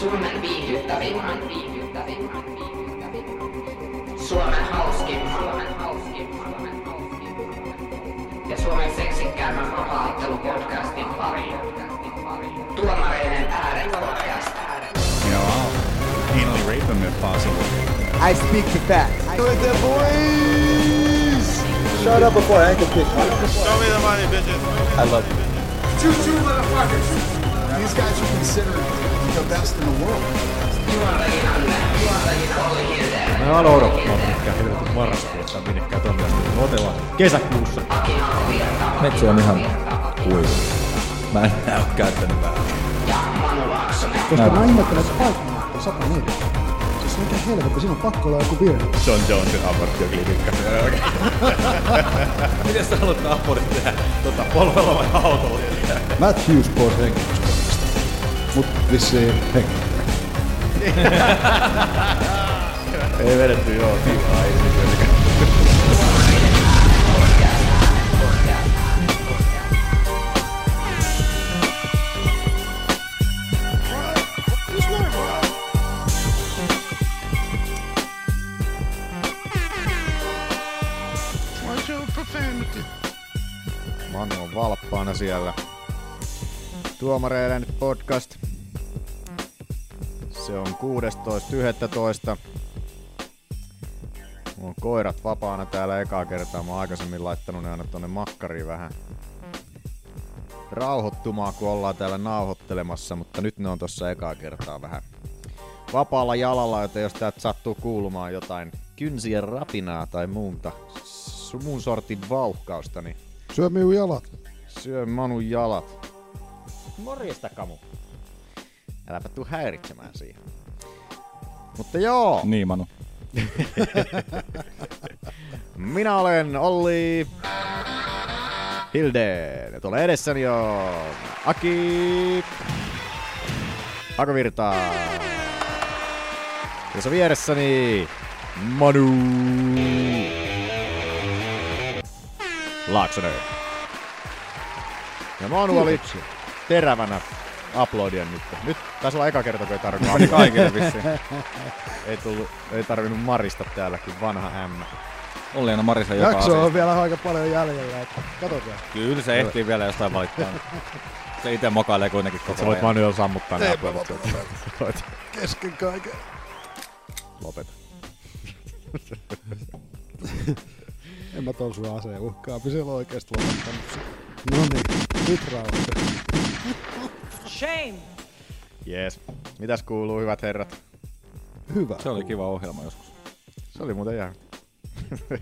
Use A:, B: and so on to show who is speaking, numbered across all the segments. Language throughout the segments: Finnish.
A: Suomen viihdyttävimmän, viihdyttävimmän, viihdyttävimmän. Suomen hauskin, Suomen hauskin, Suomen hauskin. Ja Suomen seksikkäämmän vapaaottelupodcastin pariin. Tuomareiden ääret podcast.
B: You know, I'll anally rape them if possible.
C: I speak the facts.
D: Shut up before I can pick one.
E: Show me the money, bitches.
D: I love you.
F: These guys are considered the best in the world.
G: Mä aloin odottaa pitkään helvetin marraskuun, että minnekään tonne asti. Me otellaan kesäkuussa.
D: Metsä on ihan kuivu. Mä en nää oo käyttänyt vähän.
F: Koska mä ihmettelen, että paikka on 104. Siis mikä helvetti, siinä on pakko olla joku virhe.
B: John Jonesin aborttioklinikka.
G: Miten sä haluat abortin tehdä? Tota, polvella vai autolla?
F: Matt Hughes pois henkilöstöstä. Mut vissiin henkilö.
B: Ei vedetty, joo,
D: niin
G: Niin,
B: tiukkaa ei
H: Manu on valppaana siellä. Tuomareiden podcast. Se on 16.11. Mulla on koirat vapaana täällä ekaa kertaa. Mä oon aikaisemmin laittanut ne aina tonne makkariin vähän rauhoittumaan, kun ollaan täällä nauhoittelemassa, mutta nyt ne on tossa ekaa kertaa vähän vapaalla jalalla, joten jos täältä sattuu kuulumaan jotain kynsien rapinaa tai muunta, su- muun sortin vauhkausta, niin
F: Syö minun jalat.
H: Syö Manun jalat.
G: Morjesta, Kamu.
H: Äläpä tuu häiritsemään siihen. Mutta joo,
B: Niin, Manu.
H: minä olen Olli Hilden. Ja tuolla edessäni on Aki Akovirta. Tuossa vieressäni Manu Laaksonen. Ja Manu oli terävänä uploadia nyt. Nyt taisi olla eka kerta, kun ei tarvinnut
B: Meni
H: uploadia.
B: kaikille vissiin.
H: ei, tullut, ei tarvinnut marista täällä, kun vanha ämmä.
B: Olli aina Marisa joka
F: Jakso
B: asia.
F: on vielä aika paljon jäljellä, että katsotaan.
B: Kyllä se ehtii vielä jostain valittaa. Se itse mokailee kuitenkin koko
H: Sä voit
B: ajan.
H: Manuel sammuttaa nää
F: Eipä lopeta.
H: Voit.
F: Kesken kaiken.
H: Lopeta.
F: En mä ton sun aseen uhkaa, se on oikeesti lopettanut sen. No niin, nyt rauhoitu.
H: Jees. Mitäs kuuluu, hyvät herrat?
F: Hyvä.
B: Se oli kiva ohjelma joskus.
H: Se oli muuten ihan...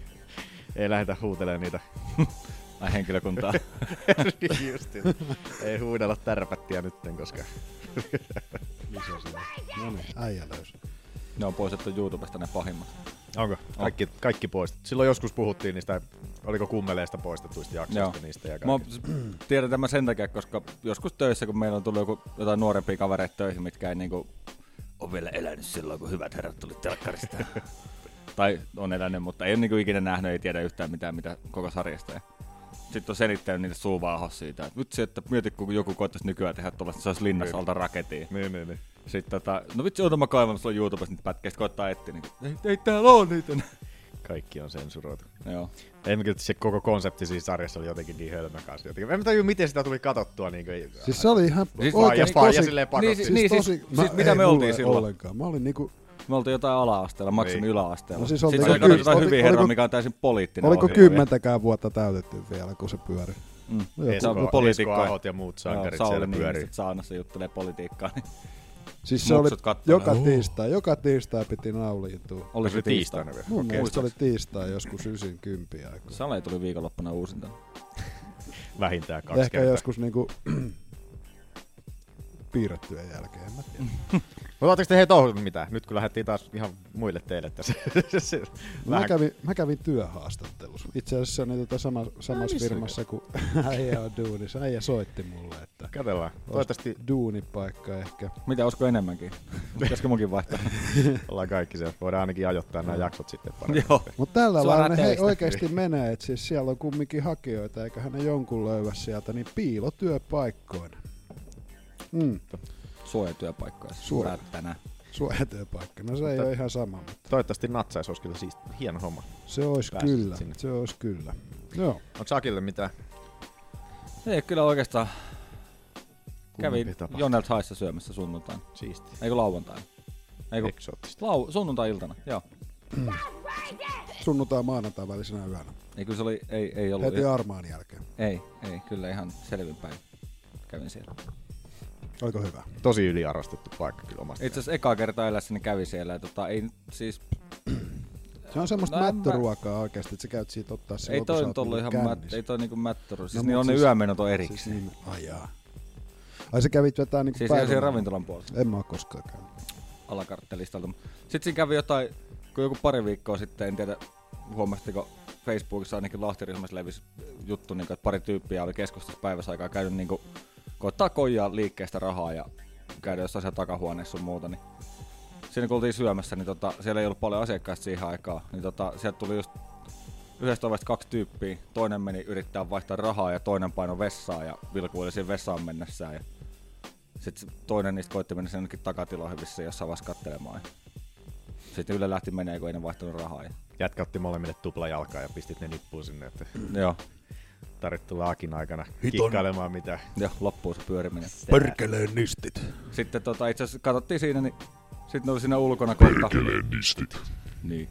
H: Ei lähdetä huutelemaan niitä.
B: Ai henkilökuntaa.
H: Justin. Ei huudella tärpättiä nytten, koska...
F: No niin, äijä löysi.
B: ne on poistettu YouTubesta ne pahimmat.
H: Onko? Kaikki, kaikki poistettu. Silloin joskus puhuttiin niistä, oliko kummeleista poistetuista jaksoista niistä ja
B: Mä oon-
H: kaikista.
B: s- tiedän tämän sen takia, koska joskus töissä, kun meillä on tullut joku, jotain nuorempia kavereita töihin, mitkä ei niinku ole vielä elänyt silloin, kun hyvät herrat tuli telkkarista. tai on elänyt, mutta ei ole niinku ikinä nähnyt, ei tiedä yhtään mitään mitä koko sarjasta. Ja sitten on selittänyt niille suuvaaho siitä, että vitsi, että mieti, kun joku koettaisi nykyään tehdä tuollaista, se olisi linnassa alta raketiin.
H: Niin, niin, niin.
B: Sitten tota, no vitsi, oota mä kaivan sulla YouTubesta niitä pätkiä, sitten koittaa etsiä, niin kuin, ei, ei täällä oo niitä.
H: Kaikki on sensuroitu.
B: Joo.
H: En kyllä se koko konsepti siinä sarjassa oli jotenkin niin hölmökas. Jotenkin. En mä tajua, miten sitä tuli katsottua. Niin kuin...
F: Siis se oli ihan
B: Siis
H: ja,
F: oikeesti
H: vaan, ja
F: tosi...
H: silleen pakotti.
B: Niin, siis- siis mitä
F: ei
B: me oltiin
F: mulle
B: silloin?
F: Ollenkaan. Mä olin niinku
B: Me oltiin jotain ala-asteella, maksimin
H: Niin.
B: yläasteella.
F: No siis
B: Sitten
F: oltiin
B: se oli
F: kyllä-
B: jotain
F: oli-
B: hyvin herra,
F: oliko-
B: mikä on täysin poliittinen.
F: Oliko
B: ohjelma.
F: kymmentäkään vuotta täytetty vielä, kun se pyöri? Mm.
H: Esko-
B: Joku poliitikko.
H: Esko Ahot ja muut sankarit
B: Sauli
H: siellä
B: Niinistö
H: pyörii.
B: saunassa juttelee politiikkaa. Niin
F: Siis se oli
B: Muksut kattona.
F: joka tiistai, joka tiistai piti nauliintua.
B: oli
H: se
B: se
H: tiistaina
B: tiistaina.
H: vielä?
F: Mun mielestä se oli tiistai joskus 90 aikaa.
B: Sale tuli viikonloppuna uusinta.
H: Vähintään kaksi
F: Ehkä
H: kertaa.
F: joskus niinku piirrettyä jälkeen. en Mä tiedä.
H: Mutta ootteko te hei touhut mitään? Nyt kun lähdettiin taas ihan muille teille tässä. Se-
F: mä,
H: Vähän
F: kävin, mä kävin työhaastattelussa. Itse asiassa niin tota sama,
H: No,
F: samassa firmassa kuin äijä on duunissa. Äijä soitti mulle, että
H: Katsellaan. Toivottavasti
F: duunipaikka ehkä.
B: Mitä olisiko enemmänkin? Pitäisikö munkin vaihtaa?
H: ollaan kaikki siellä. Voidaan ainakin ajoittaa nämä jaksot sitten paremmin.
B: Joo.
F: Mutta tällä
B: Suoraan
F: lailla ne hei,
B: töistä.
F: oikeasti menee, että siis siellä on kumminkin hakijoita, eiköhän ne jonkun löyvä sieltä, niin piilotyöpaikkoina. Mm,
B: Suojatyöpaikkoja. siis
F: Suoja.
B: Suojattänä.
F: suojatyöpaikka. No se ei
H: Mutta-
F: ole ihan sama, mutta
H: Toivottavasti natsais olisi kyllä siis hieno homma.
F: se olisi
H: Pääsit
F: kyllä,
H: sinne.
F: se olisi kyllä. Joo,
H: Onko Sakille mitään?
B: Ei kyllä oikeastaan. Kävin
H: Kummempi tapa.
B: Jonelt Haissa syömässä sunnuntaina.
H: Siisti.
B: Eikö lauantaina? Eikö?
H: Eksoottista.
B: Lau- sunnuntai-iltana, joo.
F: sunnuntai maanantai välisenä yönä,
B: Ei kyllä se oli, ei, ei ollut.
F: heti armaan jälkeen.
B: ei, ei, kyllä ihan selvinpäin kävin siellä.
F: Oliko hyvä?
H: Tosi yliarvostettu paikka kyllä omasta.
B: Itse asiassa ekaa kertaa elässäni kävi siellä ja tota, ei nyt siis,
F: Se on semmoista
B: No en mä-
F: mättöruokaa oikeasti, että sä käyt siitä ottaa
B: ei
F: silloin, kun
B: toi
F: sä
B: nyt
F: oot
B: ollut ihan
F: niinku
B: mät,
F: kännissä.
B: ei toi niinku mättörys. Siis
F: No,
B: no, ne
F: mut
B: on siis,
F: siis-
B: ne yömenot on erikseen.
F: Siis
B: Siis,
F: niin, ajaa. Ai sä kävit vetää niinku
B: siis ihan
F: päivän-
B: siellä ravintolan puolella.
F: En mä oo koskaan käynyt.
B: alakarttelistalta. Sitten siinä kävi jotain, kun joku pari viikkoa sitten, en tiedä huomasitteko, Facebookissa ainakin Lahtiryhmässä levisi juttu, niin kuin, että pari tyyppiä oli keskustassa päivässä aikaa käynyt niin kuin, koittaa koijaa liikkeestä rahaa ja käydä jossain siellä takahuoneessa sun muuta. Niin siinä kun oltiin syömässä, niin tota, siellä ei ollut paljon asiakkaista siihen aikaan, niin tota, sieltä tuli just yhdestä ovesta kaksi tyyppiä, toinen meni yrittää vaihtaa rahaa ja toinen paino vessaa ja vilkuili siinä vessaan mennessään. Ja sitten toinen niistä koitti mennä sen jonnekin takatiloihin vissiin jossain vaiheessa kattelemaan. ja Sitten Yle lähti menee, kun ei ne vaihtanut rahaa. Ja...
H: Jätkä otti molemmille tupla jalkaa ja pistit ne nippuun sinne, että
F: Mm.
B: Joo,
H: tarvittu laakin aikana kikkailemaan mitään.
B: ja loppuu se pyöriminen.
F: Perkeleen nistit.
B: Sitten tota, itse asiassa katsottiin siinä, niin sitten ne oli siinä ulkona kohta. Niin.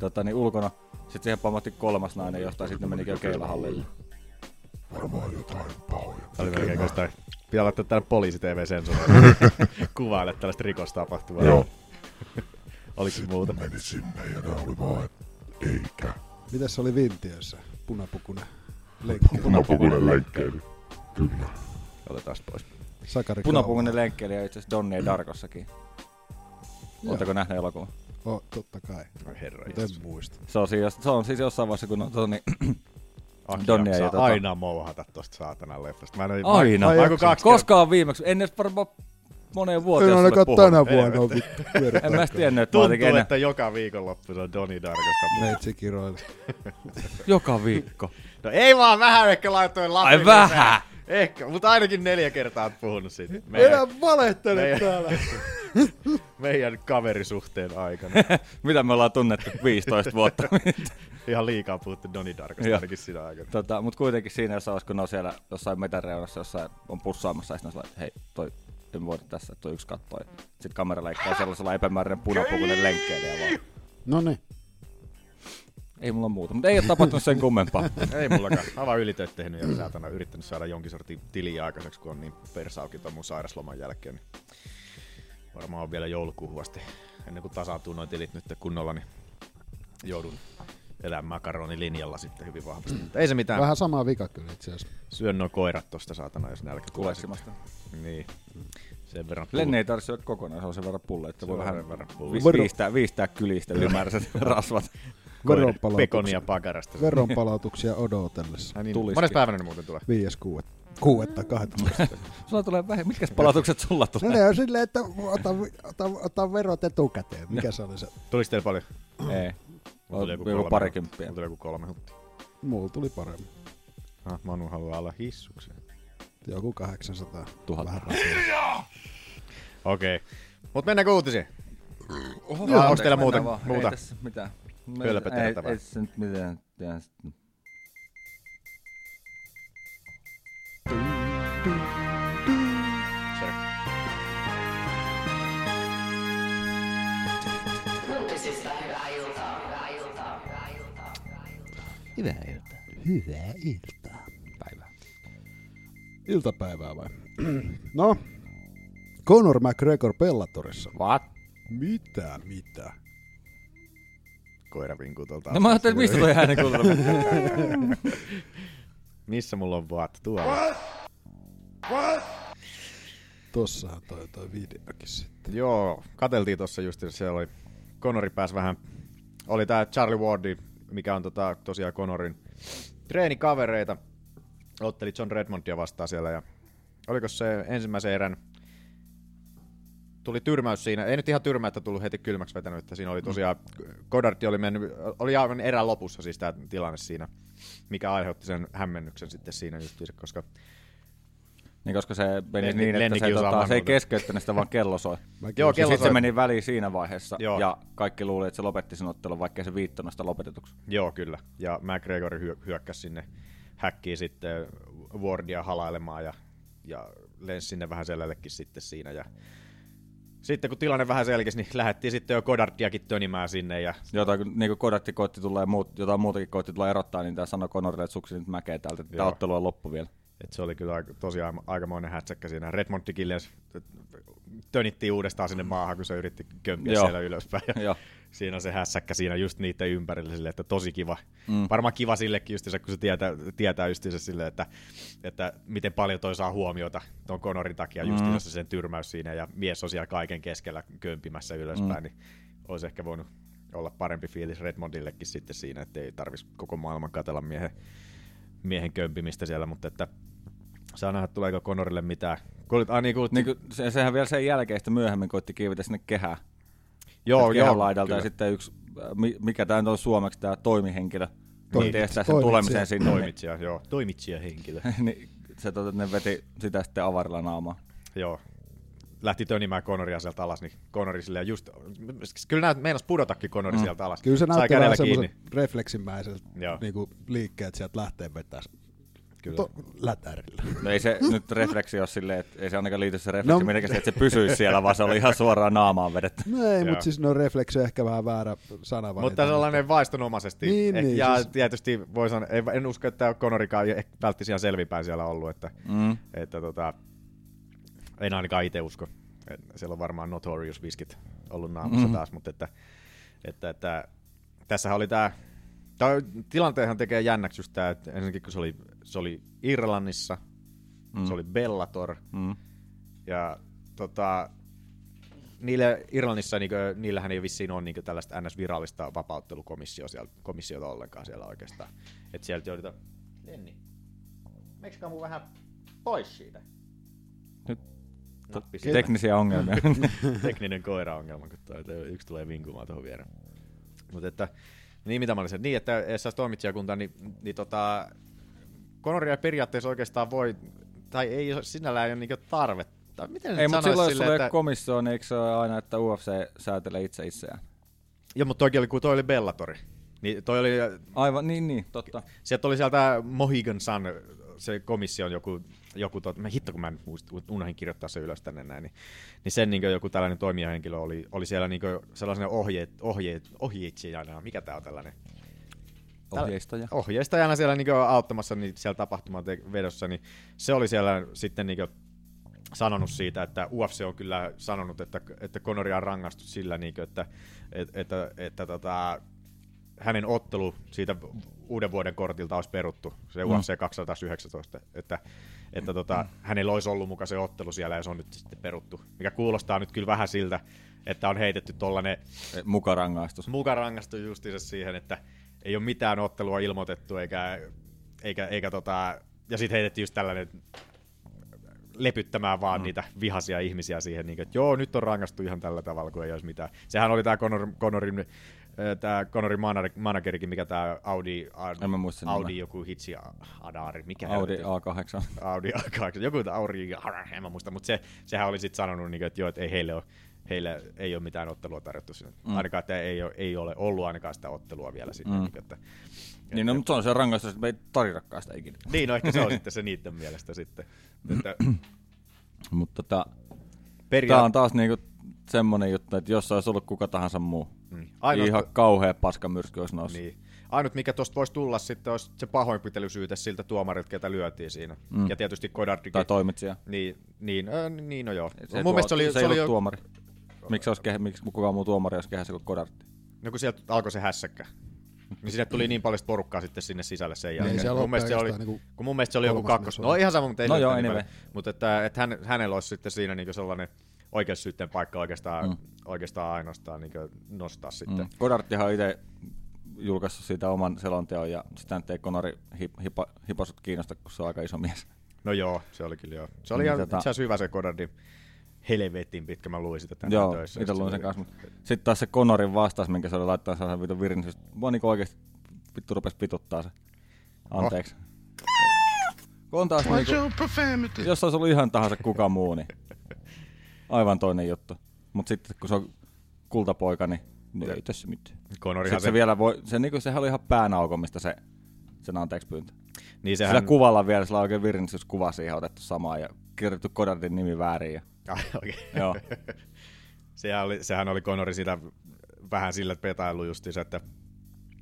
B: Tota, niin ulkona. Sitten siihen pamatti kolmas nainen jostain, sitten ne menikin jo keilahallille.
H: Tämä oli melkein jostain. Pitää laittaa täällä poliisi tv sensorille kuvaille tällaista rikostapahtumaa.
E: Joo.
H: Oliko muuta?
E: Meni sinne ja ne oli vaan, et eikä.
F: Mitäs se oli vintiössä? Punapukuna. Leikki.
E: Punapukunen leikkeily. Kyllä.
H: Otetaan pois.
F: Sakari
B: Punapukunen lenkkeli ja itse asiassa Donnie
F: Mm.
B: ja Darkossakin. Oletteko nähneet elokuvan?
F: Kauma. Oh, totta kai.
H: Oi herra
F: Mut en
H: Jeesus.
F: muista.
B: Se on, siis, se on siis jossain vaiheessa, kun on, tota, niin,
H: Aki
B: Donnia
H: Ah, jaksaa
B: ja tota-
H: aina mouhata tosta saatanan leffasta. Mä en ole-
B: Aina.
H: Mä, mä, mä kaksi kertaa-
B: no. koskaan viimeksi, en edes varmaan moneen vuoteen
F: En
B: sulle
F: ainakaan
B: puhunut.
F: tänä vuonna ole vittu
B: En mä
F: pyörittää.
B: edes tiennyt, että mä
H: Tuntuu,
B: jotenkin enää.
H: että joka viikonloppu se on Doni Darkosta.
F: Meitsi kiroili.
B: Joka viikko.
H: No ei vaan vähän ehkä laitoin lapin.
B: Ai
H: lisää.
B: vähän?
H: Ehkä, mutta ainakin neljä kertaa oot puhunut siitä. Meidän,
F: Meidän valehtele
H: meidän-
F: täällä.
H: meidän kaverisuhteen aikana.
B: Mitä me ollaan tunnettu 15 vuotta.
H: Ihan liikaa puhuttu Doni Darkosta
B: Joo.
H: ainakin siinä aikana.
B: tota, Mutta kuitenkin siinä jossain vaiheessa, kun ne on siellä jossain metän reunassa, jossain on pussaamassa, ja sitten on sellainen, että hei, toi en voida tässä, että toi yksi kattoo. Sitten kamera leikkaa sellaisella epämääräinen punapukunen lenkkeilijä vaan.
F: No niin.
B: Ei mulla muuta, mutta ei ole tapahtunut sen kummempaa.
H: Ei mullakaan. Mä oon vaan ylitöitä tehnyt ja saatana yrittänyt saada jonkin sortin tiliä aikaiseksi, kun on niin persauki ton mun sairasloman jälkeen. Niin varmaan on vielä joulukuuhun asti. Ennen kuin tasaantuu noin tilit nyt kunnolla, niin joudun elämään makaronilinjalla sitten hyvin vahvasti. Mutta ei se mitään.
F: Vähän sama vika kyllä itse asiassa.
H: Syön noin koirat tosta saatana, jos nälkä tulee.
B: Tuleksimasta.
H: sitten. Niin. Sen verran.
B: Lenni ei tarvitse syödä kokonaan, se on sen verran pulle, että voi
H: on
B: vähän
H: sen verran pulle.
B: vi-
F: Varo-
B: viistää, viistää kylistä ylimääräiset rasvat.
H: koirat, pekonia
F: Veronpalautuksia,
H: pakarasta.
F: veronpalautuksia odotellessa.
H: Ai niin,
B: tulisikin.
H: Monessa päivänä ne muuten tulee.
F: 5. kuudetta. Kuudetta 12.
B: Sulla tulee vähän, mitkä palautukset sulla
F: No
B: tulee?
F: ne on silleen, että ota, ota, ota verot etukäteen. Mikä se oli se?
H: Tuliko teillä paljon?
B: Ei.
H: Mulla tuli
B: Oot
H: kolme
B: joku parikymppiä.
H: huttia. Mulla tuli joku kolme huttia.
F: Mulla tuli paremmin.
H: Ah, Manu haluaa olla hissukseen.
F: Joku 800.
B: Tuhat.
F: Vähän rahaa.
H: Okei. Okay. Mut mennäänkö uutisiin?
B: Oho,
H: Joo, onks teillä muuta- muuta?
B: Ei tässä mitään. Me-
H: Pölpöteltävää.
B: Ei, ei tässä nyt mitään. tehdä sitten.
A: Uutisista hyvää iltaa, hyvää iltaa, hyvää iltaa, hyvää iltaa.
F: Hyvää iltaa. Päivää. Iltapäivää vai? No, Conor McGregor Bellatorissa.
B: What?
F: Mitä, mitä?
H: Koira vinkuu tuolta.
B: No mä ajattelin, että mistä toi ääni kuuluu.
H: Missä mulla on vaat? Tuolla. What? What?
F: Tossahan toi toi videokin sitten.
H: Joo, kateltiin tuossa just, se oli, Conori pääsi vähän, oli tää Charlie Wardi, mikä on tota, tosiaan Conorin treenikavereita, otteli John Redmondia vastaan siellä ja oliko se ensimmäisen erän, tuli tyrmäys siinä, ei nyt ihan tyrmäyttä tullut heti kylmäksi vetänyt, että siinä oli tosiaan, Godardi oli mennyt, oli aivan erän lopussa siis tämä tilanne siinä, mikä aiheutti sen hämmennyksen sitten siinä justiinsa, koska
B: Niin koska se meni
H: Lenni-
B: niin, että se,
H: Lennikin
B: tota,
H: osaa
B: se ei
H: varmuudella.
B: keskeyttänyt sitä, vaan kello soi.
F: Mäkin
H: joo,
F: olisin-
H: kello
B: Sitten
H: soi.
B: se meni väliin siinä vaiheessa,
H: Joo.
B: ja kaikki luuli, että se lopetti sen ottelun, vaikka se viittona sitä lopetetuksi.
H: Joo, kyllä. Ja McGregor hyö- hyökkäsi sinne häkkiin sitten Wardia halailemaan ja, ja lensi sinne vähän selällekin sitten siinä. Ja sitten kun tilanne vähän selkesi, niin lähdettiin sitten jo Godardiakin tönimään sinne. Ja
B: Jotain, niin kuin Kodatti koitti tulla ja muut, jotain muutakin koitti tulla erottaa, niin tämä sanoi Conorille, että suksi nyt mäkeä täältä, että tämä
H: Joo.
B: ottelu on loppu vielä.
H: et se oli kyllä aika, tosiaan aikamoinen hätsäkkä siinä. Redmondikin lensi, tönittiin uudestaan sinne maahan, kun se yritti kömpiä
B: Joo.
H: siellä ylöspäin. Ja
B: Joo.
H: siinä on se hässäkkä siinä just niiden ympärillä sille, että tosi kiva. Mm. Varmaan kiva sillekin justiinsa, kun se tietää, tietää justiinsa sille, että, että miten paljon toi saa huomiota ton Conorin takia justiinsa mm. sen tyrmäys siinä ja mies on siellä kaiken keskellä kömpimässä ylöspäin, mm. niin olisi ehkä voinut olla parempi fiilis Redmondillekin sitten siinä, että ei tarvitsisi koko maailman katella miehen, miehen kömpimistä siellä, mutta että saa nähdä, tuleeko Conorille mitään. Kuulit, ai niin, kuulit,
B: Niin kuin, se, sehän vielä sen jälkeen sitten myöhemmin koitti kiivetä sinne kehään.
H: joo,
B: Sieltä kehän
H: joo,
B: laidalta ja
H: kyllä.
B: sitten yksi, äh, mi- mikä tämä nyt on suomeksi, tämä toimihenkilö, koitti
F: Toimit-
B: estää sen
F: toimitsija.
B: tulemisen sinne. niin-
H: toimitsija, joo. Toimitsija henkilö.
B: niin se tota, ne veti sitä sitten avarilla naamaa.
H: Joo. Lähti tönimään Conoria sieltä alas, niin Conori silleen just... Kyllä näet, meinas pudotakin Conori mm. sieltä alas.
F: Kyllä se
H: Sai
F: näyttää
H: kädellä
F: vähän
H: kiinni.
F: semmoiselta refleksimäiseltä
H: Joo.
F: niinku liikkeet sieltä lähtee vetää
H: Kyllä.
F: to- lätärillä.
B: No ei se nyt refleksi ole silleen, että ei se ainakaan liity se refleksi
F: No-
B: no, mitenkään, että se pysyisi siellä, vaan se oli ihan suoraan naamaan vedetty.
F: No ei,
H: Joo.
F: mutta siis no refleksi on ehkä vähän väärä sana
H: Mutta sellainen vaistonomaisesti.
F: Niin,
H: Eh,
F: niin,
H: ja
F: siis-
H: tietysti voi sanoa, en, en usko, että Conorikaan ei- ehkä välttämättä ihan selvinpäin siellä ollut. Että, mm. että tota, en ainakaan itse usko. Et Siellä on varmaan Notorious Viskit ollut naamassa mm. taas, mutta että, että, että tässähän oli tämä, tämä tilanteenhan tekee jännäksi just tämä, että ensinnäkin kun se oli, se oli Irlannissa, mm. se oli Bellator, mm. ja tota, niille Irlannissa, niin kuin, niillähän ei vissiin ole niin kuin tällaista NS-virallista vapauttelukomissiota siellä, komissiota ollenkaan siellä oikeastaan. Että sieltä joudutaan... Lenni, meiksikö mun vähän pois siitä? No,
B: Nyt
H: Nappi siitä.
B: Teknisiä ongelmia.
H: tekninen koiraongelma, kun toi, toi yksi tulee vinkumaan tuohon viereen. Mutta että, niin mitä mä olisin, niin että SS toimitsijakunta, niin, niin tota, Conoria periaatteessa oikeastaan voi, tai ei ole- sinällään ei ole niinku tarve. Tai miten
B: ei, mutta silloin jos
H: sille,
B: sulla
H: että,
B: että... komissio, niin eikö se ole aina, että UFC säätelee itse itseään?
H: Joo, mutta toki oli, kun toi oli Bellatori. Niin toi oli,
B: Aivan, niin, niin, totta.
H: sieltä oli sieltä Mohegan Sun, se komission joku, joku tot, mä hitto kun mä en muist, unohdin kirjoittaa se ylös tänne näin, niin, niin sen niin joku tällainen toimijahenkilö oli, oli siellä niin sellaisena ohjeet, ohjeet, ohjeitsijana, mikä tää on tällainen?
B: Ohjeistaja.
H: ohjeistajana siellä niin auttamassa niin siellä tapahtuman te- vedossa, niin se oli siellä sitten niin sanonut siitä, että UFC on kyllä sanonut, että, että Conoria on rangaistu sillä, niin kuin, että, että, että, että tota, hänen ottelu siitä uuden vuoden kortilta olisi peruttu, se UFC 219, että, että tota, hänellä olisi ollut muka se ottelu siellä ja se on nyt sitten peruttu, mikä kuulostaa nyt kyllä vähän siltä, että on heitetty tollanen
B: Eh, Mukarangaistus.
H: muka rangaistu justiinsa siihen, että ei ole mitään ottelua ilmoitettu, eikä, eikä, eikä tota, ja sitten heitettiin just tällainen lepyttämään vaan mm. niitä vihaisia ihmisiä siihen, niin että joo, nyt on rangaistu ihan tällä tavalla, kun ei olisi mitään. Sehän oli tämä Conor, Conorin, äh, tämä Conorin manag- managerikin, mikä tämä Audi, Audi,
B: En mä muista sen
H: Audi
B: nimeä.
H: joku hitsi Adari, mikä
B: Audi
H: helvetti-
B: A8.
H: Audi A8, joku Audi, en mä muista, mutta se, sehän oli sitten sanonut, niin että joo, että ei heille ole, heille ei ole mitään ottelua tarjottu sinne. Mm. Ainakaan, että ei ole, ei ole ollut ainakaan sitä ottelua vielä sinne. Mm. Niin, että,
B: Niin, no, mutta se on se rangaistus, että me ei tarjotakaan sitä ikinä.
H: niin, no ehkä se on sitten se niiden mielestä sitten. Että
B: Mutta tota, tämä on
H: periaat-
B: taas niinku semmonen juttu, että jos se olisi ollut kuka tahansa muu,
H: Mm.
B: Ainoa...
H: Ainoa-
B: ihan kauhea paskamyrsky olisi noussut.
H: Niin. Ainut mikä tuosta voisi tulla sitten olisi se pahoinpitelysyyte siltä tuomarilta, ketä lyötiin siinä. Mm. Ja tietysti Godardikin.
B: Tai toimitsija.
H: Niin, niin, äh, niin no joo.
B: Se ei
H: Mun
B: tuo-
H: mielestä se oli,
B: se
H: se
B: ei
H: oli
B: ollut
H: jo,
B: tuomari. Miksi, olisi keh, miksi kukaan muu tuomari olisi kehässä kuin Kodartti?
H: no kun sieltä alkoi se hässäkkä. Niin sinne tuli niin paljon sitä porukkaa sitten sinne sisälle sen jälkeen.
F: Niin, siellä
H: mun,
F: ole
H: mielestä se oli,
F: pelkästään niinku
H: kun mun mielestä se oli joku
F: kolmas
H: kakkos.
F: mies oli.
H: No ihan sama, mutta ei
B: No
H: nyt
B: joo,
H: tämän nimen.
B: anyway.
H: Mutta että, että hän, hänellä olisi sitten siinä niinku sellainen oikeussyytteen paikka oikeastaan, mm. oikeastaan ainoastaan niinku nostaa sitten.
B: Mm. Godardihan on itse julkaissut siitä oman selonteon ja sitä nyt ei Conori hip, hipa, hipasut kiinnosta, kun se on aika iso mies.
H: No joo, se oli kyllä joo. Se oli
B: Niin,
H: ihan
B: tota-
H: itse asiassa hyvä se Godardin helvetin pitkä, mä luin sitä tänään
B: Joo,
H: töissä.
B: itse
H: Sitten
B: luin sen
H: oli-
B: kanssa. Sitten taas se Conorin vastaus, minkä se oli laittaa sellaisen vitun virin, siis mua niinku oikeesti vittu rupes pituttaa se. Anteeksi. Kun on taas niinku, jos se olisi ollut ihan tahansa kuka muu, niin aivan toinen juttu. Mut sitten kun se on kultapoika, niin, niin ei tässä mitään.
H: Conorihan
B: Sitten
H: se,
B: se vielä voi, se, niinku, sehän oli ihan päänauko, mistä se, sen anteeksi pyyntö.
H: niin
B: Sehän...
H: sehän,
B: Sillä kuvalla vielä, sillä on oikein niin virnistyskuva siihen otettu samaa ja kirjoitettu Godardin nimi väärin. Ja,
H: Ai, Ah, okei.
B: joo.
H: sehän, oli, sehän oli Conori sitä vähän sillä petailu justiinsa, että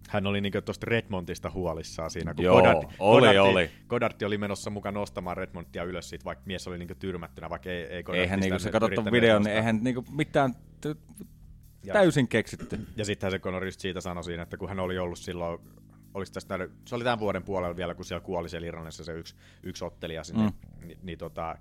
H: hän oli niinku tuosta Redmontista huolissaan siinä, kun
B: Joo, oli, oli.
H: Godardi oli menossa mukaan nostamaan Redmontia ylös siitä, vaikka mies oli niinku tyrmättynä, vaikka ei, ei Godardi
B: eihän
H: sitä
B: niinku, se
H: nyt
B: katsottu
H: yrittänyt
B: videon,
H: nostaa.
B: niin eihän niinku mitään t-
H: Ja-
B: täysin keksitty.
H: Ja sittenhän se Conor just siitä sanoi siinä, että kun hän oli ollut silloin, oliko tästä, se oli tämän vuoden puolella vielä, kun siellä kuoli siellä Irlannissa se yksi, yksi ottelija sinne, mm. niin, niin tota,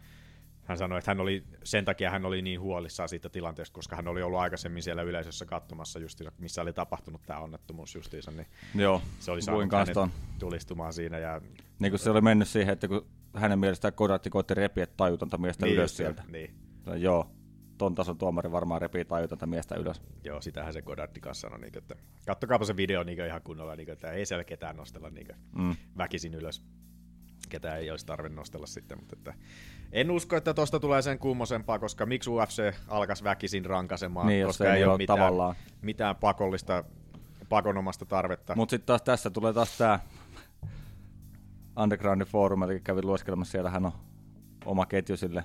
H: hän sanoi, että hän oli, sen takia hän oli niin huolissaan siitä tilanteesta, koska hän oli ollut aikaisemmin siellä yleisössä katsomassa justiinsa, missä oli tapahtunut tämä onnettomuus justiinsa, niin
B: Joo,
H: se oli
B: voin
H: saanut
B: kanssa
H: hänet
B: ton.
H: tulistumaan siinä. Ja,
B: Niin kun se oli mennyt siihen, että kun hänen mielestään Godardi koitti repiä tajutonta miestä niin,
H: just
B: ylös
H: se,
B: sieltä.
H: Niin,
B: No, joo, ton tason tuomari varmaan repii tajutonta miestä ylös.
H: joo, sitähän se Godardi kanssa sanoi, niin, että kattokaapa se video niin, ihan kunnolla, niin, että ei siellä ketään nostella niin, mm. väkisin ylös. ketä ei olisi tarve nostella sitten, mutta että en usko, että tosta tulee sen kummosempaa, koska miksi UFC alkaisi väkisin rankasemaan,
B: Niin, jos
H: koska
B: ei
H: ei
B: niillä
H: ole
B: ole
H: mitään,
B: tavallaan.
H: mitään pakollista, pakonomasta tarvetta.
B: Mutta sitten taas tässä tulee taas tämä Underground Forum, eli kävin lueskelemassa, siellähän on oma ketju sille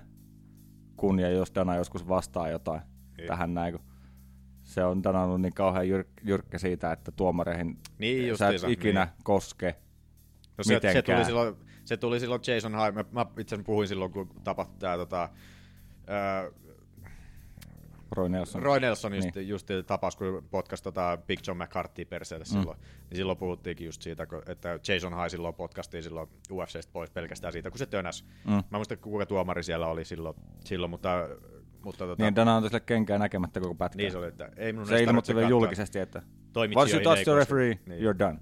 B: kunnia, jos Dana joskus vastaa jotain
H: Ei.
B: Ei. tähän näin, kun se on Dana ollut niin kauhean jyrk, jyrkkä siitä, että tuomareihin
H: Niin
B: sä et
H: justiinsa,
B: ikinä
H: niin.
B: koske.
H: No se, se, tuli
B: mitenkään.
H: silloin, se tuli silloin Jason Hyde, mä, mä itse asiassa puhuin silloin, kun tapahtui tämä tota, ää,
B: Roy Nelson.
H: Roy Nelson just, niin.
B: Niin.
H: just tapaus, kun potkasi tota Big John McCarthy perseelle
B: Mm.
H: silloin. Niin silloin puhuttiinkin just siitä, kun- että Jason High silloin potkastiin silloin UFCstä pois pelkästään siitä, kun se tönäs. Mm. Mä en muista, kuka tuomari siellä oli silloin, silloin mutta, mutta tota,
B: Niin, Dana antoi sille kenkää näkemättä koko pätkää.
H: niin se oli, että ei minun
B: se
H: edes
B: ilmoitti
H: tarvitse
B: vielä
H: katsoa.
B: julkisesti, että once you
H: Toimitsijoihin
B: touch
H: ei
B: the
H: koske.
B: referee,
H: Niin.
B: niin. you're done.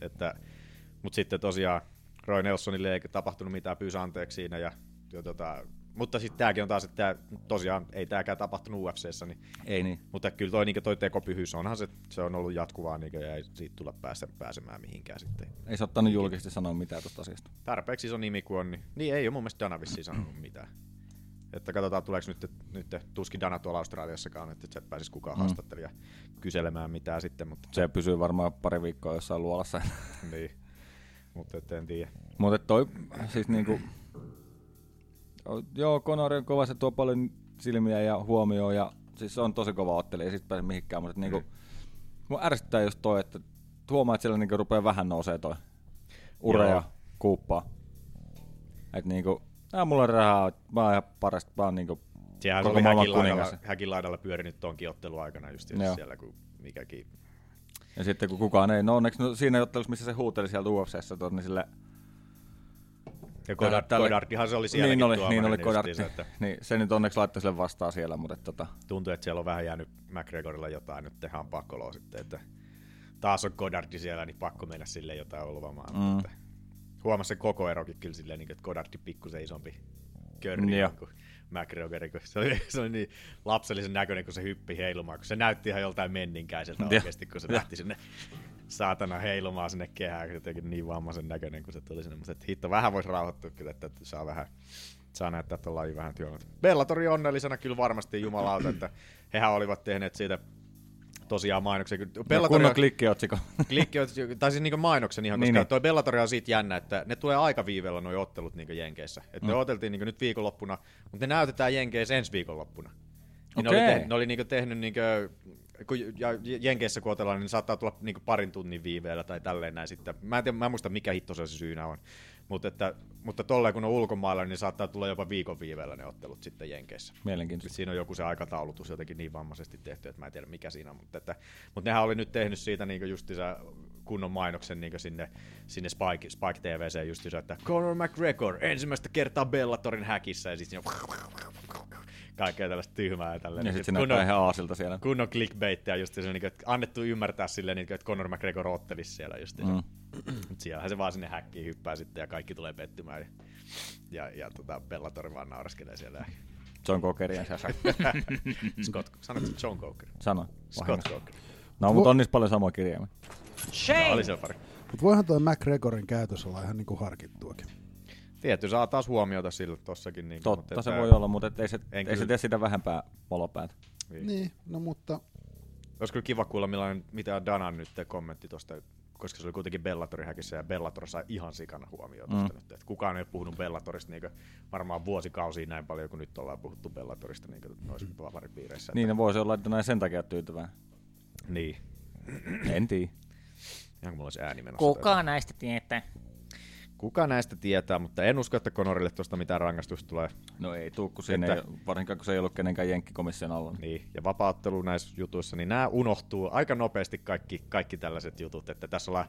H: Että, mutta sitten tosiaan Roy Nelsonille ei tapahtunut mitään, pyysi anteeksi siinä. Ja, ja tota, mutta sitten tämäkin on taas, että tää, tosiaan ei tämäkään tapahtunut UFCssä, niin
B: Ei niin.
H: mutta kyllä toi, niin toi tekopyhyys onhan se, se on ollut jatkuvaa niin ja ei siitä tulla päästä, pääsemään mihinkään sitten.
B: Ei se
H: Niin.
B: ottanut julkisesti sanoa mitään tuosta asiasta.
H: Tarpeeksi iso nimi kuin on, niin, niin ei ole mun mielestä Dana vissiin sanonut mitään. Että katsotaan tuleeko nyt, nyt tuskin Dana tuolla Australiassakaan, että sieltä pääsisi kukaan mm. haastattelija kyselemään mitään sitten, mutta
B: Se pysyy varmaan pari viikkoa jossain luolassa.
H: niin. Mutta et en tiedä.
B: Mutta toi, siis niinku, o- joo, Conor on kova, se tuo paljon silmiä ja huomioon ja siis se on tosi kova ottelija, ei sit pääse mihinkään, mutta niinku, mua ärsyttää just toi, että huomaa, että siellä niinku rupeaa vähän nousee toi ura
H: Joo.
B: ja kuuppaa. Et niinku, nää mulla on rahaa, mä oon ihan parasta, mä oon niinku
H: Sehän
B: koko
H: oli
B: maailman
H: häkin
B: kuningas.
H: laidalla, häkin laidalla pyörinyt tonkin ottelun aikana just
B: Joo.
H: siellä, kun mikäkin.
B: Ja sitten kun kukaan ei, no onneksi no, siinä ottelussa, missä se huuteli sieltä UFCssä, tuon, niin sille
H: Ja Godard,
B: tälle-
H: Godardihan se oli sielläkin
B: niin oli, niin
H: tuomarina
B: oli Godard.
H: justiinsa, että-
B: Niin, se nyt onneksi laittoi sille vastaan siellä, mutta et tota,
H: tuntuu, että siellä on vähän jäänyt McGregorilla jotain nyt tehdään pakkoloa sitten, että taas on Godardi siellä, niin pakko mennä sille jotain olvamaan. Mm. Mutta huomasi se koko erokin kyllä silleen, niin kuin, että Godardi pikkusen isompi körri
B: Joo.
H: mm, kuin McGregor, kun se oli, se oli niin lapsellisen näköinen, kun se hyppi heilumaan, kun se näytti ihan joltain menninkäiseltä
B: Joo.
H: oikeasti, kun se lähti sinne saatana heilumaan sinne kehään, kun se teki niin vammaisen näköinen, kun se tuli sinne. Mutta että hitto, vähän voisi rauhoittua kyllä, että saa vähän saa näyttää tuon lajin vähän työmältä. Bellatori onneellisena kyllä varmasti jumalauta, että hehän olivat tehneet siitä tosiaan mainoksen.
B: Pellatari... No, kunnon klikkiotsikko.
H: Klikki, on- tai siis niinku mainoksen ihan, koska
B: Niin,
H: niin,
B: niin.
H: toi Bellatori on siitä jännä, että ne tulee aikaviivellä nuo ottelut niinku Jenkeissä. Että mm. ne oteltiin niinku nyt viikonloppuna, mutta ne näytetään Jenkeissä ensi viikonloppuna. Niin ne oli,
B: Okei.
H: te, ne oli niinku tehnyt, niinku, kun, ja Jenkeissä kun otellaan, niin ne saattaa tulla niinku parin tunnin viiveellä tai tälleen näin sitten. Mä en, tiedä, mä en muista mikä hitto se syynä on. Mut että, mutta tolleen kun on ulkomailla, niin saattaa tulla jopa viikon viiveellä ne ottelut sitten Jenkeissä.
B: Mielenkiintoista.
H: Siinä on joku se aikataulutus jotenkin niin vammaisesti tehty, että mä en tiedä mikä siinä on, mutta, että, mutta nehän oli nyt tehnyt siitä niin justiinsa kunnon mainoksen niin sinne, sinne Spike, Spike TVC just se, että Conor McGregor ensimmäistä kertaa Bellatorin häkissä ja siis siinä kaikkea tällaista tyhmää. Tälleen,
B: Ja
H: niin,
B: sitten se
H: kunnon-
B: näyttää ihan aasilta siellä.
H: kunnon clickbaittia just se, niin että annettu ymmärtää silleen, niin, että Conor McGregor ottelisi siellä just se. Mm. Mut siellähän se vaan sinne häkkiin hyppää sitten ja kaikki tulee pettymään. Ja, ja, ja tota, Bellator vaan naureskelee siellä.
B: John Cokerien se
H: Scott, sanotko se John Coker?
B: sana.
H: Scott Coker.
B: No, mutta on niissä paljon samoja kirjaimia.
H: No, oli se pari.
F: Mutta voihan toi McGregorin käytös olla ihan niinku harkittuakin.
H: Tietty saa taas huomiota sille tossakin. Niin,
B: Totta se voi olla, mutta et ei se,
H: En
B: ei se
H: kyllä-
B: tee sitä vähempää valopäätä.
F: Niin, no mutta
H: Olisi kyllä kiva kuulla, millainen, mitä on Danan nyt kommentti tuosta, koska se oli kuitenkin Bellatorin häkissä ja Bellator sai ihan sikana huomiota mm. nyt. Et kukaan ei ole puhunut Bellatorista niin varmaan vuosikausia näin paljon, kuin nyt ollaan puhuttu Bellatorista niin noissa vaparipiireissä.
B: Mm. Niin, ne voisi olla, että näin sen takia tyytyvää.
H: niin.
B: En tiedä.
H: Ihan kun mulla olisi ääni menossa.
D: Kukaan näistä tietää.
H: Kuka näistä tietää, mutta en usko, että Conorille tuosta mitään rangaistusta tulee.
B: No ei tuu, kun siinä
H: Että-
B: ei, varsinkaan kun se ei ollut kenenkään jenkkikomission alla.
H: Niin, ja vapauttelu näissä jutuissa, niin nämä unohtuu aika nopeasti kaikki, kaikki tällaiset jutut, että tässä ollaan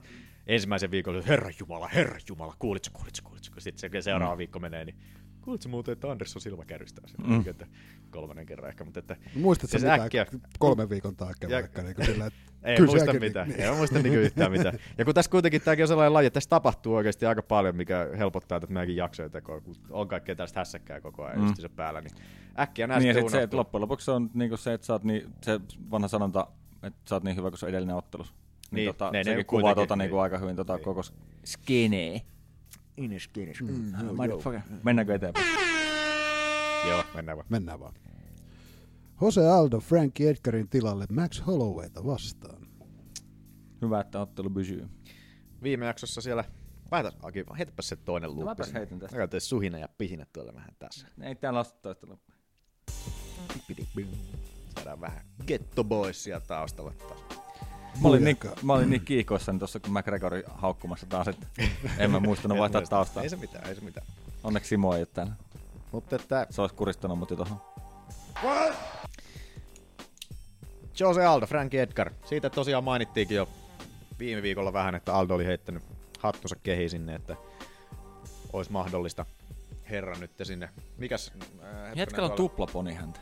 H: ensimmäisen viikon, että herra jumala, herra jumala, kuulitko, kuulitko, kuulitko, sitten se seuraava viikko menee, niin kuulitko muuten, että Andersson silmä kärjistää sen, mm. että kolmannen kerran ehkä, mutta että
F: muistatko
H: Siis
F: siis mitään
H: äkkiä.
F: äkkiä. kolmen viikon taakse
H: Ja-
F: vaikka niin kuin sillä, että
H: ei
F: kyllä
H: muista
F: sekin-
H: mitään,
F: niin-
H: ei muista niinku yhtään mitään. Ja kun tässä kuitenkin tämäkin on sellainen laji, että tässä tapahtuu oikeasti aika paljon, mikä helpottaa tätä meidänkin jaksojen tekoa, kun on kaikkea tällaista hässäkkää koko ajan mm. just se päällä, niin äkkiä näistä
B: Niin, ja
H: niin,
B: sit se, että
H: unohtuu.
B: loppujen lopuksi se on niinku se, että sä oot niin, se vanha sanonta, että sä oot niin hyvä kuin se edellinen ottelus. Niin,
H: Niin,
B: tota,
H: ne- ne
B: sekin
H: kuitenkin,
B: kuvaa tota,
H: niin.
B: niinku aika hyvin tota, koko skenee. Mennäänkö eteenpäin?
H: Joo, mennään vaan.
F: Mennään vaan. Jose Aldo Frankie Edgarin tilalle Max Hollowayta vastaan.
B: Hyvä, että ottelu pysyy.
H: viime jaksossa siellä... Laitas, Aki, heitäpä se toinen luukku.
B: mäpäs
H: sinne.
B: heitin tästä.
H: Mä katsoin suhina ja pihinä tuolla vähän tässä.
B: Ei täällä ole toista loppua.
H: Saadaan vähän Getto Boys siellä taustalla taas.
B: Mä olin, niin, mä olin niin kiikoissani tuossa, kun McGregor oli haukkumassa taas, että en mä muistanut vaihtaa
H: Muista.
B: taustaa.
H: Ei se mitään, ei se mitään.
B: Onneksi Simo ei ole täällä.
H: Mutta että
B: Se olisi kuristanut mut jo tohon.
H: Jose Aldo, Frankie Edgar. Siitä tosiaan mainittiinkin jo viime viikolla vähän, että Aldo oli heittänyt hattunsa kehi sinne, että olisi mahdollista herra nyt sinne. Mikäs? äh, hetkinen,
B: Jätkällä on
H: tuolla-
B: tuplaponi häntä.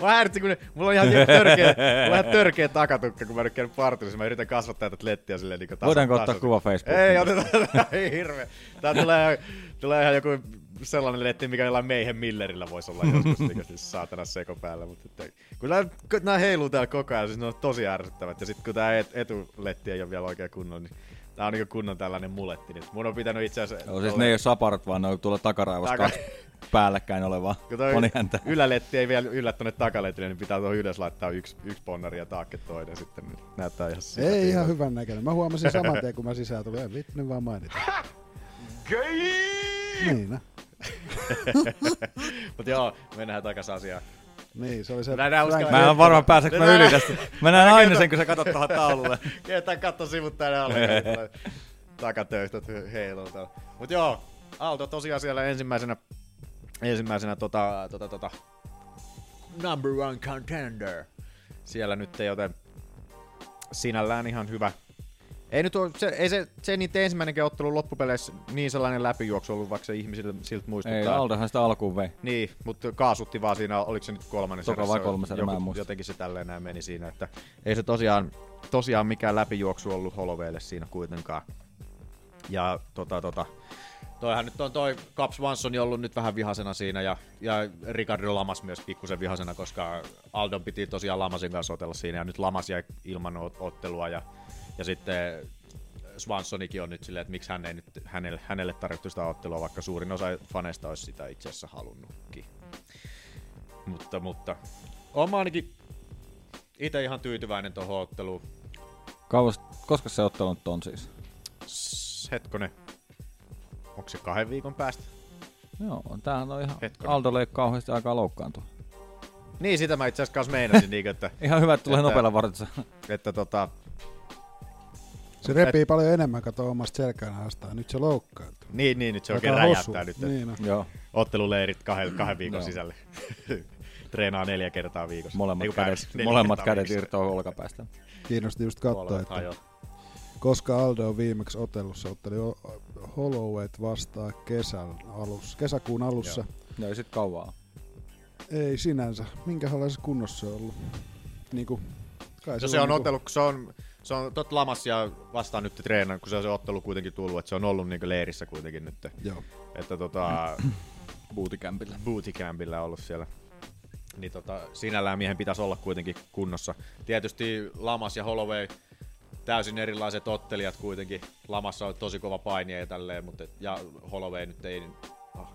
H: Mä häiritsin, kun ne, mulla on ihan niinku törkeä, mulla on ihan törkeä takatukka, kun mä nyt käyn parturissa. Mä yritän kasvattaa tätä lettiä silleen niin
B: Voidaanko ottaa kuva Facebookiin?
H: Ei, otetaan. tää ei hirveä. Tää tulee, tulee ihan joku sellainen letti, mikä jollain meihin Millerillä voisi olla joskus niin siis saatana seko päällä. Mutta että, kun nää, kun nää heiluu täällä koko ajan, siis ne on tosi ärsyttävät. Ja sit kun tää et, etuletti ei ole vielä oikein kunnon, niin tää on niinku kunnon tällainen muletti nyt. Mun on pitänyt itse asiassa...
B: Joo, siis ne ei ole saparat, vaan ne on tuolla takaraivossa
H: Taka-
B: kaksi päällekkäin olevaa
H: Kun toi
B: ponihäntä.
H: yläletti ei vielä yllä tuonne takaletille, niin pitää tuohon ylös laittaa yksi, yksi ponnari ja taakke toinen sitten. Niin näyttää ihan sitä.
F: Ei ihan hyvän näköinen. Mä huomasin saman tien, kun mä sisään tulin. En vittu, vaan mainita. niin, no.
H: Mutta joo, mennään takaisin asiaan.
F: niin, se oli se...
H: Mä en uskalla-
B: Mä en varmaan pääsekö mä
H: Nää-
B: yli tästä. Mä näen aina sen, kun sä katot tuohon taululle.
H: Ketä katso sivut tänne alle. Takatöistä heilulta. Mut joo, Aalto tosiaan siellä ensimmäisenä, ensimmäisenä tota, tota, tota, number one contender. Siellä nyt, joten sinällään ihan hyvä. Ei nyt ole, se, ei se, se niiden ensimmäinenkään ottelu loppupeleissä niin sellainen läpijuoksu ollut, vaikka se ihmisille siltä muistuttaa.
B: Ei, Aldohan sitä alkuun vei.
H: Niin, mutta kaasutti vaan siinä, oliko se nyt kolmannen
B: Toka
H: erässä,
B: vai kolmas erä,
H: joku-
B: mä en muista.
H: Jotenkin se tälleen näin meni siinä, että ei se tosiaan, tosiaan mikään läpijuoksu ollut Holoveille siinä kuitenkaan. Ja tota tota, toihan nyt on toi Cap Swanson ollut nyt vähän vihasena siinä ja, ja Ricardo Lamas myös pikkusen vihasena, koska Aldon piti tosiaan Lamasin kanssa otella siinä ja nyt Lamas jäi ilman o- ottelua ja, ja sitten Swansonikin on nyt silleen, että miksi hän ei nyt, hänelle, hänelle tarjottu sitä ottelua, vaikka suurin osa faneista olisi sitä itse asiassa halunnutkin. Mutta, mutta olen ainakin itse ihan tyytyväinen tuohon otteluun.
B: Kauas, koska se ottelu nyt on siis?
H: S- Hetkonen, onko se kahden viikon päästä?
B: Joo, tämähän on ihan...
H: Hetkinen.
B: Aldolle ei ole kauheasti aikaa loukkaantua.
H: Niin, sitä mä itse asiassa kanssa meinasin, niin, että,
B: Ihan hyvä, että tulee
H: Että-
B: nopealla vartissa.
H: että tota,
F: Se repii paljon enemmän, kato omasta selkäänhaastaan. Nyt se loukkaantuu.
H: niin, niin, nyt se oikein
F: Aika hosu.
H: räjähtää nyt, että
F: Niin, no.
B: Joo.
H: otteluleirit kahden, kahden viikon
B: Joo.
H: sisälle. Treenaa neljä kertaa viikossa. Ei
B: Molemmat
H: kun päivä-
B: kädet,
H: Niinku neljä
B: molemmat
H: kertaa
B: kädet
H: viikossa.
B: irtoaa olkapäästä.
F: Kiinnosti just katsoa,
H: Puolet
F: että
H: hajoaa.
F: koska Aldo on viimeksi otellut, se otteli o- Hollowayt vastaan kesän alussa, kesäkuun alussa.
B: No ei sit kauaa.
F: Ei sinänsä. Minkälaisessa kunnossa se on ollut? Niinku, kai
H: No
F: on
H: se on
F: niinku-
H: ottelu, kun se on, se on tot lamassa ja vastaan nyt treenan, kun se on se ottelu kuitenkin tullut, että se on ollut niin leirissä kuitenkin nyt.
F: Joo.
H: Että tota,
B: Buutikämpillä.
H: bootycampillä ollut siellä. Niin tota, sinällään miehen pitäisi olla kuitenkin kunnossa. Tietysti Lamas ja Holloway täysin erilaiset ottelijat kuitenkin. Lamassa on tosi kova paini ja tälleen, mutta et- ja Holloway nyt ei,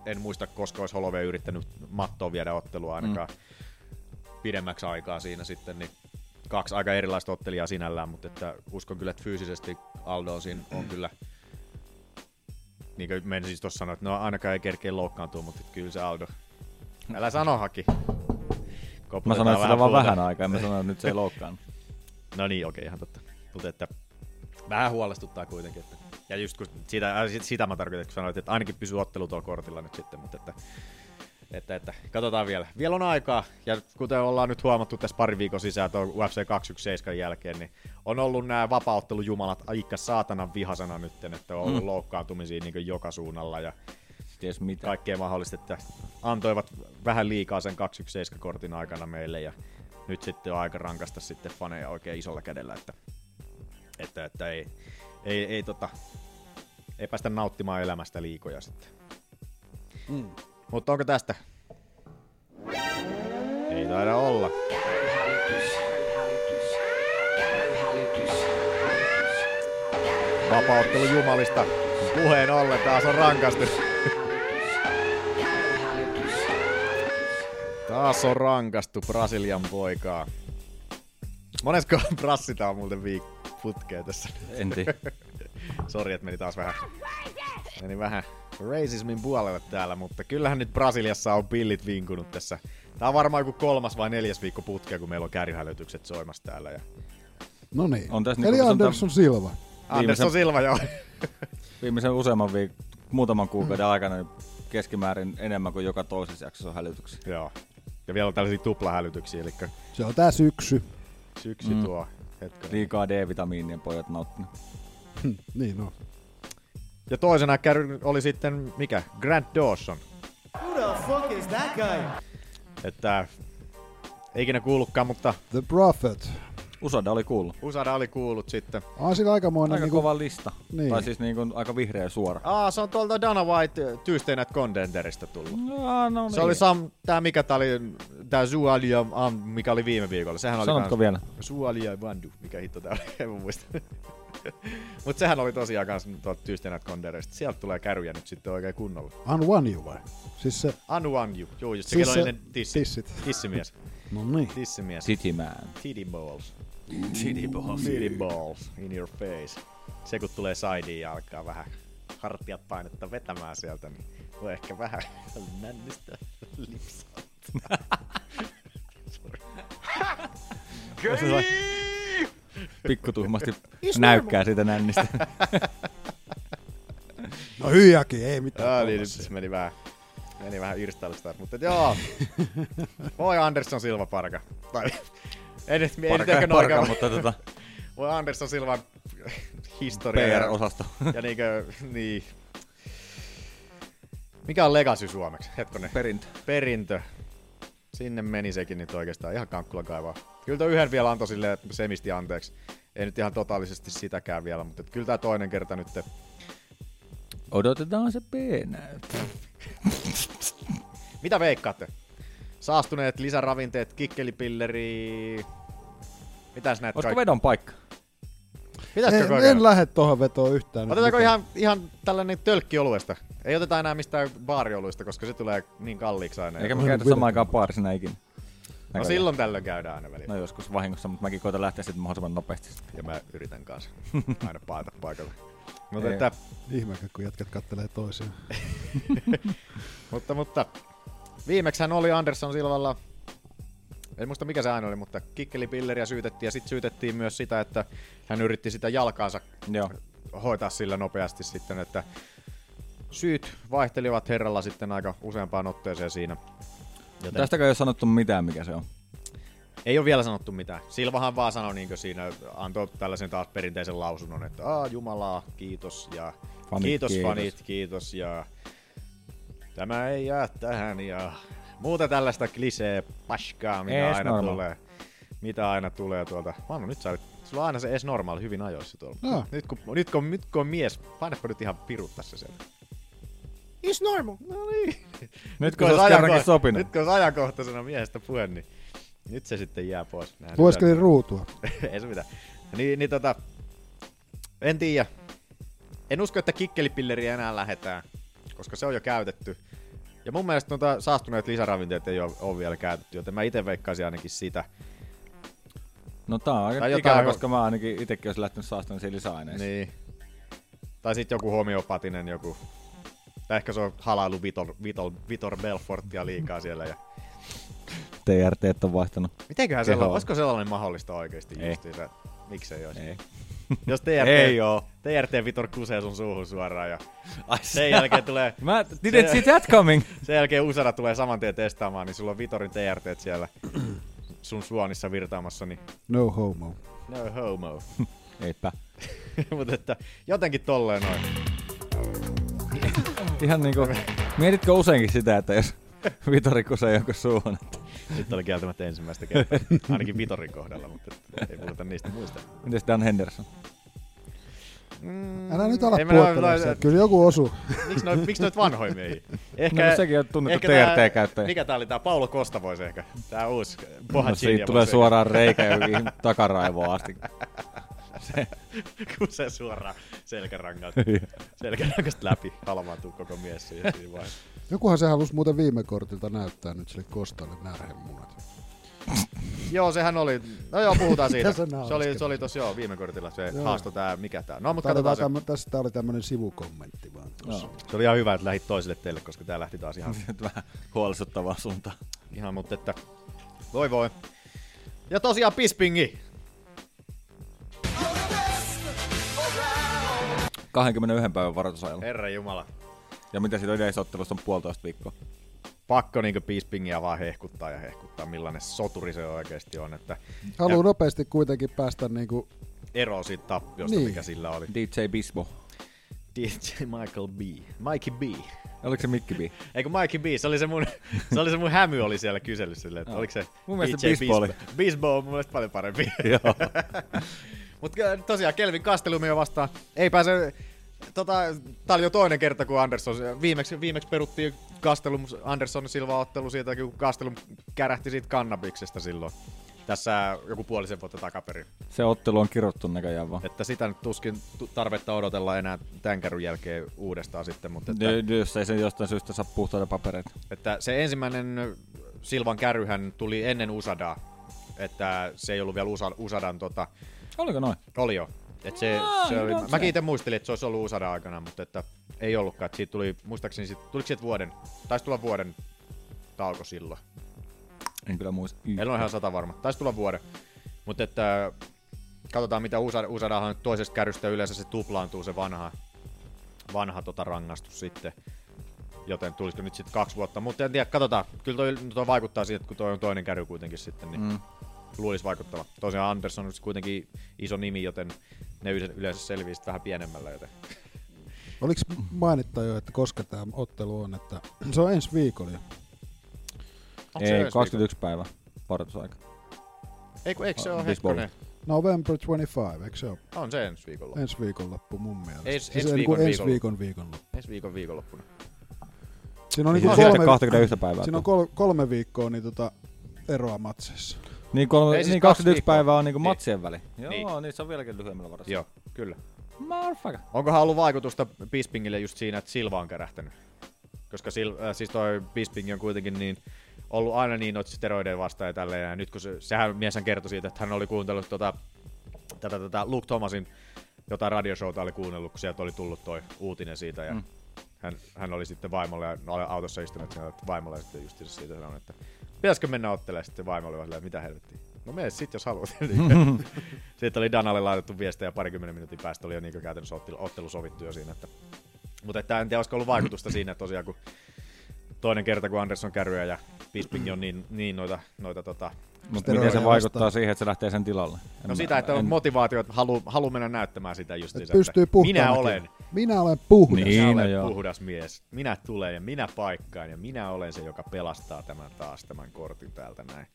H: en muista koska olisi Holloway yrittänyt mattoon viedä ottelua ainakaan mm. pidemmäksi aikaa siinä sitten, niin kaksi aika erilaista ottelijaa sinällään, mutta että uskon kyllä, että fyysisesti Aldo on, siinä, on kyllä niin kuin menin siis tuossa sanoa, että no ainakaan ei kerkeä loukkaantua, mutta kyllä se Aldo. Älä sano haki.
B: Mä
H: Koputetaan
B: sanoin sitä vaan
H: puuta.
B: vähän aikaa, ja mä sanoin, että nyt se ei loukkaan.
H: No niin, okei, ihan totta. Mutta että vähän huolestuttaa kuitenkin. Että. Ja just kun sitä, äh, sit- sitä mä tarkoitin, kun sanoit, että ainakin pysyy ottelu tuolla kortilla nyt sitten, mutta että, että, että katsotaan vielä. Vielä on aikaa, ja kuten ollaan nyt huomattu tässä pari viikon sisään tuon UFC 217 jälkeen, niin on ollut nämä vapauttelujumalat aika saatanan vihasana nytten, että on ollut mm. loukkaantumisia niin joka suunnalla ja
B: Ties mitä.
H: kaikkea mahdollista, että antoivat vähän liikaa sen 217-kortin aikana meille ja nyt sitten on aika rankasta sitten faneja oikein isolla kädellä, että, että, että ei, ei, ei, tota, ei päästä nauttimaan elämästä liikoja sitten. Mm. Mutta onko tästä? Ei taida olla. Vapauttelu jumalista puheen ollen taas on rankasti. Taas on rankastu Brasilian poikaa. Monesko prassita on muuten viik- putkea tässä.
B: En tiedä.
H: Sori, että meni taas vähän. Meni vähän racismin puolelle täällä, mutta kyllähän nyt Brasiliassa on pillit vinkunut tässä. Tää on varmaan joku kolmas vai neljäs viikko putkea, kun meillä on kärryhälytykset soimassa täällä. Ja...
F: No niin.
B: On tässä
F: Eli
B: niinku-
F: Anderson Silva.
H: Anderson Silva, joo.
B: Viimeisen useamman viik- muutaman kuukauden aikana niin keskimäärin enemmän kuin joka toisessa jaksossa on hälytyksiä.
H: joo. Ja vielä on tällaisia tuplahälytyksiä, eli
F: Se on tää syksy.
H: syksy mm. tuo hetkinen.
B: Liikaa D-vitamiinien pojat nauttinut.
F: Niin on.
H: Ja toisena kärry oli sitten mikä? Grant Dawson.
C: Who the fuck is that guy?
H: Että ei ikinä kuullutkaan, mutta
F: The Prophet.
B: Usada oli kuullut.
H: Usada oli kuullut sitten.
F: On sillä aikamoinen
B: Aika
F: niinku,
B: kova lista.
F: Niin.
B: Tai siis niin kuin aika vihreä suora.
H: Aa, se on tuolta Dana White äh, Tuesday Night Contenderista tullut.
B: No, no
H: Se oli sam, tää mikä tää oli, tää Zualia, Am- mikä oli viime viikolla. Sehän oli
B: Sanotko vielä?
H: Zualia Vandu, mikä hitto tää oli, en mä muista. Mut sehän oli tosiaan kans tuolta Tuesday Night Contenderista. Sieltä tulee käryjä nyt sitten oikein kunnolla.
F: Unwanyu vai? Siis se,
H: Anu Anju, juu, just se,
F: Siis
H: siis
F: se-
H: oli ne tissi,
F: tissit.
H: tissimies.
F: no niin.
H: Tissimies.
B: City Man.
H: Titty balls. Titty balls. in your face. Se kun tulee sideen ja alkaa vähän hartiat painetta vetämään sieltä, niin voi ehkä vähän nännistä lipsaa.
B: Pikkutuhmasti näykkää siitä nännistä.
F: No hyjäkin, ei mitään.
H: Ah, niin, nyt se meni vähän, meni vähän irstallista, mutta et joo. Voi Anderson Silva parka. Tai, en nyt, en nyt
B: Parka, parka,
H: ehkä noinkaan,
B: mutta tota,
H: voi Anderson Silvan historia. ja-
B: PR-osasto.
H: Ja niinkö, niin. Mikä on legacy suomeksi? Hetkonen.
B: Perintö.
H: perintö. Sinne meni sekin nyt oikeastaan ihan kankkulan kaivaa. Kyllä toi yhden vielä antoi sille semisti anteeksi. Ei nyt ihan totaalisesti sitäkään vielä, mutta et kyllä tämä toinen kerta nyt.
B: Odotetaan se p
H: Mitä veikkaatte? Saastuneet lisäravinteet, kikkelipilleri... Mitäs näet
B: Olisiko vedon paikka?
H: Pitäisikö
F: En,
H: kokeilla?
F: en lähde tuohon vetoon yhtään. nyt
H: Otetaanko
F: mukaan.
H: ihan, ihan tällainen tölkkioluesta? Ei oteta enää mistään baarioluista, koska se tulee niin kalliiksi aina.
B: Eikä me käydä samaan aikaan baarisena ikinä.
H: no silloin tällöin käydään aina välillä.
B: No joskus vahingossa, mutta mäkin koitan lähteä sitten mahdollisimman nopeasti.
H: Ja mä yritän kanssa aina paeta paikalle. Mutta,
B: Ei.
H: että,
F: Ihmekä, kun jätkät kattelee toisiaan.
H: Mutta, mutta viimeksihän oli Anderson Silvalla, en muista mikä se aina oli, mutta kikkelipilleriä syytettiin ja sitten syytettiin myös sitä, että hän yritti sitä jalkaansa
B: Joo.
H: hoitaa sillä nopeasti sitten, että syyt vaihtelivat herralla sitten aika useampaan otteeseen siinä. Joten
B: Tästäkään ei ole sanottu mitään, mikä se on.
H: Ei ole vielä sanottu mitään. Silvahan vaan sanoi niin siinä, antoi tällaisen taas perinteisen lausunnon, että Aa, jumalaa, kiitos ja
B: Fanit,
H: kiitos,
B: kiitos.
H: fanit, kiitos ja tämä ei jää tähän ja muuta tällaista klisee paskaa, mitä
B: Ees
H: aina
B: normal.
H: tulee. Mitä aina tulee tuolta. Manu, nyt sä, sulla on aina se es normaali hyvin ajoissa tuolla.
F: Joo.
H: Nyt, kun, nyt, kun, nyt kun on mies, painapa nyt ihan piruttaa se sieltä. Is normal. No niin.
B: Nyt kun se olisi kerrankin
H: ajanko-
B: sopinut.
H: Nyt kun olisi ajankohtaisena miehestä puhe, niin nyt se sitten jää pois. Nähdään.
F: Lueskelin ruutua.
H: Ei se mitään. Niin, niin tota, en tiedä. En usko, että kikkelipilleriä enää lähetään, koska se on jo käytetty. Ja mun mielestä noita saastuneet lisäravinteet ei ole vielä käytetty, joten mä itse veikkaisin ainakin sitä.
B: No tää on aika
H: Tai
B: ikävä,
H: jotain-
B: koska mä ainakin itekin olisin lähtenyt saastuneisiin lisäaineisiin.
H: Niin. Tai sitten joku homeopatinen joku. Tai ehkä se on halailu Vitor, Vitor, Vitor Belfortia liikaa siellä. Ja...
B: Niin. TRT et on vaihtanut.
H: Mitenköhän
B: Kehoa.
H: sellainen, olisiko sellainen mahdollista oikeasti
B: Ei.
H: justiinsa? Miksei olisi?
B: Ei.
H: Jos TRT,
B: Ei oo.
H: TRT Vitor kusee sun suuhun suoraan ja
B: Ai
H: sen jälkeen tulee
B: Mä didn't see that coming.
H: Sen jälkeen Usara tulee saman tien testaamaan, niin sulla on Vitorin TRT siellä sun suonissa virtaamassa, niin
F: No homo.
H: no homo.
B: Eipä.
H: Mutta että jotenkin tolleen noin.
B: Ihan niinku, mietitkö useinkin sitä, että jos Vitori kusee jonkun suuhun, että
H: Nyt oli kieltämättä ensimmäistä kertaa, ainakin Vitorin kohdalla, mutta et ei puhuta niistä muista.
B: mites Dan Henderson?
F: Älä nyt ala
H: Mm, Ei mennä-
F: puottelemaan
H: no,
F: sitä. Kyllä joku osuu.
H: Miksi noit, miksi noit vanhoja miehiä? Ehkä,
B: No, sekin on tunnettu
H: ehkä tää-
B: TRT-käyttäjä.
H: Mikä tää oli tää Paulo Kosta voisi ehkä, tää uusi
B: No,
H: Bohacinia
B: siitä tulee
H: voisi
B: suoraan reikä jokin takaraivoa asti.
H: ehkä- Kun se suoraan selkärangalta, selkärangasta läpi halmaantuu koko mies siinä siinä vaiheessa.
F: Jokuhan se halusi muuten viime kortilta näyttää nyt sille Kostalle närhemunat.
H: Joo, sehän oli. No joo, puhutaan siitä.
F: Mitä
H: se,
F: sä
H: oli,
F: naureskelet?
H: se oli tossa joo, viime kortilla se
F: Joo.
H: haasto tää, mikä tää. No, mutta
F: Tää oli
H: katsotaan
F: vaan
H: se.
F: tämmö, tässä tää oli tämmönen sivukommentti vaan tuossa.
H: Se oli ihan hyvä, että lähit toiselle teille, koska tää lähti taas ihan,
B: Nyt vähän huolestuttavaa suuntaan.
H: ihan mutta että voi voi. Ja tosiaan Pispingi.
B: 21 päivän varoitusajalla.
H: Oh. Herra Jumala.
B: Ja mitä siitä yleisottelusta on puolitoista viikkoa?
H: Pakko niinku Pispingiä vaan hehkuttaa ja hehkuttaa, millainen soturi se oikeasti on, että
F: Haluu nopeasti kuitenkin päästä niinku
H: ero siitä tappiosta,
F: Niin.
H: mikä sillä oli.
B: DJ Bisbo.
H: DJ Michael B. Mikey B.
B: Oliko se Mikki B?
H: Eikö Mikey B, se oli se mun, se oli se mun hämy oli siellä kysely silleen, että oliko se
B: Mun mielestä
H: DJ
B: Bisbo oli.
H: Bisbo on mun mielestä paljon parempi.
B: Joo.
H: Mutta tosiaan Kelvin Kastelumi jo vastaan. Ei pääse... Tota, tää oli jo toinen kerta, kun Anderson... Viimeksi, viimeksi peruttiin Kastelum Anderson Silva ottelu siitä, kun Kastelum kärähti siitä kannabiksesta silloin. Tässä joku puolisen vuotta takaperin.
B: Se ottelu on kirjoittu näköjään vaan.
H: Että sitä nyt tuskin tu- tarvetta odotella enää tämän kärryn jälkeen uudestaan sitten. Mutta että...
B: N- Jos ei se jostain syystä saa puhtaita papereita.
H: Että se ensimmäinen Silvan kärryhän tuli ennen Usadaa, että se ei ollut vielä Usa, Usadan, tota,
B: Oliko noin?
H: oli jo. Et se,
B: No,
H: se oli,
B: no se.
H: mäkin itse muistelin, että se olisi ollut Usadan aikana, mutta että ei ollutkaan. Et siitä tuli, muistaakseni, siitä, tuliko siitä vuoden, taisi tulla vuoden tauko silloin.
B: En kyllä muista.
H: En ole ihan sata varma, taisi tulla vuoden. Mutta että katsotaan mitä Usa- Usadahan nyt toisesta kärrystä yleensä se tuplaantuu se vanha, vanha tota rangaistus sitten. Joten tulisiko nyt sitten kaksi vuotta, mutta en tiedä, katsotaan. Kyllä toi, toi vaikuttaa siihen, että kun toi on toinen käry kuitenkin sitten, niin mm. luulisi vaikuttava. Tosiaan Anderson on nyt kuitenkin iso nimi, joten ne yle- yleensä selvii sitten vähän pienemmällä, joten
F: Oliko mainittaa jo, että koska tämä ottelu on, että se on ensi viikolla jo.
H: Onks se
B: Ei,
H: ensi
B: 21 päivää varoitusaika.
H: viikolla? Ei, kun, eikö se ole
B: Baseball.
H: hetkonen?
F: November 25, eikö se ole?
H: On se ensi viikolla.
F: Ensi viikonloppu mun mielestä.
H: Ens-
F: siis
H: ensi
F: ei, niinku
H: viikon
F: ensi
H: viikonloppu.
F: viikon viikonloppu.
H: Ensi viikon viikonloppuna.
F: Siinä on,
B: Niin siis
F: niinku kolme,
B: sitten 21 päivää.
F: siinä on kol, kolme viikkoa niin tota, eroa matseissa.
B: Niin, kolme,
H: Ei siis
B: niin
H: kaksi
B: 21
H: viikkoa.
B: päivää on niinku
H: Niin.
B: matsien väli.
H: Niin.
B: Joo, niin se on vieläkin lyhyemmällä varassa.
H: Joo, kyllä.
B: Motherfucker.
H: Onkohan ollut vaikutusta Bispingille just siinä, että Silva on kärähtänyt? Koska Sil, äh, siis toi Bisping on kuitenkin niin ollut aina niin noita steroideja vastaan ja tälleen. Ja nyt kun se, sehän mieshän kertoi siitä, että hän oli kuunnellut tota, tätä, tätä Luke Thomasin jotain radioshowta oli kuunnellut, kun sieltä oli tullut toi uutinen siitä. Ja mm. hän, hän, oli sitten vaimolle, ja no, oli autossa istunut siellä, että vaimolle ja sitten just siitä sanoi, että pitäisikö mennä ottelemaan sitten vaimolle, vaan silleen, että mitä helvettiä. No mene sit, jos haluat. Sitten oli Danalle laitettu viestejä ja parikymmenen minuutin päästä oli jo niin käytännössä ottelu, ottelu sovittu jo siinä. Että, mutta että en tiedä, olisiko ollut vaikutusta siinä tosiaan, kun toinen kerta, kun Andersson kärryä ja Bisping on niin, niin noita, noita tota,
B: Mutta
F: Steroideja
B: miten se vaikuttaa
F: vastaan.
B: siihen, että se lähtee sen tilalle? En
H: no
B: mä-
H: sitä, että on motivaatio, että halu, halu mennä näyttämään sitä
F: Et
H: justiinsa.
F: pystyy
H: että
F: puhtaana.
H: minä olen,
F: Minä olen puhdas.
B: Niin,
H: minä
B: no
H: olen
B: joo.
H: puhdas mies. Minä tulen ja minä paikkaan ja minä olen se, joka pelastaa tämän taas, tämän kortin täältä näin.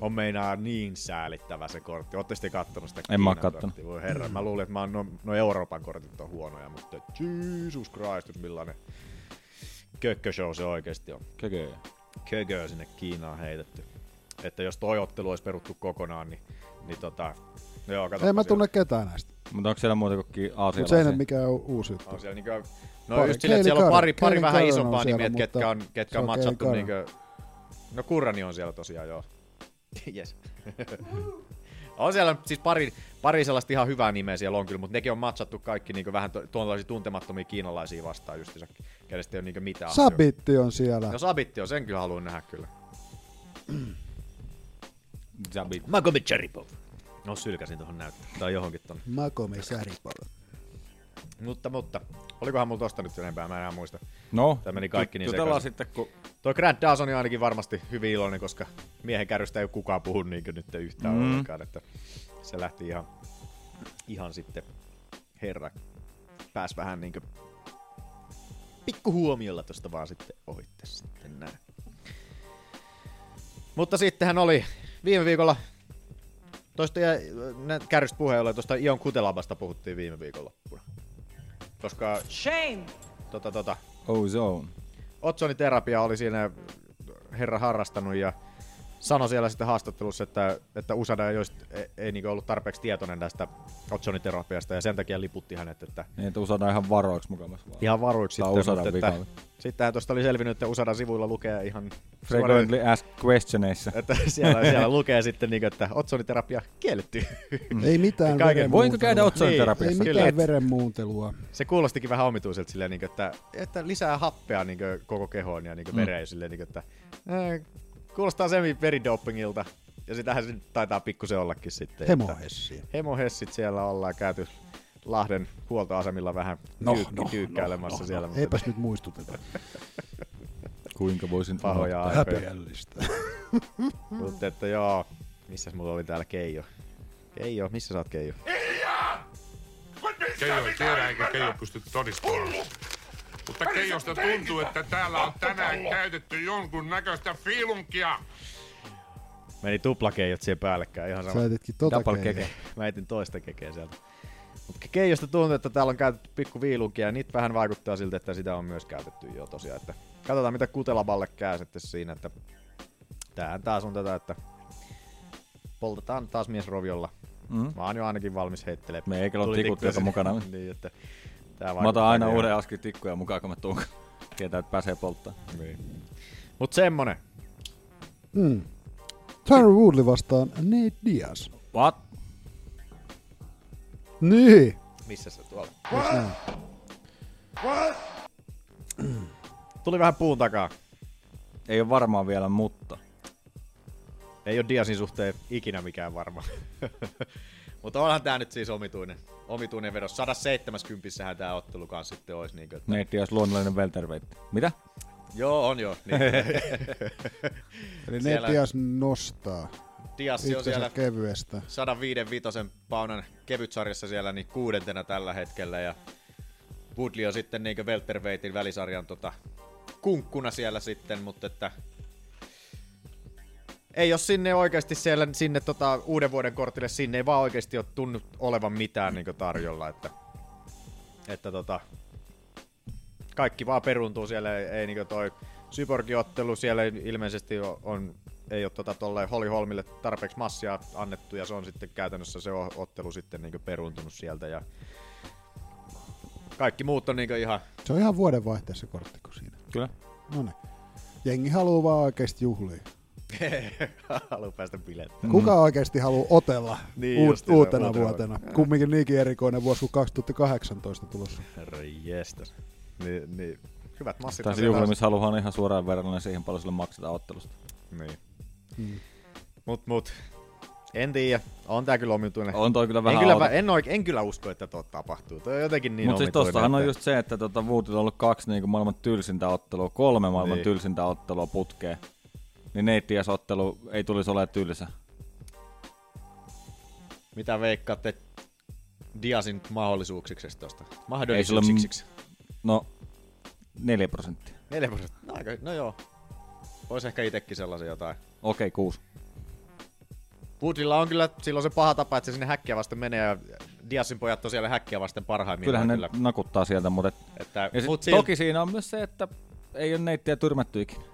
H: On meinaa niin säälittävä se kortti. Ootte sitten kattonut sitä
B: En mä oo
H: Kiinan
B: kattonut.
H: korttia? Voi herra, mä luulin, että mä oon, no, no Euroopan kortit on huonoja, mutta Jesus Christus, millainen kökköshow se oikeasti on
B: Kököjä.
H: kököä sinne Kiinaan heitetty. Että jos toi ottelu olisi peruttu kokonaan, niin, niin tota... no Joo, kato.
F: En mä tunne ketään näistä.
B: Mutta onko siellä muuta kuin
F: Mutta se ei ole
B: aasialaisia?
F: mikään u- uusi juttu.
H: On siellä niinku, no
F: Pari-
H: pari, just sillä, että siellä
F: Keili
H: on pari,
F: Karan-
H: pari
F: Keili
H: vähän
F: Karan on
H: isompaa
F: siellä,
H: nimeä, ketkä
F: mutta
H: on,
F: se
H: ketkä
F: on
H: on matsattu
F: Keili
H: niinku... No Kurrani on siellä tosiaan, joo. yes. on siellä siis pari, pari sellaista ihan hyvää nimeä siellä on kyllä, mutta nekin on matsattu kaikki niinku vähän to- tuollaisia tuntemattomia kiinalaisia vastaan justiinsa, kenestä ei ole niinku mitään. hajuja.
F: Sabitti on siellä.
H: No Sabitti on, sen kyllä haluan nähdä kyllä.
B: Zabit.
H: Magomed Cheripov. No sylkäsin tuohon näyttöön. Tai johonkin tonne.
F: Makomi Saripov.
H: Mutta, mutta. Olikohan mulla tosta nyt enempää, mä en enää muista.
B: No,
H: Tää meni kaikki niin
B: Jutellaan
H: sekaisin.
B: sitten, kun
H: Toi Grant Dawson on ainakin varmasti hyvin iloinen, koska miehen kärrystä ei ole kukaan puhu niin nyt yhtään mm. ollenkaan. Että se lähti ihan, ihan sitten herra. Pääs vähän niin pikku huomiolla tosta vaan sitten ohitte sitten näin. Mutta sittenhän oli viime viikolla toista ja kärrystä puheen ollen tuosta Ion Kutelabasta puhuttiin viime viikonloppuna. Koska
I: Shame.
H: tota, tota,
B: Ozone.
H: otsoniterapia oli siinä herra harrastanut ja sanoi siellä sitten haastattelussa, että, että Usada ei, olisi, ei, ei niinku ollut tarpeeksi tietoinen tästä otsoniterapiasta ja sen takia liputti hänet, että
B: Niin, että usataan ihan varoiksi mukamassa vaan.
H: ihan varuiksi
B: Tää
H: sitten.
B: on Usadan
H: mutta että,
B: vika.
H: sittenhän tuosta oli selvinnyt, että Usadan sivuilla lukee ihan suoraan,
B: Frequently asked questioneissa.
H: että siellä, siellä lukee sitten, niinku, että otsoniterapia kielletty.
B: Mm.
H: Niin.
F: Ei mitään
H: Mm. Kaiken-
F: veren
B: Voinko käydä
F: muuntelua. Ei
B: otsoniterapiassa?
H: Kyllä,
F: mitään
H: et-
F: verenmuuntelua.
H: Se kuulostikin vähän omituiselta silleen, niinku, että, että lisää happea niinku, koko kehoon ja niinku, vereen. Silleen, niinku, että, ää, kuulostaa semi-veridopingilta. Ja sitähän se nyt taitaa pikkusen ollakin sitten. että-
F: Hemohessi.
H: Hemohessit siellä ollaan käyty Lahden huoltoasemilla vähän no, kyy- no, kyykkäälemässä no, siellä. No, mutta
F: Eipäs nyt muistuteta.
B: Kuinka voisin
H: pahoja aikoja.
F: Häpeällistä.
H: Mutta että joo, missäs mulla oli täällä Keijo? Keijo, missä sä oot Keijo?
J: Keijo ei tiedä eikä Keijo pysty todistamaan. Mutta Keijosta tuntuu, että täällä on tänään käytetty jonkun näköistä filunkia.
H: Meni tuplakeijot siihen päällekkäin, ihan sama.
F: Sä etitkin tota
H: Double
F: keinoa.
H: keke. Mä etin toista kekeä sieltä. Mutta keijosta tuntuu, että täällä on käytetty pikku viilunkia ja niitä vähän vaikuttaa siltä, että sitä on myös käytetty jo tosiaan. Että katsotaan mitä kutelaballe käy sitten siinä, että tämähän taas on tätä, että poltetaan taas mies roviolla. Mm. Mä oon jo ainakin valmis heittelemään.
B: Me ei kyllä ole
H: Tuli
B: tikut,
H: tikkuja
B: joita
H: sinne.
B: mukana.
H: niin, että tää
B: Mä otan
H: vaikuttaa
B: aina
H: ihan-
B: uuden askin tikkuja mukaan, kun mä tuun. Tietää, että pääsee polttaa.
H: Niin. Mut semmonen.
F: Tyron Woodley vastaan Nate Diaz.
B: What?
F: Niin.
H: Missä se tuolla? Tuli vähän puun takaa.
B: Ei ole varmaan vielä, mutta.
H: Ei ole Diasin suhteen ikinä mikään varma. Mutta onhan tämä nyt siis omituinen, omituinen vedos. 170 hän tämä ottelu kanssa sitten olisi. Niin kuin,
B: Neitti olisi luonnollinen welterweight. Mitä?
H: joo, on jo. Niin,
F: Eli
H: Siellä-
F: Nate Diaz nostaa
H: Dias on
F: itsensä
H: siellä
F: kevyestä.
H: 105 paunan kevytsarjassa siellä niin kuudentena tällä hetkellä. Ja Woodley on sitten niin Welterweightin välisarjan tota, kunkkuna siellä sitten, mutta että ei ole sinne oikeasti siellä, sinne tota, uuden vuoden kortille, sinne ei vaan oikeasti ole tunnu olevan mitään niin tarjolla, että, että tota, kaikki vaan peruntuu siellä, ei, ei niin toi Cyborg-ottelu siellä ilmeisesti on, on ei ole tota tolle Holly Holmille tarpeeksi massia annettu ja se on sitten käytännössä se o- ottelu sitten niin peruuntunut sieltä ja kaikki muut on niin ihan
F: Se on ihan vuoden vaihteessa kortti kuin siinä.
B: Kyllä.
F: No niin. Jengi haluaa vaan oikeasti juhlia.
H: haluan päästä bilettämään.
F: Kuka oikeasti haluaa otella
H: Mm. Niin
F: uut,
H: justiin,
F: uutena
H: uutena
F: vuotena? Kumminkin niinkin erikoinen vuosi kuin 2018 tulossa.
H: Herra jestas. Niin, niin. Hyvät massit.
B: Tässä juhlimishaluhan on ihan suoraan verrannollinen siihen, paljon sille maksetaan ottelusta.
H: Niin. Mut, mut. En tiedä. On tää kyllä omituinen.
B: On toi kyllä
H: en,
B: vähän
H: Eh. kyllä,
B: outo.
H: mä- en, oike, en kyllä usko, että tot tapahtuu. Toi on jotenkin niin
B: Mutta siis
H: omituinen.
B: tossahan on
H: että-
B: just se, että tota, Woodilla on ollut kaksi niinku maailman tylsintä ottelua, kolme maailman
H: Niin.
B: tylsintä ottelua putkeen. niin Neitti ja ottelu ei tulisi olemaan tylsä.
H: Mitä veikkaatte Diasin mahdollisuuksiksesta tosta?
B: Ei sillä m-
H: Mahdollisuuksiksiksi.
B: No, 4 prosenttia.
H: 4 prosenttia. No, aika, no joo. Vois ehkä itekin sellaisen jotain.
B: Okei, okay, kuusi.
H: Woodilla on kyllä silloin se paha tapa, että se sinne häkkiä vasten menee ja Diasin pojat on siellä häkkiä vasten parhaimmillaan
B: Kyllähän ne
H: kyllä.
B: nakuttaa sieltä, mutta... Et,
H: Että,
B: ja sit
H: mut
B: Mut
H: silt,
B: toki siinä on myös se, että ei ole neittiä tyrmätty ikinä.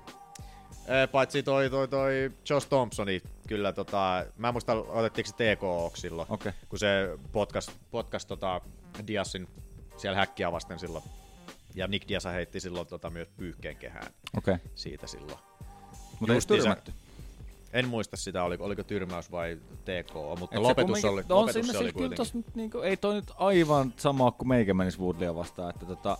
H: Ö, Paitsi toi, toi, toi Josh Thompsoni, kyllä tota, mä en muista otettiinko se TKO silloin,
B: Okei.
H: kun se potkas, potkas tota Diasin siellä häkkiä vasten silloin. Ja Nick Diasa heitti silloin tota, myös pyykkeen kehään
B: Okei, okay.
H: siitä silloin.
B: mutta ei
H: Justiinsa-
B: tyrmätty.
H: En muista sitä, oliko, oliko tyrmäys vai TKO, mutta lopetus oli,
B: no on
H: lopetus
B: siinä
H: se oli
B: sillä kyllä
H: kuitenkin.
B: tos nyt, niinku, ei toi nyt aivan sama kuin meikä menisi Woodleya vastaan, että tota,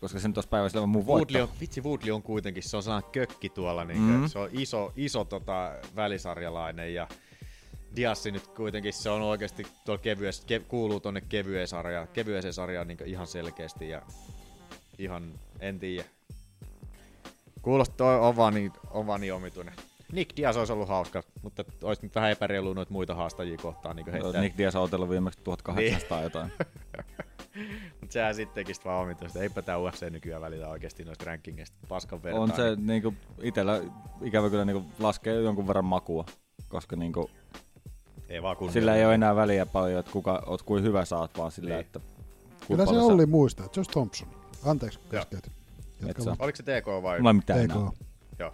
B: koska se nyt olisi päivä sillä mun
H: Woodley
B: voittaa. Mm.
H: on, vitsi Woodley on kuitenkin, se on sellainen kökki tuolla, niin mm-hmm. se on iso, iso tota, välisarjalainen ja Diassi nyt kuitenkin, se on oikeasti tuolla kevyes, ke, kuuluu tuonne kevyen sarjaan, kevyeseen sarjaan niin ihan selkeästi ja ihan, en tiedä. Kuulostaa on vaan niin, on vaan niin omituinen. Nick Diaz olisi ollut hauska, mutta olisi nyt vähän epäreilu noita muita haastajia kohtaan niin heittää.
B: Nick Diaz on otellut viimeksi 1800
H: Niin.
B: jotain.
H: Mutta sehän sitten tekisi vaan omituista. Eipä tää UFC nykyään välillä oikeasti noista rankingeista paskan vertaa. niin
B: on se niinku, itellä ikävä kyllä niinku, laskee jonkun verran makua, koska niinku,
H: Ei vaan kun
B: sillä ei ole enää väliä paljon, että kuka, oot kuin hyvä saat, vaan sillä,
H: Niin.
B: että kuinka
F: Kyllä se
B: paljon sä-
F: Olli muistaa, Josh Thompson. Anteeksi, kun
H: Joo.
F: keskeytin.
B: Et
F: Jatka
B: saa.
F: vaan.
H: Oliko se TK vai?
B: Mulla ei mitään enää.
F: TK.
H: Joo.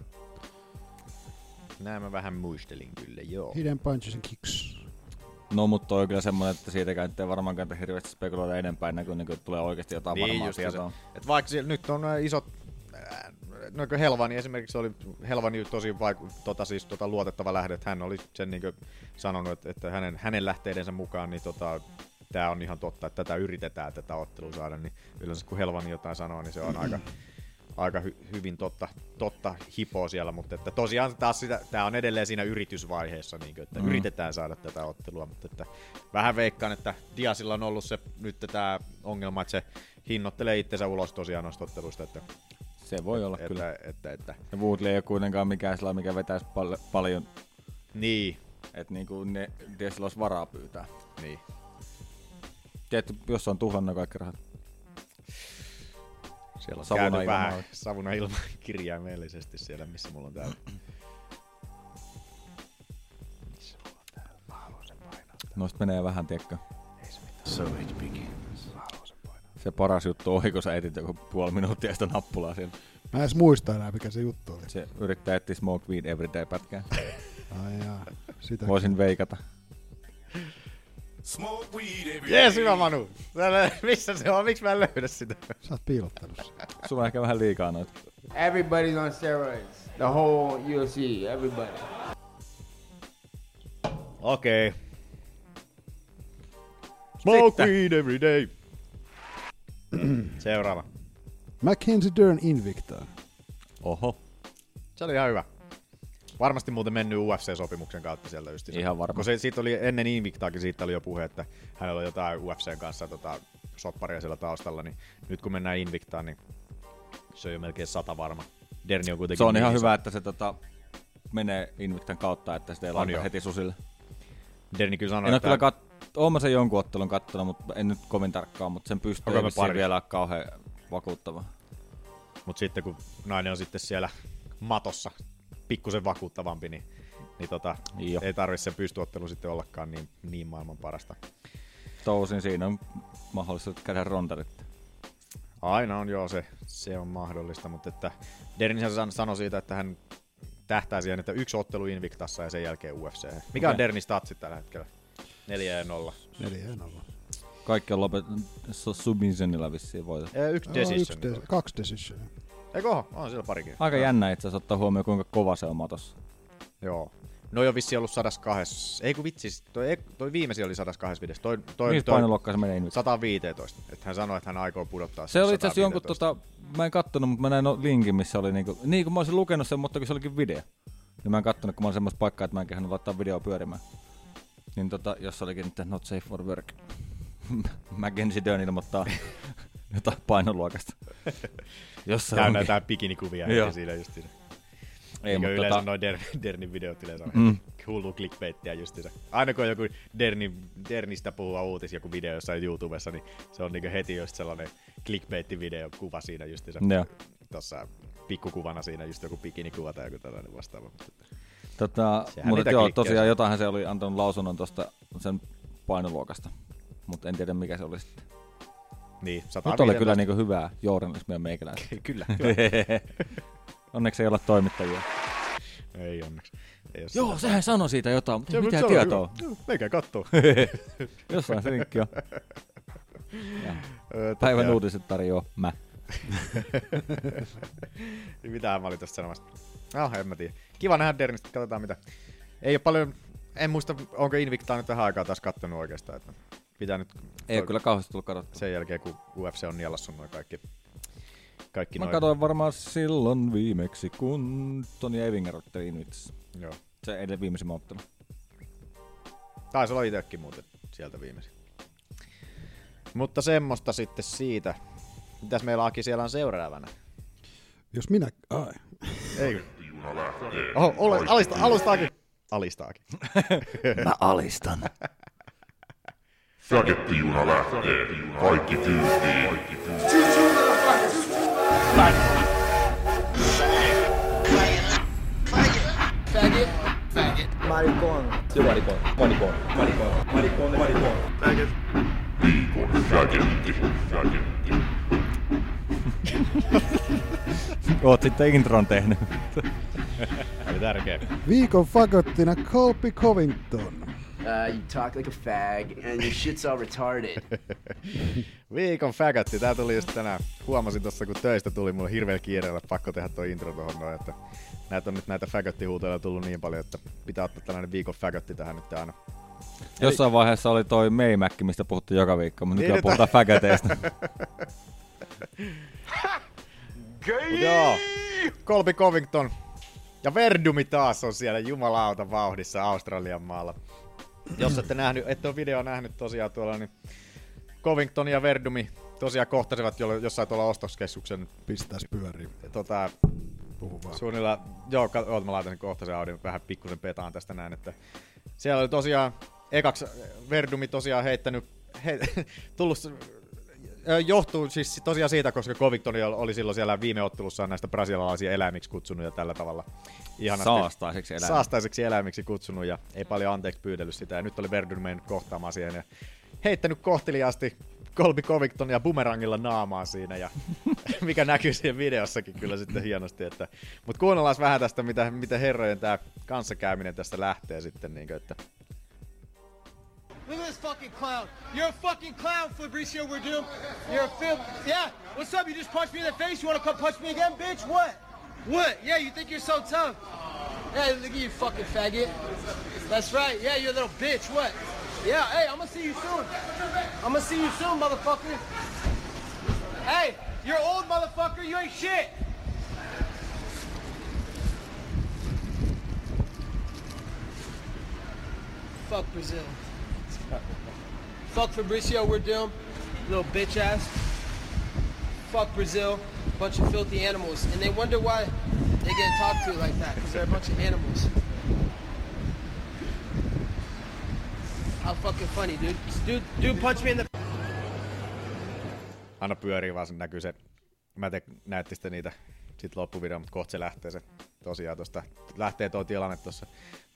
H: Näin mä vähän muistelin kyllä, joo.
F: Hidden punches and kicks.
B: No, mutta toi on kyllä semmoinen, että siitäkään nyt ei varmaan kannata hirveästi spekuloida enempää, ennen kuin niinku, tulee oikeasti jotain varmaa
H: Niin, just se.
B: tietoa.
H: Et vaikka siellä nyt on äh, isot äh, No kun Helvani esimerkiksi oli Helvani tosi vaiku, tota, siis, tota, luotettava lähde, että hän oli sen niin sanonut, että, että hänen, hänen lähteidensä mukaan niin tota, tämä on ihan totta, että tätä yritetään tätä ottelua saada, niin yleensä kun Helvani jotain sanoo, niin se on aika, aika hy, hyvin totta, totta hipoo siellä, mutta että tosiaan taas sitä, tämä on edelleen siinä yritysvaiheessa, niin kuin, että mm. yritetään saada tätä ottelua, mutta että vähän veikkaan, että Diasilla on ollut se nyt tämä ongelma, että se hinnoittelee itsensä ulos tosiaan noista otteluista, että,
B: Se voi olla
H: että,
B: kyllä.
H: että, että, että,
B: Ja Woodley ei ole kuitenkaan mikään sillä, mikä vetäisi pal- paljon,
H: niin,
B: että niinku ne Diesel olisi varaa pyytää.
H: niin.
B: Tietty, jos on tuhlannut kaikki rahat.
H: Siellä on
B: Savuna
H: savuna käynyt
B: ilman
H: vähän
B: alle.
H: savuna ilman kirjaimellisesti siellä, missä mulla on täällä.
B: Noista menee vähän, tiekkä. Se paras juttu on, kun sä etit joku puoli minuuttia sitä nappulaa sieltä.
F: Mä en edes muista enää, mikä se juttu oli.
B: Se yrittää etsiä Smoke Weed Everyday pätkää.
F: Ai jaa, sitä.
B: Voisin veikata.
J: Smoke weed every
H: Jees, hyvä Manu! Täällä- Missä se on? Miksi mä en löydä sitä?
F: Sä oot piilottanut sen.
B: Sulla on ehkä vähän liikaa noita.
D: Everybody's on steroids. The whole UFC, everybody.
H: Okei. Okay. Smoke weed every day. Seuraava.
F: Mackenzie Dern Invicta.
B: Oho,
H: Se oli ihan hyvä. Varmasti muuten mennyt UFC-sopimuksen kautta sieltä just.
B: Ihan varma.
H: Kun se, siitä oli ennen Invictaakin, siitä oli jo puhe, että hänellä oli jotain UFCn kanssa tota, sopparia siellä taustalla, niin nyt kun mennään Invictaan, niin se on jo melkein sata varma. Derni on kuitenkin
B: se on ihan
H: niin iso.
B: hyvä, että se tota, menee Invictan kautta, että sitä ei laita
H: joo.
B: heti susille.
H: Derni kyllä sanoi,
B: En ole
H: että
B: kyllä kat... Oon mä sen jonkun ottelun kattonut, mutta en nyt kovin tarkkaan, mutta sen pystyy
H: Onko me
B: okay, vissiin
H: pari?
B: vielä ole kauhean vakuuttava.
H: Mutta sitten kun nainen on sitten siellä matossa pikkusen vakuuttavampi, niin, niin tota,
B: Joo.
H: ei tarvitse sen pystyottelu sitten ollakaan niin, niin maailman parasta.
B: Tosin siinä on mahdollisuus käydä rondarit.
H: Aina on joo, se, se on mahdollista, mutta että Dernihän san- sanoi siitä, että hän tähtää siihen, että yksi ottelu Invictassa ja sen jälkeen UFC. Mikä on
B: Okei.
H: Dernin statsit tällä hetkellä? 4 ja 0.
F: 4-0.
B: Kaikki on lopet... so- submissionilla vissiin voita.
H: Yksi
F: Joo, No, yksi
H: decision.
F: des- kaksi decisionia.
H: Eikö oo? On siellä parikin.
B: Aika jännä itse asiassa ottaa huomioon, kuinka kova se on matossa.
H: Joo. No jo vissi ollut 102. Ei kun vitsi, toi, toi viimeisin oli 125. Toi, toi,
B: Mihin
H: toi,
B: painoluokkaan se menee Invictan?
H: 115. Että hän sanoi, että hän aikoo pudottaa
B: Se
H: sen
B: oli itse asiassa jonkun,
H: 115.
B: tota, mä en kattonut, mutta mä näin no- linkin, missä oli niinku, niin kuin mä olisin lukenut sen, mutta kun se olikin video. Niin mä en kattonut, kun mä olin semmoista paikkaa, että mä en kehannut laittaa video pyörimään. Niin tota, jos olikin nyt not safe for work. Mackenzie Dern ilmoittaa jotain painoluokasta. Jossa
H: Käy
B: onkin.
H: näitä bikinikuvia
B: Joo.
H: heti siinä just siinä.
B: tota- Ei,
H: Niin
B: mutta
H: kuin yleensä
B: tota-
H: noin Der- Dernin videot yleensä on mm. hullu clickbaittia justiinsa. Aina kun on joku Dernin, Dernistä puhuva uutis, joku video jossain YouTubessa, niin se on niinku heti just sellainen clickbait-video kuva siinä justiinsa.
B: Joo.
H: Tossa pikkukuvana siinä just joku bikinikuva tai joku tällainen vastaava. Mutta
B: Tota,
H: Sehän
B: mutta
H: niitä
B: joo,
H: klikkejä
B: tosiaan
H: saa.
B: jotainhan se oli antanut lausunnon tuosta sen painoluokasta, mutta en tiedä mikä se oli sitten.
H: Niin, 115.
B: Nyt oli kyllä niinku hyvää journalismia meikäläinen.
H: kyllä, kyllä.
B: Onneksi ei olla toimittajia.
H: Ei onneksi. Ei oo
B: Joo,
H: sitä.
B: sehän sanoi siitä jotain, mutta
H: Se-
B: mitä
H: se on
B: tietoa?
H: hyvä. Joo, Menkää kattoo.
B: Jossain se linkki on.
H: Öö,
B: Päivän
H: tosiaan.
B: uutiset tarjoaa mä.
H: Niin Mitähän mä olin tässä sanomassa? Ah, en mä tiedä. Kiva nähdä Dernistä, katsotaan mitä. Ei ole paljon, en muista, onko Invictaa nyt vähän aikaa taas kattonut oikeastaan. Että pitää nyt
B: Ei
H: toi-
B: ole kyllä kauheasti tullut katsottua.
H: sen jälkeen, kun UFC on nielassa noin kaikki. Kaikki
B: Mä
H: noin.
B: katsoin varmaan silloin viimeksi, kun Toni Evinger otteli Invictus.
H: Joo.
B: Se edellä viimeisen ottelu.
H: Taisi olla itsekin muuten sieltä viimeisin. Mutta semmoista sitten siitä. Mitäs meillä Aki siellä on seuraavana?
F: Jos minä... Ai.
H: Ei. Oho, ole, alista, alistaakin. Alistaakin.
B: Mä alistan.
E: Rakettijuuna lähtee. Kaikki kyytiin. Kaikki kyytiin. Viikon raketti. Raketti.
B: Oot sitten intron tehnyt.
H: Oli tärkeä.
F: Viikon fakottina Colby Covington.
D: Uh, you talk like a fag and your shit's all retarded.
H: Viikon fagatti, tää tuli just tänään. Huomasin tossa kun töistä tuli mulle hirveä kiireellä, että pakko tehdä toi intro tohon noin, että näitä on nyt näitä fagottihuutoja tullut niin paljon, että pitää ottaa tällainen viikon fagatti tähän nyt aina.
B: Jossain vaiheessa oli toi Maymäkki, mistä puhuttiin joka viikko, mutta nykyään
H: että-
B: puhutaan fäkäteistä.
H: Mut Joo, Colby Covington ja Verdumi taas on siellä jumalauta vauhdissa Australian maalla. Jos ette nähnyt, ette ole videoa nähnyt tosiaan tuolla, niin Covington ja Verdumi tosiaan kohtasivat jolla- jossain tuolla ostoskeskuksen
F: Pistäis pyöriin.
H: tota,
F: Puhu vaan.
H: Suunnilla, joo, kat- oot, mä laitan kohta sen audion vähän pikkusen petaan tästä näin, että siellä oli tosiaan, ekaksi äh, Verdumi tosiaan heittänyt, he, tullut, s- ö, johtuu siis tosiaan siitä, koska Covington oli- oli silloin siellä viime ottelussa näistä brasilialaisia eläimiksi kutsunut ja tällä tavalla. Ihanasti,
B: Saastaiseksi eläimiksi.
H: Saastaiseksi eläimiksi kutsunut ja ei paljon anteeksi pyydellyt sitä ja nyt oli Verdumi mennyt kohtaamaan siihen ja heittänyt kohteliaasti Kolbi Covington ja bumerangilla naamaa siinä, ja mikä näkyy siinä videossakin kyllä sitten hienosti. Että, mutta kuunnellaan vähän tästä, mitä, miten herrojen tämä kanssakäyminen tästä lähtee sitten. Niin kuin, että
C: Look at this fucking clown. You're a fucking clown, Fabricio Werdum. You're a film. Yeah. What's up? You just punched me in the face. You want to come punch me again, bitch? What? What? Yeah, you think you're so tough? Yeah, look at you, fucking faggot. That's right. Yeah, you're a little bitch. What? Yeah. Hey, I'm gonna see you soon. I'm gonna see you soon, motherfucker. Hey, you're old, motherfucker. You ain't shit. Fuck Brazil. Fuck Fabricio, we're doomed. Little bitch ass. Fuck Brazil. Bunch of filthy animals. And they wonder why they get talked to like that, because they're a bunch of animals. How fucking funny, dude. Dude, dude punched me in the
H: anna pyörii vaan, se näkyy se, mä te, näette sitten niitä sit loppuvideo, mutta kohta se lähtee se tosiaan tosta, lähtee tuo tilanne tuossa.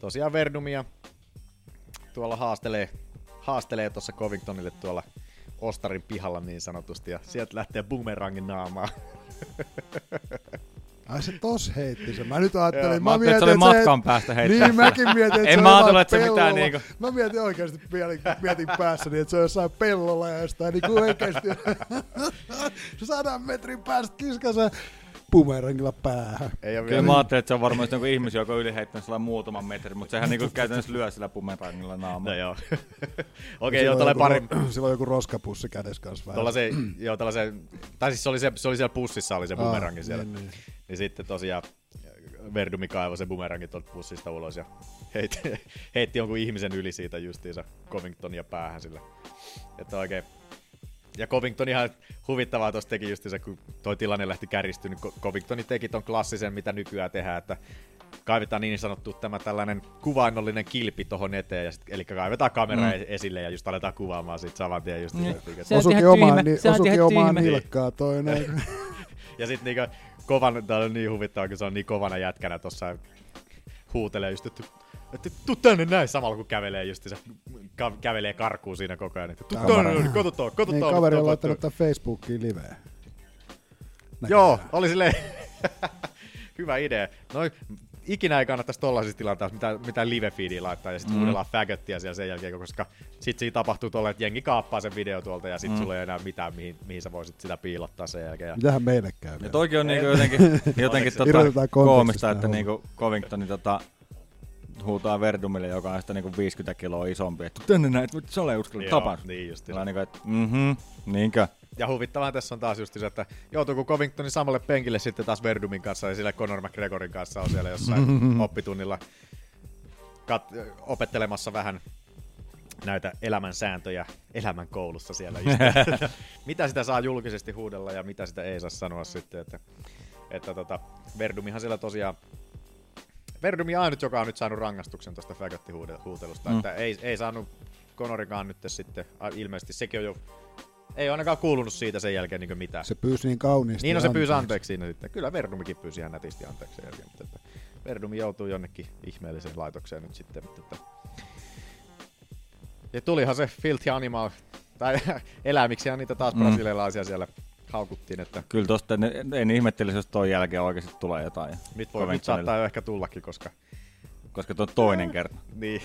H: Tosiaan Verdumia tuolla haastelee, haastelee tuossa Covingtonille tuolla Ostarin pihalla niin sanotusti, ja sieltä lähtee boomerangin naamaan.
F: Ai se tos heitti sen. Mä nyt ajattelin, mä,
H: Joo,
B: mä ajattelin,
F: mietin,
B: että se oli
F: hei-
B: matkan päästä heittää
F: Niin,
B: sitä.
F: mäkin mietin, että
B: En
F: se
B: mä
F: on
B: ajatellut,
F: jollain
B: että se mitään
F: pellolla.
B: niinku-
F: Mä mietin oikeasti, mietin, mietin päässäni, että se on jossain pellolla ja jostain niinku oikeasti. Sadan metrin päästä kiskaseen bumerangilla päähän.
H: Ei ole
B: Kyllä mä ajattelin, että se on varmaan just joku ihmisiä, joka on yli heittänyt sellainen muutaman metrin, mutta sehän niinku käytännössä lyö sillä pumerangilla naamaa. No,
H: No joo. Okei, joo,
F: Silloin
H: tällä
F: joku
H: pari...
F: ro- Silloin joku roskapussi kädessä kanssa vähän.
H: Tuolla se, joo, tällä se, tai siis se oli, se, se oli siellä pussissa, oli se bumerangi siellä.
F: niin, niin.
H: Niin, sitten tosiaan äh, Verdumi kaivoi se bumerangin tuolta pussista ulos ja heitti, heitti jonkun ihmisen yli siitä justiinsa Covingtonia päähän sillä. Että oikein ja Covington ihan huvittavaa tuossa niin teki just se, kun toi tilanne lähti kärjistynyt. Covington teki ton klassisen, mitä nykyään tehdään, että kaivetaan niin sanottu tämä tällainen kuvainnollinen kilpi tohon eteen, ja sit, eli kaivetaan kamera mm. esille ja just aletaan kuvaamaan sit saman tien just niin.
D: Se on
F: Osuki
D: ihan
F: omaan,
D: tyhmä,
F: ni,
D: se on
F: osuki
D: ihan
F: omaan
D: tyhmä.
F: nilkkaa toi näin.
H: Ja sit niinku kovan, tää on niin huvittavaa, kun se on niin kovana jätkänä tossa huutelee just, että että tuu tänne näin samalla kun kävelee just se ka- kävelee karkuun siinä koko ajan. Että tuu tänne, no
F: Kamera.
H: kato tuo, kato
F: niin
H: tuo,
F: kaveri
H: kato
F: on
H: tuo,
F: laittanut
H: tuo.
F: tämän Facebookiin liveen.
H: tuota. Joo, oli silleen... Hyvä idea. No, ikinä ei kannattaisi tollaisissa tilanteissa mitä, mitä live feediä laittaa ja sitten mm. huudellaan fagottia siellä sen jälkeen, koska sit siinä tapahtuu tuolla, että jengi kaappaa sen video tuolta ja sit mm. sulla ei enää mitään, mihin, mihin sä voisit sitä piilottaa sen jälkeen. Ja...
F: Mitähän meille käy?
B: Ja
F: vielä?
B: toikin on niinku jotenkin, jotenkin tota,
F: Irrotetaan kontekstista
B: koomista, että
F: homma.
B: niinku Covingtoni tota, huutaa Verdumille, joka on sitä niinku 50 kiloa isompi. Että tänne näin, että sä ole uskallut
H: Joo,
B: tapas.
H: niin just.
B: Mä niinku, että mhm, niinkö?
H: Ja huvittavaa tässä on taas just se, että joutuuko Covingtonin samalle penkille sitten taas Verdumin kanssa ja sillä Conor McGregorin kanssa on siellä jossain oppitunnilla kat- opettelemassa vähän näitä elämän sääntöjä elämän koulussa siellä. istuu. mitä sitä saa julkisesti huudella ja mitä sitä ei saa sanoa sitten. Että, että tota, Verdumihan siellä tosiaan Verdumi on ainut, joka on nyt saanut rangaistuksen tuosta fagottihuutelusta. Mm. Että ei, ei saanut Conorikaan nyt sitten, a- ilmeisesti sekin on jo, ei ainakaan kuulunut siitä sen jälkeen niin mitään.
F: Se pyysi niin kauniisti.
H: Niin no se pyysi anteeksi siinä sitten. Kyllä Verdumikin pyysi ihan nätisti anteeksi sen jälkeen, mutta että Verdumi joutuu jonnekin ihmeelliseen laitokseen nyt sitten. Mutta että... Ja tulihan se Filthy Animal, tai eläimiksiä niitä taas mm. brasilialaisia siellä haukuttiin, että
B: Kyllä tosta, ne, en ihmettelisi, jos toi jälkeen oikeasti tulee jotain. Ja
H: nyt, voi, nyt
B: Covingtonille,
H: saattaa jo ehkä tullakin, koska
B: Koska tuo on toinen kerta.
H: niin,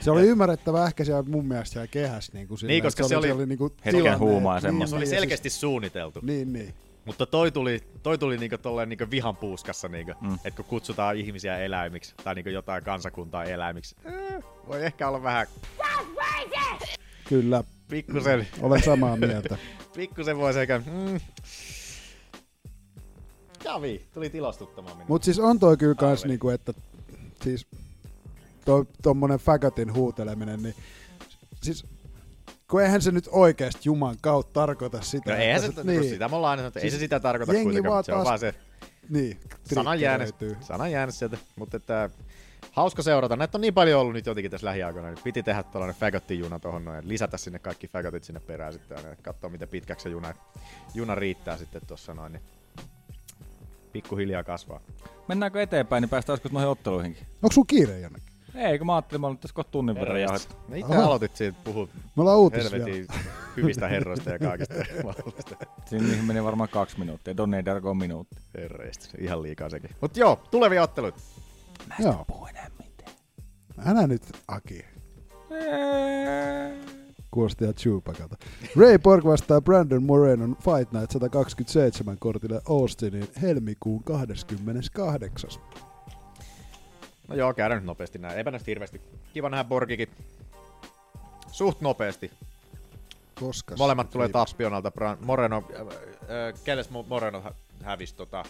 F: Se oli ymmärrettävä ehkä siellä mun mielestä siellä kehässä. Niin, kuin sillä,
H: Niin, koska
F: että
H: se oli
F: niinku
B: hetken huumaa semmoista.
H: se oli
F: ja
H: selkeästi suunniteltu.
F: Siis, niin, niin.
H: Mutta toi tuli, toi tuli niinku tolleen niinku vihan puuskassa, niinku, mm. että kun kutsutaan ihmisiä eläimiksi tai niinku jotain kansakuntaa eläimiksi, äh, voi ehkä olla vähän
F: Kyllä,
H: pikkusen,
F: Mm, olen samaa mieltä.
H: pikkusen voi sekä... Mm. Javi, tuli tilastuttamaan minua.
F: Mutta siis on toi kyllä kans niinku, että siis to, tommonen fagatin huuteleminen, niin siis kun eihän se nyt oikeasti Juman kautta tarkoita sitä.
H: No eihän se,
F: että
H: niin. sitä me ollaan aina sanottu, ei se
F: Siis
H: sitä tarkoita
F: jengi
H: kuitenkaan,
F: vaan
H: mutta se on
F: taas
H: vaan se
F: niin,
H: sana
F: trigger
H: jäänyt,
F: löytyy.
H: sana jäänyt sieltä, mutta että hauska seurata. Näitä on niin paljon ollut nyt jotenkin tässä lähiaikoina. Nyt piti tehdä tällainen fagottijuna tuohon noin ja lisätä sinne kaikki fagotit sinne perään sitten aina. Katsoa, miten pitkäksi se juna, juna riittää sitten tuossa noin. Niin pikkuhiljaa kasvaa.
B: Mennäänkö eteenpäin, niin päästään joskus noihin otteluihinkin.
F: Onko sun kiire jonnekin?
B: Ei, kun mä ajattelin, mä olin tässä kohta tunnin verran jauhet.
H: Me No itse aloitit siitä puhua
F: Me ollaan uutis vielä.
H: helvetin hyvistä herroista ja kaikista mahdollisista
B: Siinä meni varmaan kaksi minuuttia, Donne ei darko minuutti.
H: herreistä. Ihan liikaa sekin. Mutta joo, tulevia otteluita.
F: Joo. Älä nyt, Aki. Kuulosti ihan Chewbacalta. Ray Borg vastaa Brandon Morenon Fight Night 127 kortille Austinin helmikuun 28.
H: No joo, käydään nyt nopeasti näin. Eipä näistä hirveästi. Kiva nähdä Borgikin. Suht nopeasti.
F: Koska
H: Molemmat
F: se-
H: tulee tappionalta. Bran- Moreno, äh, äh, kelles Mo- Moreno hä- hävisi tota...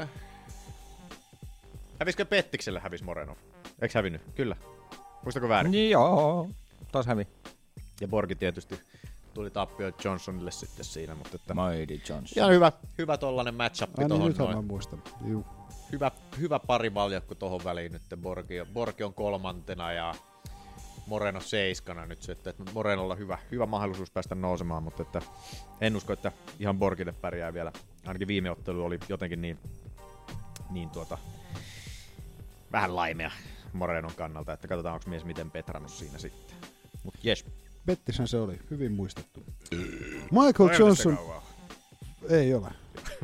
H: Äh, hävisikö Pettikselle hävis Moreno? Eiks hävinnyt? Kyllä. Muistako väärin?
B: Niin joo, taas hävi.
H: Ja Borgi tietysti tuli tappio Johnsonille sitten siinä, mutta että...
B: Mighty Johnson.
H: Ihan hyvä, hyvä tollanen matchup
F: Ai niin,
H: tohon
F: nythän mä
H: noin.
F: muistan. Juu.
H: Hyvä, hyvä parivaljakko tohon väliin nyt. Borgi, Borgi on kolmantena ja Moreno seiskana nyt sitten, että Morenolla hyvä, hyvä mahdollisuus päästä nousemaan, mutta että en usko, että ihan Borgille pärjää vielä. Ainakin viime ottelu oli jotenkin niin, niin tuota, vähän laimea Morenon kannalta, että katsotaan onko mies miten petrannut siinä sitten. Mutta jes,
F: Pettishän se oli, hyvin muistettu. Michael Johnson, ei ole.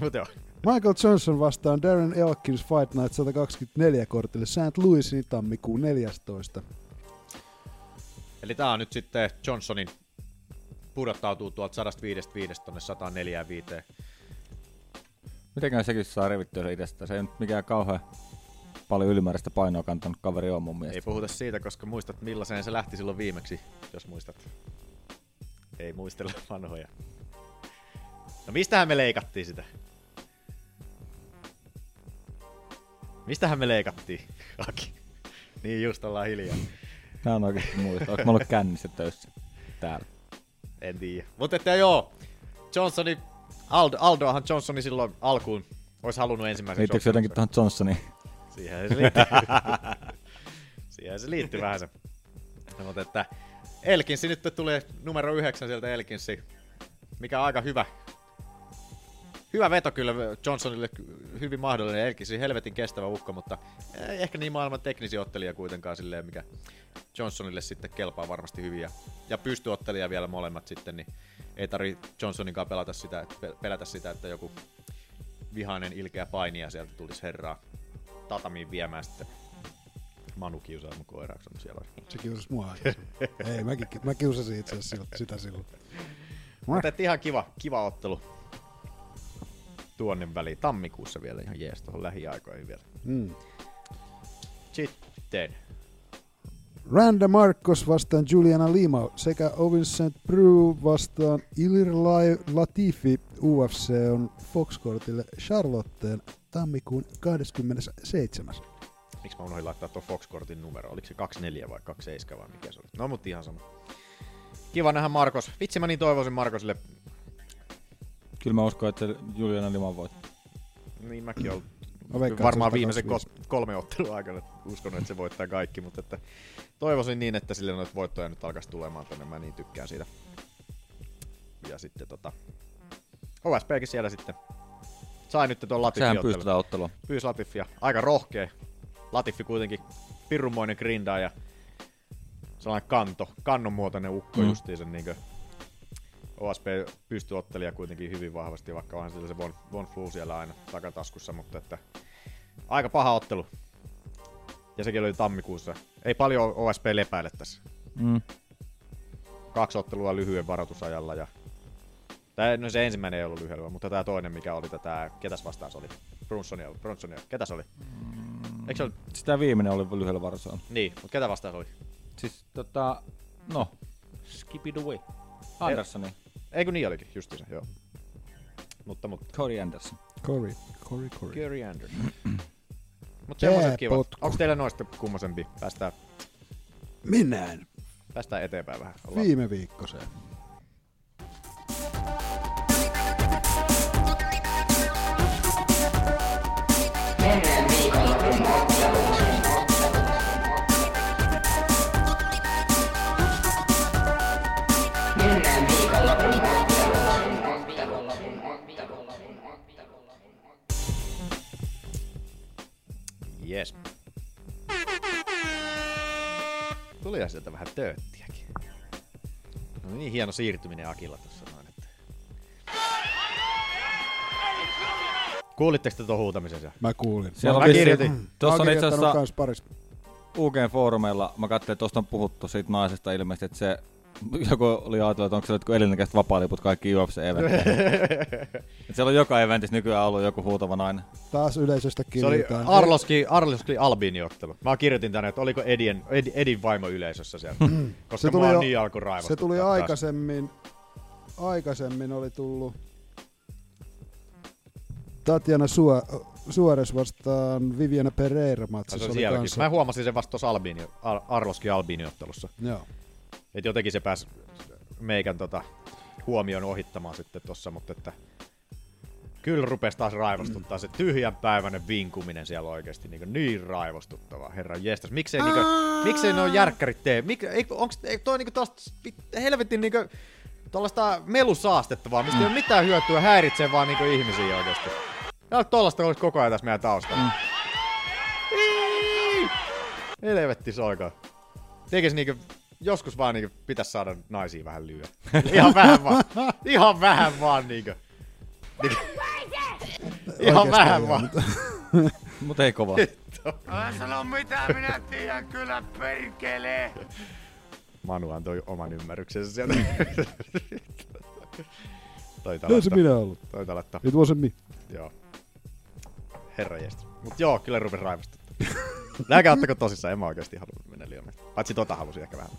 H: mutta joo.
F: Michael Johnson vastaan Darren Elkins Fight Night 124 kortille St. Louisin tammikuun 14.
H: Eli tää on nyt sitten Johnsonin pudottautuu tuolta 105 tonne 104 viiteen.
B: Mitenkään sekin saa revittyä se itsestään. Se ei nyt mikään kauhean paljon ylimääräistä painoa kantanut kaveri on mun
H: Ei
B: mielestä.
H: puhuta siitä, koska muistat millaiseen se lähti silloin viimeksi, jos muistat. Ei muistella vanhoja. No mistähän me leikattiin sitä? Mistähän me leikattiin, Aki? Niin just ollaan hiljaa.
B: Mä en oikeesti muista. Oonko mä ollut kännissä töissä täällä?
H: En tiedä. Mutta että joo, Johnsoni, Aldo, Aldoahan Johnsoni silloin alkuun Ois halunnut ensimmäisen
B: Liittyykö se jotenkin tuohon Johnsoniin?
H: Siihen se liittyy. Siihen se liittyy vähän se. No, mutta että Elkinsi nyt tulee numero yhdeksän sieltä Elkinsi, mikä on aika hyvä. Hyvä veto kyllä Johnsonille, hyvin mahdollinen Elkinsi, helvetin kestävä ukko, mutta ei ehkä niin maailman teknisi ottelija kuitenkaan silleen, mikä Johnsonille sitten kelpaa varmasti hyvin. Ja, ja pystyottelija vielä molemmat sitten, niin ei tarvi Johnsoninkaan pelata sitä, että, pel- pelätä sitä, että joku vihainen ilkeä painija sieltä tulisi herraa tatamiin viemään sitten Manu kiusaa mun koiraaksi on siellä.
F: Se kiusasi mua aikaisemmin. Ei, mä, mä kiusasin itse asiassa silloin- sitä silloin.
H: Mutta et ihan kiva, kiva ottelu tuonne väliin. Tammikuussa vielä ihan jees tuohon lähiaikoihin vielä.
F: Mm.
H: Sitten.
F: Randa Marcos vastaan Juliana Lima sekä Ovin St. Brew vastaan Ilir Lai- Latifi UFC on Foxcortille Charlotteen tammikuun 27.
H: Miksi mä unohdin laittaa tuon Fox-kortin numero? Oliko se 24 vai 27 vai mikä se oli? No mut ihan sama. Kiva nähdä Markos. Vitsi mä niin toivoisin Markosille.
B: Kyllä mä uskon, että Juliana Liman voittaa.
H: Niin mäkin olen
F: Mä veikkaan,
H: varmaan
F: että se on
H: viimeisen kos- kolme ottelun aikana uskonut, että se voittaa kaikki, mutta että toivoisin niin, että sille noita voittoja nyt alkaisi tulemaan tänne. Mä niin tykkään siitä. Ja sitten tota... OSPkin siellä sitten. Sai nyt tuon
B: Sehän
H: Latifin
B: pystytään ottelua.
H: pyysi Latifia. Aika rohkea. Latifi kuitenkin pirrumoinen grindaaja. Sellainen kanto, kannonmuotoinen ukko mm. justiinsa. Niin OSP pystyy ottelia kuitenkin hyvin vahvasti, vaikka onhan sillä se Von, Von Flu siellä aina takataskussa, mutta että aika paha ottelu. Ja sekin oli tammikuussa. Ei paljon OSP lepäile tässä.
B: Mm.
H: Kaksi ottelua lyhyen varoitusajalla ja Tää, no se ensimmäinen ei ollut lyhyellä, mutta tämä toinen, mikä oli tätä, ketäs vastaan se oli? Brunsonia, Brunsonia, ketäs oli?
B: Mm.
H: Eikö se ollut
B: Sitä viimeinen oli lyhyellä varsoilla.
H: Niin, mutta ketä vastaan se oli?
B: Siis tota, no. Skip it away. Anderssoni.
H: Ei kun niin olikin, justiinsa, joo. Mutta, mutta.
B: Cody Anderson.
F: Corey, Corey, Corey.
H: Gary Anderson. Mutta semmoiset kivat.
F: potku.
H: Onko teillä noista kummosempi? Päästään,
F: Mennään
H: päästään eteenpäin vähän. Ollaan.
F: viime viikkoseen.
H: Yes. Tuli sieltä vähän tööttiäkin. No niin, hieno siirtyminen Akilla tuossa noin. Että... Kuulitteko te tuon huutamisen siellä?
F: Mä kuulin.
B: Siellä
H: Mä
B: on vissiin-
H: kirjoitin.
B: Tuossa on itse
F: kirjoittanut
B: asiassa
F: kans paris.
B: UGn foorumeilla, mä katselin, että tuosta on puhuttu siitä naisesta ilmeisesti, että se joku oli ajatellut, että onko se jotkut elinikäiset vapaaliput kaikki ufc eventteihin Et siellä on joka eventissä nykyään ollut joku huutava nainen.
F: Taas yleisöstä
H: Se oli
F: kirjoitetaan.
H: Arloski, Arloski Albini ottelu. Mä kirjoitin tänne, että oliko Edin, Ed, Edin vaimo yleisössä siellä. koska
F: Hmm. Se
H: tuli mua
F: tuli, jo,
H: niin alkoi raivostuttaa
F: se tuli
H: taas.
F: aikaisemmin, aikaisemmin oli tullut Tatjana Sua- Suores vastaan Viviana Pereira
H: Ja
F: matsissa.
H: Se on
F: oli
H: sielläkin.
F: kanssa-
H: Mä huomasin sen vasta tuossa Albini, Ar- Arloski Albini ottelussa.
F: Joo.
H: Että jotenkin se pääsi meikän tota, huomioon ohittamaan sitten tossa, mutta että kyllä rupesi taas raivostuttaa se tyhjänpäiväinen vinkuminen siellä oikeasti niin, niin raivostuttavaa, herra jestas. Miksei, niin kuin, miksei ne on järkkärit tee? Mik, ei, onks, ei, toi niin kuin, helvetin niin kuin, tuollaista melusaastetta vaan, mistä ei ole mitään hyötyä, häiritsee vaan niin ihmisiä oikeasti. Ja tuollaista olisi koko ajan tässä meidän taustalla. Ei! Helvetti soikaa. Tekis niinkö, joskus vaan niinkö pitäis saada naisia vähän lyö. Ihan vähän vaan. Ihan vähän vaan niinkö. Niinkö- Ihan
F: Oikeastaan
H: vähän
F: joo,
H: vaan.
B: Mutta ei kova.
J: Älä sano mitä, minä tiedän kyllä perkelee.
H: Manu antoi oman ymmärryksensä sieltä. Taitaa
F: Ei se
H: laittaa.
F: minä ollut.
H: Taitaa laittaa.
F: It wasn't me.
H: Joo. Herra Mut joo, kyllä rupes raivostuttaa. Nääkä ottako tosissaan, en mä oikeesti halunnut mennä liian. Paitsi tota halusin ehkä vähän.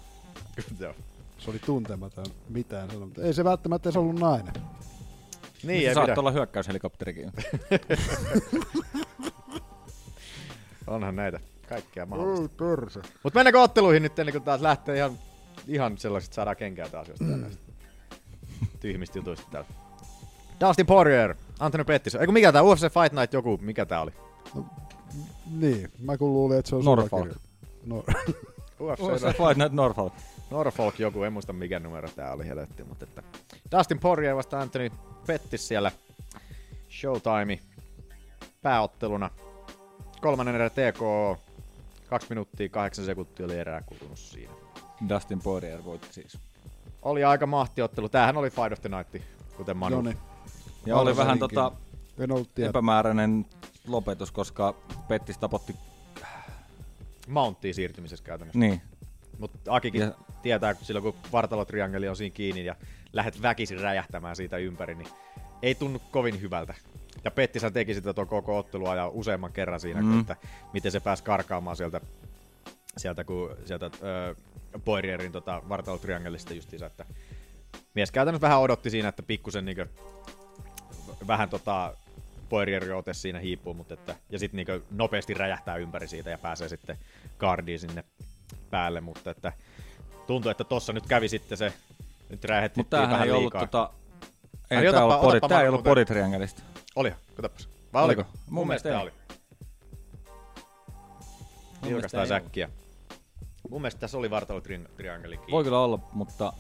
H: joo. Niin,
F: Se oli tuntematon mitään sanoa, mutta ei se välttämättä edes ollut nainen.
H: Niin, ei
B: Saat
H: pidä.
B: olla hyökkäyshelikopterikin.
H: Onhan näitä kaikkea mahdollista. Mutta mennäänkö otteluihin nyt ennen kuin taas lähtee ihan, ihan sellaiset saadaan kenkää taas jostain näistä tyhmistä jutuista täällä. Dustin Poirier, Anthony Pettis. Eikö mikä tää UFC Fight Night joku, mikä tää oli?
F: Niin, mä kun luulin, että se on
B: Norfolk.
F: sulla kirja- No,
H: UFC
B: UFC Fight Night Norfolk.
H: Norfolk joku, en muista mikä numero tää oli helvetti, mutta että Dustin Poirier vasta Anthony Pettis siellä Showtime pääotteluna. Kolmannen erä TKO, 2 minuuttia 8 sekuntia oli erää kulunut siinä.
B: Dustin Poirier voitti siis.
H: Oli aika mahtiottelu, tämähän oli Fight of the Night, kuten Manu.
F: no niin.
B: Ja oli
F: Arvasinkin.
B: vähän tota
F: En ollut tiedä.
B: epämääräinen lopetus, koska Pettis tapotti...
H: Mounttiin siirtymisessä käytännössä.
B: Niin,
H: Mutta Akikin
B: Ja-
H: tietää, kun silloin kun vartalotriangeli on siinä kiinni ja lähdet väkisin räjähtämään siitä ympäri, niin ei tunnu kovin hyvältä. Ja Pettishän teki sitä tuon koko ottelua ja useamman kerran siinä, mm. että miten se pääsi karkaamaan sieltä, sieltä, kun, sieltä ö, Poirierin tota, vartalotriangelista justiinsa, että mies käytännössä vähän odotti siinä, että pikkusen niin vähän tota, Poirierin ote siinä hiipuu, mutta että, ja sitten niin nopeasti räjähtää ympäri siitä ja pääsee sitten kaardiin sinne päälle, mutta että tuntuu, että tossa nyt kävi sitten se, nyt räjähtettiin
B: mutta tämähän
H: vähän
B: ei ollut
H: liikaa.
B: tota...
H: Ai,
B: Ei tää
H: otapa-
B: ollut, podi,
H: otapa
B: tää ei
H: Manu
B: ollut
H: muuten.
B: poditriangelista.
H: Oli, katsopas. Vai oliko?
B: Oliko? Mun mielestä
H: tää
B: ei.
H: oli.
B: mielestä
H: Vilkastaan
B: ei
H: säkkiä. Mun mielestä tässä oli vartalotriangeli kiinni.
B: Voi kyllä olla, mutta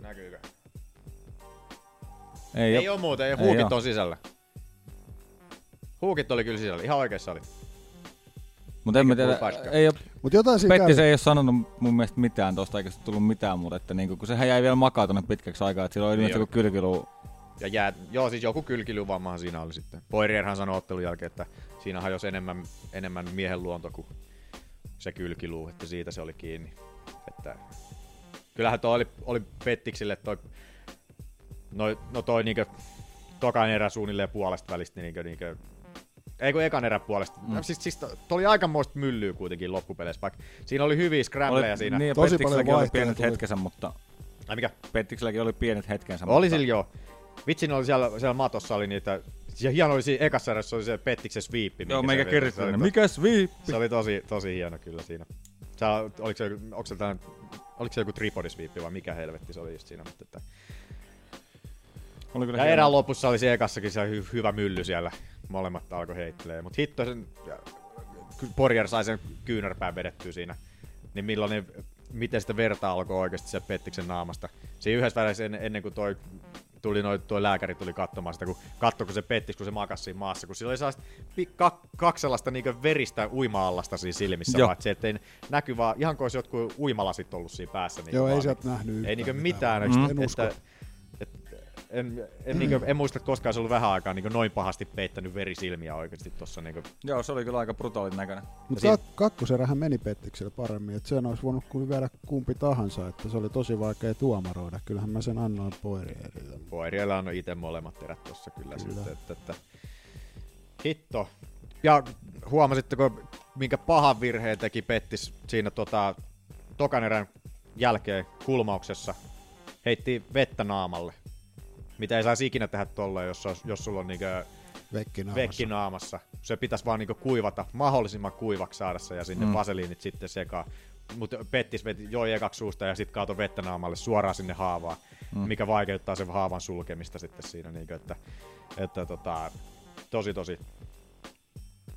H: Näkyykö? Ei,
B: ei, ei
H: oo muuta, ei,
B: Ei
H: huukit
B: oo.
H: on sisällä. Huukit oli kyllä sisällä, ihan oikeassa oli.
B: Mutta en mä
H: Eikä
B: tiedä,
H: tullut paiskaa.
B: ei oo,
F: Mutta jotain siinä
B: Pettis
F: kävi.
B: ei ole sanonut mun mielestä mitään tosta, eikä sit tullut mitään muuta, että niinku, kun sehän jäi vielä makaa tonne pitkäksi aikaa, että sillä oli ilmeisesti
H: oli.
B: joku kylkiluu.
H: Ja jää, joo, siis joku kylkilyvammahan siinä oli sitten. Poirierhan sanoi ottelun jälkeen, että siinä hajosi enemmän, enemmän miehen luonto kuin se kylkiluu, että siitä se oli kiinni. Että, kyllähän toi oli, oli Pettikselle toi, no, no toi niinkö tokan erä suunnilleen puolesta välistä, niin niinkö, niinkö ei kun ekan erä puolesta. Mm. Siis, siis to, toi oli aikamoista myllyä kuitenkin loppupeleissä, vaikka siinä oli hyviä
B: Oli,
H: scrambleja siinä.
B: Niin, ja
F: Tosi paljon
B: Pettikselläkin oli
F: vaihtoja
B: pienet
F: tuli.
B: hetkensä, mutta
H: Ai mikä?
B: Pettikselläkin oli pienet hetkensä.
H: Oli
B: mutta,
H: sillä joo. Vitsin oli siellä, siellä matossa oli niitä, ja hieno oli siinä ekassa erässä oli se Pettiksen sweep. minkä
B: Joo,
H: se
B: meikä
H: veti.
B: kirjoitti
H: Se oli
B: ne.
H: to-
B: Mikäs viippi?
H: Se oli tosi, tosi hieno kyllä siinä. Sä, oliko se, joku- onko se tällainen, oliko se joku tripodisviippi vai mikä helvetti se oli just siinä. Mutta että.
B: Oli kyllä
H: Ja
B: hieno.
H: erään lopussa oli se ekassakin se hy- hyvä mylly siellä. Molemmat alkoi heittelee. Mutta hitto sen, Porjer sai sen kyynärpään vedettyä siinä. Niin millainen, miten sitä verta alkoi oikeasti se Pettiksen naamasta. Siinä yhdessä välissä en, ennen kuin toi tuli noi, toi lääkäri tuli katsomaan sitä, kun katsoi, kun se pettis, kun se makasi siinä maassa, kun sillä oli sellaista pi- ka- kaksi sellaista niinkö veristä uima-allasta siinä silmissä,
B: Joo.
H: vaan että se ettei näky vaan, ihan kuin olisi jotkut uimalasit ollut siinä päässä. Niin
F: Joo, ei sieltä nähnyt
H: ei
F: yhtään
H: niinkö mitään.
F: mitään.
H: mitään.
F: Mm. En usko.
H: Että, että, en, en, niinkö, en muista, että koskaan se on ollut vähän aikaa niinkö noin pahasti peittänyt verisilmiä oikeasti tuossa. Niinkö.
B: Joo, se oli kyllä aika brutaalin näköinen.
F: Mutta kak- kakkoserähän meni Pettikselle paremmin, että sen olisi voinut kuin viedä kumpi tahansa, että se oli tosi vaikea tuomaroida. Kyllähän mä sen annoin Poirierille.
H: Poiriella on itse molemmat erät tuossa kyllä, kyllä. Sitten, että, että, hitto. Ja huomasitteko, minkä pahan virheen teki Pettis siinä tota, tokan erän jälkeen kulmauksessa? Heitti vettä naamalle. Mitä ei saisi ikinä tehdä tolleen, jos, olisi- jos sulla on niinkö
F: Vekki naamassa.
H: vekki naamassa. Se pitäisi vaan niinku kuivata, mahdollisimman kuivaksi saada se ja sinne mm. vaseliinit sitten sekaan. Mutta Pettis veti, joi ekaksi suusta ja sitten kaato vettä naamalle suoraan sinne haavaan, mm. mikä vaikeuttaa sen haavan sulkemista sitten siinä. Niinku, että, että tota, tosi tosi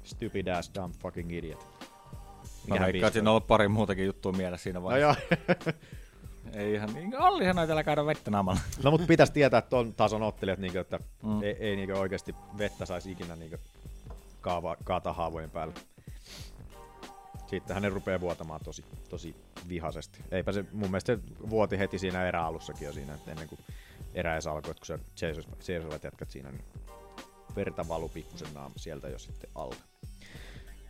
H: stupid ass dumb fucking idiot.
B: Mä
H: Mikähän
B: veikkaan,
H: biisi
B: että siinä on ollut pari muutakin juttua mielessä siinä
H: No,
B: vaiheessa.
H: joo.
B: Ei ihan niin. Ollihan näitä käydä vettä naamalla.
H: no mutta pitäisi tietää, että on tason ottelijat, niinku, että mm. ei, ei niinku oikeasti vettä saisi ikinä niinku, kaava, kaataa haavojen päälle. Sitten hänen rupeaa vuotamaan tosi, tosi vihaisesti. Eipä se, mun mielestä se vuoti heti siinä eräalussakin jo siinä, että ennen kuin erä edes alkoi, että kun se seisos- seisovat jätkät siinä, niin verta valu pikkusen naam sieltä jo sitten alle.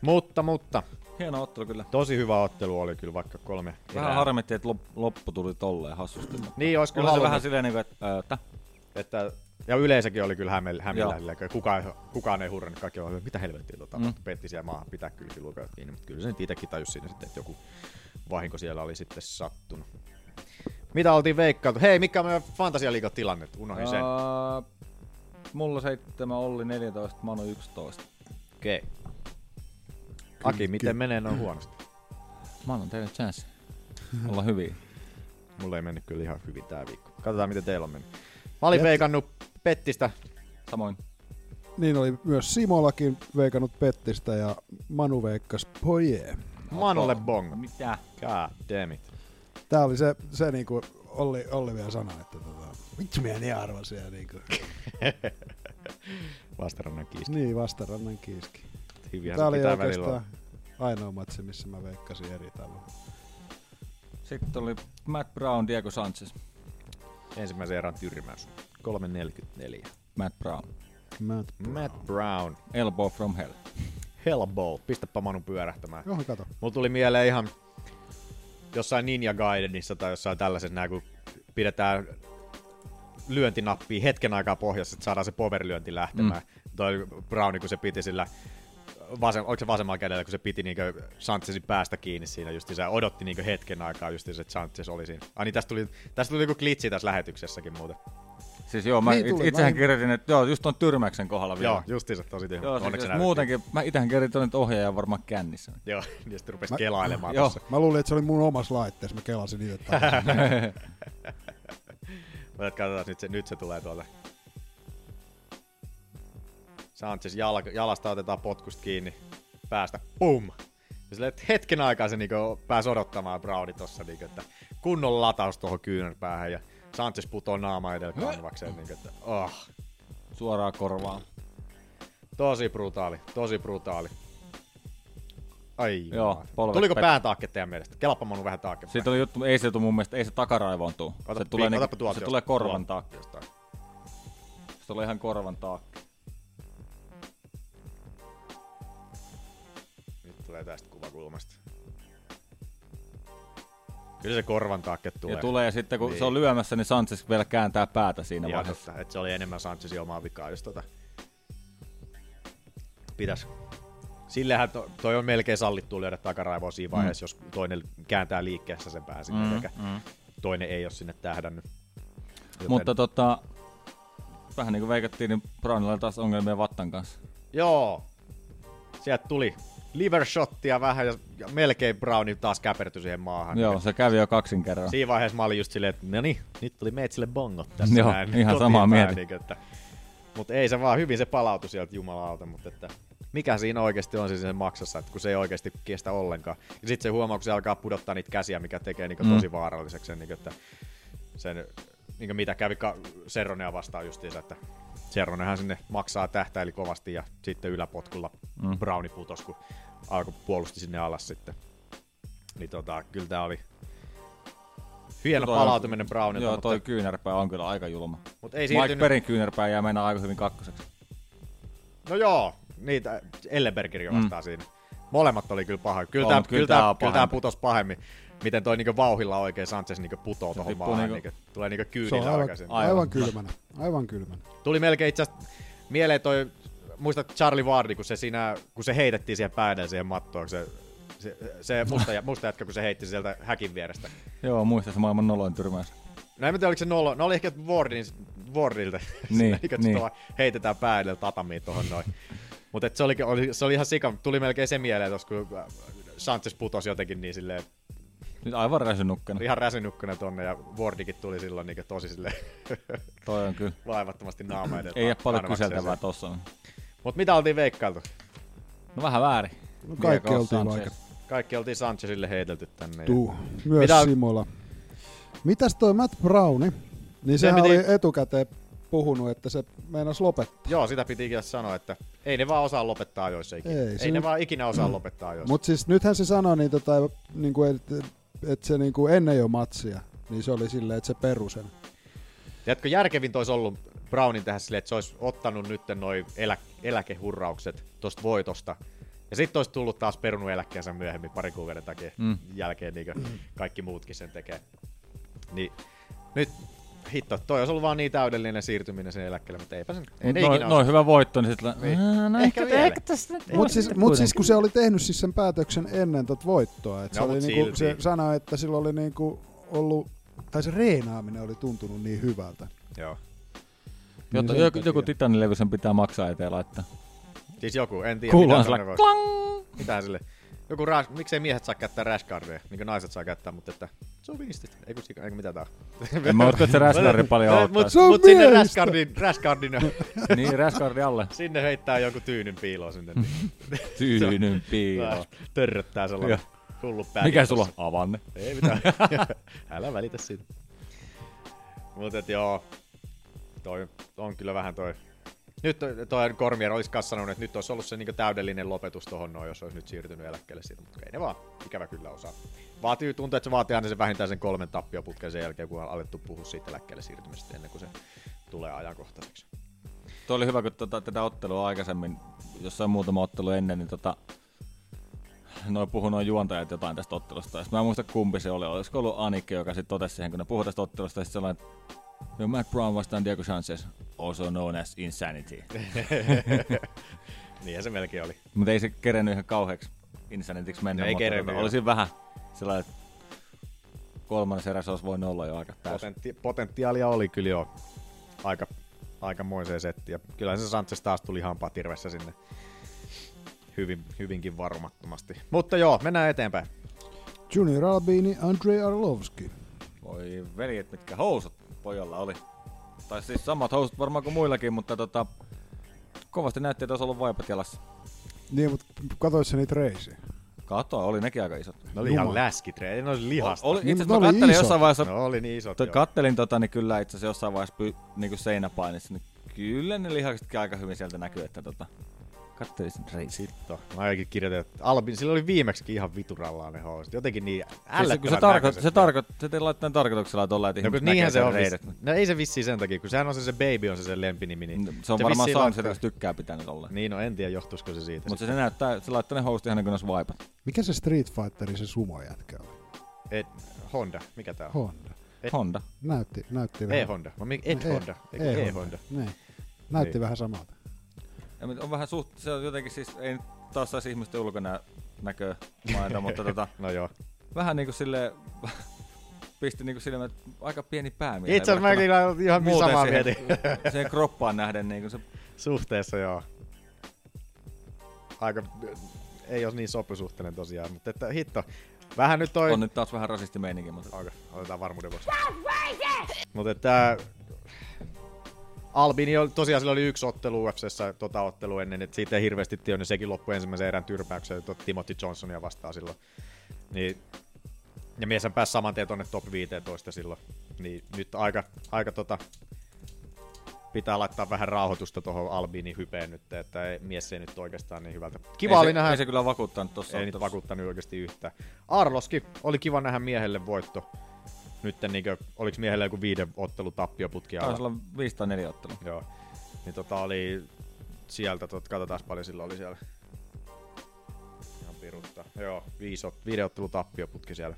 H: Mutta, mutta,
B: Hieno ottelu kyllä.
H: tosi hyvä ottelu oli kyllä vaikka kolme
B: Vähän
H: erää.
B: harmitti, että lop- loppu tuli tolleen hassusti. mutta
H: Niin, olisi kyllä
B: Oli se
H: halunnut.
B: vähän silleen, niin kuin, että, ö, että
H: Että, ja yleisökin oli kyllä hämillä, hämillä
B: Joo.
H: sillä, kukaan, kukaan ei hurrannut, kaikki oli, mitä helvettiä tuota, mm. petti siellä maahan, pitää kyllä lukeut kiinni, mutta kyllä se nyt itsekin tajusi siinä sitten, että joku vahinko siellä oli sitten sattunut. Mitä oltiin veikkailtu? Hei, mikä on meidän fantasialiikan tilanne? Unohdin sen.
B: Öö, mulla 7, Olli 14, Manu 11.
H: Okei. Okay. Aki, miten menee noin huonosti?
B: Mä annan teille chance. Olla hyviä.
H: Mulla ei mennyt kyllä ihan hyvin tää viikko. Katsotaan, miten teillä on mennyt. Mä olin
F: Jep.
H: veikannut Pettistä.
B: Samoin.
F: Niin oli myös Simolakin veikannut Pettistä ja Manu veikkasi Poje.
H: Manulle bong.
B: No Mitä?
H: God damn it.
F: Tää oli se, se niinku Olli, Olli vielä sanoi, että tota, vitsi meidän niin arvasin ja niinku,
H: Vastarannan kiiski.
F: niin vastarannan kiiski.
H: Hyviä
F: Tää
H: se
F: oli
H: pitää välillä olla.
F: oikeastaan ainoa matsi, missä mä veikkasin eri tavalla.
B: Sitten oli Matt Brown, Diego Sanchez.
H: Ensimmäisen erän tyrmäys. 3.44.
B: Matt Brown.
F: Mä en...
H: Matt Brown.
B: Elbow from hell.
H: Hellball. Pistäpä Manu pyörähtämään.
F: Joo, kato.
H: Mulla tuli mieleen ihan jossain Ninja Gaidenissa tai jossain tällaisen nää, kun pidetään lyöntinappia hetken aikaa pohjassa, että saadaan se powerlyönti lähtemään. Mm. Toi Browni, kun se piti sillä vasem, oliko se vasemmalla kädellä, kun se piti niinkö Sanchezin päästä kiinni siinä justiinsa, ja odotti niinkö hetken aikaa justiinsa, että Sanchez oli siinä. Ai niin, tästä tuli, tästä tuli joku klitsi tässä lähetyksessäkin muuten.
B: Siis joo, mä
F: Niin
B: niin
F: tuli,
B: itsehän
F: mä-
B: kirjoitin, että joo, just on tyrmäyksen kohdalla vielä.
H: Joo, justiinsa tosi tyhmä.
B: Joo, siis
H: Onneksi
B: jos
H: näytettiin.
B: muutenkin, mä itsehän kirjoitin, että ohjaaja on varmaan kännissä.
H: Joo, niin sitten rupesi kelailemaan
B: Joo.
H: tossa.
F: Mä luulin, että se oli mun omassa laitteessa, mä kelasin itse takaisin.
H: Mutta katsotaan, nyt se, nyt se tulee tuolta. Sanchez jalka, jalasta otetaan potkusta kiinni, päästä, pum! Ja sille, että hetken aikaa se niinku pääsi odottamaan Browni tossa, niinku, että kunnon lataus tuohon kyynärpäähän ja Sanchez putoo naama edellä kanvakseen, niinku, että oh,
B: Suoraan korvaan.
H: tosi brutaali, tosi brutaali. Ai
B: Joo,
H: jumala.
B: polvet
H: Tuliko
B: pet-
H: pää taakke teidän mielestä? Kelappa manu vähän taakke.
B: Siitä oli juttu, ei se tule mun mielestä, ei se takaraivoon tuu. se tulee, niinku- se tulee korvan taakse. Se tulee ihan korvan taakse.
H: Nyt tulee tästä kuvakulmasta. Kyllä se korvan taakke tulee.
B: Ja tulee ja sitten kun
H: Niin.
B: niin. se on lyömässä, niin Sanchez vielä kääntää päätä siinä
H: Ihan
B: vaiheessa.
H: totta, että se oli enemmän Sanchezin omaa vikaa, jos tota... Pitäis. Sillähän to, toi on melkein sallittu lyödä takaraivoa siinä vaiheessa, mm. jos toinen kääntää liikkeessä sen pää sinne, mm, eikä mm. toinen ei ole sinne tähdännyt. Joten,
B: Mutta tota, vähän niin kuin veikattiin, niin Brownilla oli taas ongelmia vattan kanssa.
H: Joo, sieltä tuli liver shottia vähän ja, ja melkein Browni taas käpertyi siihen maahan.
B: Joo, se kävi jo kaksin kerran.
H: Siinä vaiheessa mä olin just silleen, että no niin, nyt tuli meitsille bongot tässä.
B: Joo,
H: näin,
B: ihan
H: kotiin
B: samaa
H: päin,
B: mieltä.
H: niinku, että, mutta ei se vaan, hyvin se palautui sieltä jumalauta, mutta että mikä siinä oikeasti on siis sen maksassa, että kun se ei oikeasti kestä ollenkaan. Ja sitten se huomaa, kun se alkaa pudottaa niitä käsiä, mikä tekee
B: Mm.
H: niinku tosi vaaralliseksi sen, niinku, että sen niinku mitä kävi ka- Serronea vastaan justiinsa, että Serronenhan sinne maksaa tähtäili kovasti ja sitten yläpotkulla mm. Browni putos, kun alkoi puolusti sinne alas sitten. Niin tota, kyllä tämä oli hieno
B: Toi-
H: palautuminen Brownilta,
B: Joo,
H: mutta,
B: toi kyynärpää on kyllä aika julma.
H: mutta ei
B: Mike
H: siirtynyt.
B: Perin kyynärpää jää mennä aika hyvin kakkoseksi.
H: No joo, niitä Ellenbergeri vastaa mm. siinä. Molemmat oli kyllä paha. Kyllä
B: On,
H: tämä
B: mut kyllä
H: kyllä
B: tää
H: tää,
B: on
H: kyllä tää
B: pahempi.
H: putos pahemmin. Miten toi niinku vauhilla oikein Sanchez niinku putoo tohon
B: tippuu
H: maahan. Niinku,
B: niinku-
H: tulee niinku
F: Se on
H: kyynillä
F: aivan,
H: aikaisin.
F: aivan,
B: Aivan.
F: kylmänä, aivan kylmänä.
H: Tuli melkein itse asiassa mieleen toi, muistat Charlie Wardi, kun se, siinä, kun se heitettiin siihen päädellä siihen mattoon, kun se, se, se musta, jä- musta jätkä, kun se heitti sieltä häkin vierestä.
B: Joo, muista se maailman noloin tyrmäys.
H: No en mä tiedä, oliko se nolo. No oli ehkä Wardin, Wardilta.
B: Niin,
H: Siinä, kun
B: niin.
H: tuolla heitetään päälle tatamiin tuohon noin. Mutta se oli, oli, se oli ihan sika. Tuli melkein se mieleen tossa, kun äh, Sanchez putosi jotenkin niin silleen,
B: Nyt aivan räsynukkana.
H: ihan räsinukkana tonne ja Wardikin tuli silloin niin tosi sille
B: Toi on kyllä.
H: vaivattomasti naama edellä.
B: Ei ole paljon
H: karvakseen
B: kyseltävää
H: se.
B: tossa.
H: Mut mitä oltiin veikkailtu?
B: No vähän väärin.
F: No kaikki
B: Diego
F: oltiin
B: Sanchez.
F: vaikka.
H: Kaikki oltiin Sanchezille heitelty tänne. ja-
F: Tuu, myös
H: Mitä-
F: Mitä... Simola. Mitäs toi Matt Browni? Niin sehän
H: piti-
F: piti... oli etukäteen puhunut, että se meinasi lopettaa.
H: Joo, sitä piti ikinä sanoa, että ei ne vaan osaa lopettaa ajoissa ikinä.
F: Ei
H: Ei,
F: se-
H: ne vaan ikinä osaa lopettaa ajoissa.
F: Mutta siis nythän se sanoi, niin tota, niin kuin, että, että se niin kuin ennen jo matsia, niin se oli silleen, että se perusen.
H: Tiedätkö, järkevin tois ollut Brownin tehdä silleen, että se olisi ottanut nyt noin elä, eläkehurraukset tosta voitosta. Ja sitten olisi tullut taas perunut eläkkeensä myöhemmin pari kuukauden takia, mm. jälkeen niin kuin kaikki muutkin sen tekee. Niin nyt hitto, toi olisi ollut vaan niin täydellinen siirtyminen sen eläkkeelle, mutta eipä sen, ei ne
B: Noin
H: ikinä
B: noi hyvä voitto, niin sitten...
H: Niin.
B: No,
H: Ehkä vielä.
B: tässä nyt...
F: Mutta siis, mut siis kun se oli tehnyt siis sen päätöksen ennen tot voittoa, että
H: No,
F: se, oli
H: mut
F: niinku, se
H: silti.
F: sanoi, että sillä oli niinku ollut, tai se reenaaminen oli tuntunut niin hyvältä.
H: Joo.
B: Jotta,
F: sen
B: joku,
F: takia.
B: joku Titanin-levy sen pitää maksaa eteen laittaa.
H: Siis joku, en tiedä.
B: Kuuluu
H: mitä
B: sellainen
H: tonne voi- Mitähän sille? Joku ras... Miksei miehet saa käyttää räskardeja, niin kuin naiset saa käyttää, mutta että se on viistit. Ei kun sika, ei kun mitä tää on.
B: En mä usko, että se räskardi paljon auttaa.
H: Mut,
F: Se on
H: mut sinne
F: miestä.
H: räskardin, räskardin,
B: Niin, räskardi alle.
H: sinne heittää joku tyynyn piiloon sinne. Niin.
B: Tyynyn piilo.
H: Joo. Törröttää sellainen hullu päin.
B: Mikä sulla on? Avanne.
H: Ei mitään. Älä välitä siitä. Mut et joo, toi on kyllä vähän toi. Nyt toi- toi Kormier olisi kas sanonut, että nyt olisi ollut se niinku täydellinen lopetus tohon noin, jos olisi nyt siirtynyt eläkkeelle siitä, mutta ei ne vaan, ikävä kyllä osaa. Vaatii, tuntuu, että se vaatii aina sen vähintään sen kolmen tappioputken sen jälkeen, kun on alettu puhua siitä eläkkeelle siirtymisestä ennen kuin se tulee ajankohtaiseksi.
B: Tuo oli hyvä, kun tota, tätä ottelua aikaisemmin, jossain muutama ottelu ennen, niin tota, noin puhui noin juontajat jotain tästä ottelusta. Sitten mä en muista kumpi se oli. Olisiko ollut Anikki, joka sitten totesi siihen, kun ne puhui tästä ottelusta, sitten sellainen, no Matt Brown vastaan Diego Sanchez, also known as Insanity.
H: Niinhän se melkein oli.
B: Mutta ei se kerennyt ihan kauheaksi Insanitiksi mennä.
H: No ei
B: mutta
H: kerennyt,
B: tota,
H: joo.
B: Oli siinä vähän sellainen, että kolmannes eräs olisi voinut olla jo aika täysin.
H: Potenti- potentiaalia oli kyllä jo aika, aikamoiseen settiin. Ja kyllä se Sanchez taas tuli hampaa tirvessä sinne Hyvin, hyvinkin varmattomasti. Mutta joo, mennään eteenpäin.
F: Junior Albini, Andrei Arlovski.
B: Voi veljet, mitkä housut pojalla oli. Tai siis samat housut varmaan kuin muillakin, mutta tota, kovasti näytti, että olisi ollut vaipat jalassa.
F: Niin, mutta katoit sä niitä reisiä?
B: Kato, oli nekin aika isot.
H: Ne oli ihan läskitreen, ne oli lihasta.
B: Oli,
F: Niin,
B: itse asiassa mä
F: mutta ne oli
B: kattelin
F: isot.
B: jossain vaiheessa,
H: Ne oli niin isot.
B: t-
H: joo.
B: kattelin tota, niin kyllä itse asiassa jossain vaiheessa py, niin kuin seinäpainissa, niin kyllä ne lihaksetkin aika hyvin sieltä näkyy, että tota, Siis kattelin sen reisiä.
H: Vittu. Mä ainakin kirjoitin, että Albin, sillä oli viimeksi ihan viturallaan ne housut. Jotenkin niin
B: Siis, kun se,
H: ällättävän
B: tarko-
H: näköiset.
B: se, tarko- se te laittaa tarkoituksella tuolla, että
H: No, kun
B: ihmiset näkee
H: niinhän se
B: sen
H: on
B: reidet.
H: vissi. No ei se vissiin sen takia, kun sehän on se, se baby on se sen lempinimi. Niin
B: Se on varmaan
H: vissiin
B: saanut, jos
H: laittaa-
B: tykkää pitänyt olla.
H: Niin, no en tiedä johtuisiko se siitä.
B: Mutta se, se näyttää, se laittaa ne housut ihan niin kuin ne olisi vaipat.
F: Mikä se Street Fighterin se sumo jätkä oli?
H: Et, Honda, mikä tää on?
F: Honda.
B: Honda.
F: Näytti, näytti vähän.
H: E-Honda. Mä mi- et E Honda. Eikö
F: E-Honda.
H: E- E-Honda?
F: Niin. Näytti
H: Niin.
F: vähän samalta.
B: Ja mut on vähän suht, se on jotenkin siis, ei nyt taas saisi ihmisten ulkonä näköä mainita, mutta tota,
H: No joo.
B: vähän niinku sille pisti niinku silmät aika pieni päämies.
H: Itse asiassa mä kyllä olen ihan samaa mietin.
B: Sen kroppaan nähden niinku se,
H: Suhteessa joo. Aika... Ei ole niin sopusuhteinen tosiaan, mutta että hitto. Vähän nyt toi...
B: on nyt taas vähän rasistimeininki, mutta
H: Okei, otetaan varmuuden vuoksi. Mutta että... Albini oli, tosiaan sillä oli yksi ottelu UFCssä tota ottelu ennen, että siitä ei hirveästi tiennyt, sekin loppui ensimmäisen erän tyrpäykseen tuota Timothy Johnsonia vastaan silloin. Niin, ja mieshän pääsi saman tien tonne top 15 silloin. Niin nyt aika, aika tota, pitää laittaa vähän rauhoitusta tuohon Albinin hypeen nyt, että ei, mies ei nyt oikeastaan niin hyvältä. Kiva
B: ei,
H: oli
B: se,
H: nähdä
B: ei se kyllä vakuuttanut tossa.
H: ei nyt
B: ottelussa.
H: vakuuttanut oikeasti yhtään. Arloski, oli kiva nähdä miehelle voitto. Nyt niinkö, oliks miehellä joku viiden ottelu tappioputki
B: Taisi
H: alla?
B: olla 5 tai 4 ottelu.
H: Joo. Niin tota oli sieltä, tot, katsotaan paljon silloin oli siellä. Ihan pirutta. Joo, viisi, ot- viiden ottelu tappioputki siellä.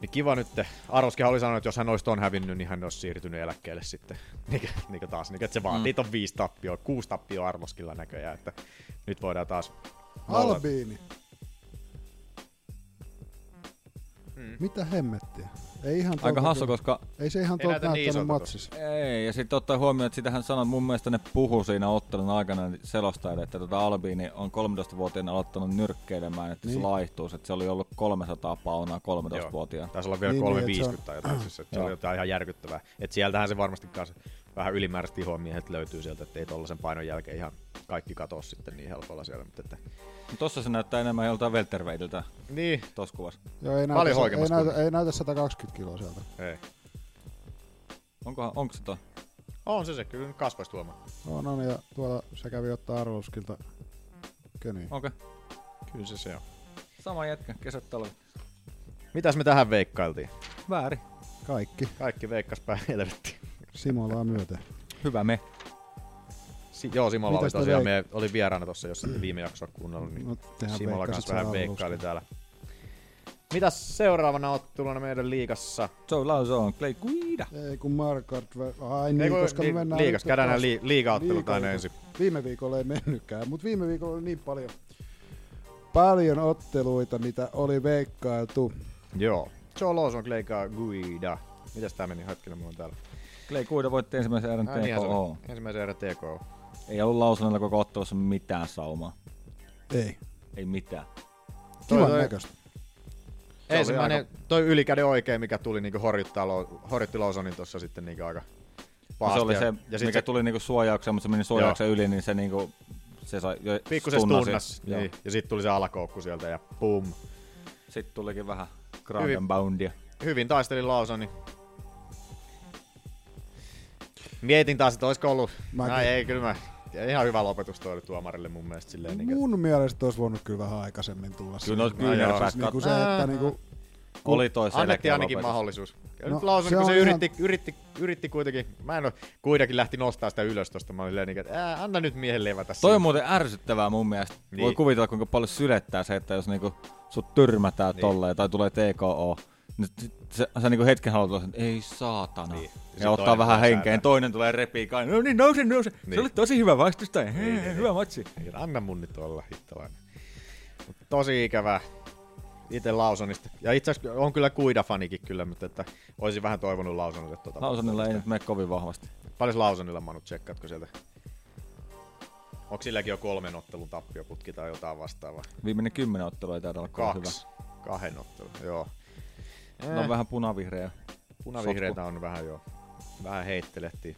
H: Niin kiva nyt. Arloskihan oli sanonut, että jos hän olisi ton hävinnyt, niin hän olisi siirtynyt eläkkeelle sitten. Niinkö, niinkö taas, niinkö, että se
B: Mm.
H: vaatii ton viisi tappioa, kuusi tappioa Arloskilla näköjään, että nyt voidaan taas nolla-
F: Albiini.
H: Mm.
F: Mitä hemmettiä? Ei ihan
B: Aika
F: tuolta-
B: hassu, koska
F: Ei se ihan
H: Ei
F: tuolta
H: näytä niin
F: näyttänyt
H: isolta
F: matsissa.
B: Ei, ja sitten ottaa huomioon, että sitähän sanoo, että mun mielestä ne puhuu siinä ottelun aikana niin selostajille, että tota Albiini on 13-vuotiaana aloittanut nyrkkeilemään, että niin. se laihtuus, että se oli ollut 300 paunaa 13-vuotiaana.
H: Taisi olla vielä
F: Niin,
H: niin,
F: niin,
H: 350
F: et
H: tai jotain, siis, että se oli jotain ihan järkyttävää. Et sieltähän se varmasti kanssa vähän ylimääräiset ihomiehet löytyy sieltä, että ei tollasen painon jälkeen ihan kaikki katoa sitten niin helpolla siellä. Mutta että...
B: Mut Tossa se näyttää enemmän joltain Welterweightiltä
H: Niin.
B: tossa kuvassa.
F: Joo, ei näytä,
H: Paljon
F: sa- ei,
H: hoikemmassa
F: näytä,
H: kunnossa.
F: ei näytä 120 kiloa sieltä.
H: Ei.
B: Onkohan, onko se toi?
H: On se se, kyllä nyt kasvoisi tuomaan.
F: On, on, ja tuolla se kävi ottaa Arlovskilta köniin.
B: Okei. Okay.
H: Kyllä se se on.
B: Sama jätkä, kesät talvet.
H: Mitäs me tähän veikkailtiin?
B: Väärin.
F: Kaikki.
H: Kaikki veikkas päin helvettiin.
F: Simolaa myöten.
B: Hyvä me.
H: Si- joo, Simola oli
F: Mitäs te
H: tosiaan,
F: veik-
H: me oli vieraana tuossa, jos ette viime jaksoa kuunnellut, niin
F: No, tehän
H: Simola
F: veikkasit
H: kanssa
F: sen
H: vähän
F: alusta.
H: veikkaili täällä. Mitäs seuraavana otteluna meidän liigassa?
B: Joe Lauso on Clay Guida.
F: Ei kun Markard... Ai
H: Ei
F: niin,
H: kun
F: koska me
H: li-
F: mennään...
H: liigas,
F: nyt
H: käydään
F: taas-
H: nää li- liigaottelut aina
F: liiga-
H: ensin.
F: Viime viikolla ei mennytkään, mutta viime viikolla oli niin paljon... Paljon otteluita, mitä oli veikkailtu.
H: Joo. Joe Lawson, Kleika Guida. Mitäs tää meni? Hetkinen, mulla on täällä.
B: Clay Guida voitti ensimmäisen erän
H: Ai, niinhän se
B: TKO.
H: oli. Ensimmäisen erä TKO.
B: Ei ollut Lausonella koko ottelussa mitään saumaa.
F: Ei.
B: Ei mitään.
H: Toi-
F: Kivan
H: toi-
F: näköistä.
H: Ei
B: oli
H: semmoinen, aika... toi ylikäden oikein, mikä tuli niinku horjuttaa, lo- horjutti Lawsonin tuossa sitten niinku aika
B: No
H: pahasti.
B: se oli se,
H: ja,
B: ja
H: ja
B: mikä
H: sitten se
B: se... tuli niinku suojaukseen, mutta se meni suojauksen yli, niin se niinku, se sai jo
H: pikkusen
B: stunnasi.
H: tunnas.
B: Joo.
H: Niin, ja sitten tuli se alakoukku sieltä ja boom.
B: Sitten tulikin vähän Groundboundia.
H: Hyvin taisteli Lawsoni. Mietin taas, että olisiko ollut...
F: Mä
H: Mä
F: ky-
H: ei, kyllä mä... Ihan hyvä lopetus toi oli tuomarille mun mielestä silleen. Niin, kuin,
F: Mun mielestä olisi voinut kyllä vähän aikaisemmin tulla.
B: Kyllä noita
F: siinä.
H: kyynärpäät
F: Siis niinku se,
H: katsotaan.
F: että niinku,
B: Oli toi
H: että annettiin
B: selkeä
H: ainakin
B: lopetus.
H: mahdollisuus. No,
F: No,
H: nyt Lawson,
F: se
H: kun
F: on
H: se
F: ihan-
H: yritti, yritti, yritti kuitenkin... Mä en oo, kuitenkin lähti nostaa sitä ylös tosta. Mä olin silleen, niinku, että ää, anna nyt miehen levätä.
B: Toi
H: siinä.
B: on muuten ärsyttävää mun mielestä. Niin. Voi
H: Niin.
B: kuvitella, kuinka paljon sylettää se, että jos niinku sut tyrmätään niin. tolleen tai tulee TKO, niin sit se, sä niinku hetken haluat olla, että ei saatana. Niin.
H: Niin.
B: Ja,
H: Ja sit
B: ja ottaa
H: toinen
B: vähän
H: tulee
B: henkeen,
H: säätää.
B: toinen tulee repii kai. No niin, nouse, nouse. Niin. Se
H: Niin.
B: oli tosi hyvä vastus tai niin,
H: niin,
B: hyvä matsi.
H: Ei, Anna mun nyt olla hittalainen. Mut tosi ikävää itse Lausonista. Ja itse asiassa on kyllä Kuida-fanikin kyllä, mutta että olisin vähän toivonut Lausonille tuota.
B: Lausonilla ei nyt mene kovin vahvasti.
H: Paljon Lausonilla Manu tsekkaatko sieltä? Onko silläkin jo kolmen ottelun tappioputki tai jotain vastaavaa?
B: Viimeinen kymmenen ottelu ei taida olla kovin hyvä.
H: Kaksi. Kahden ottelun, joo.
B: No
F: Eh.
B: vähän punavihreä.
H: Punavihreitä on vähän jo, vähän heittelehtii.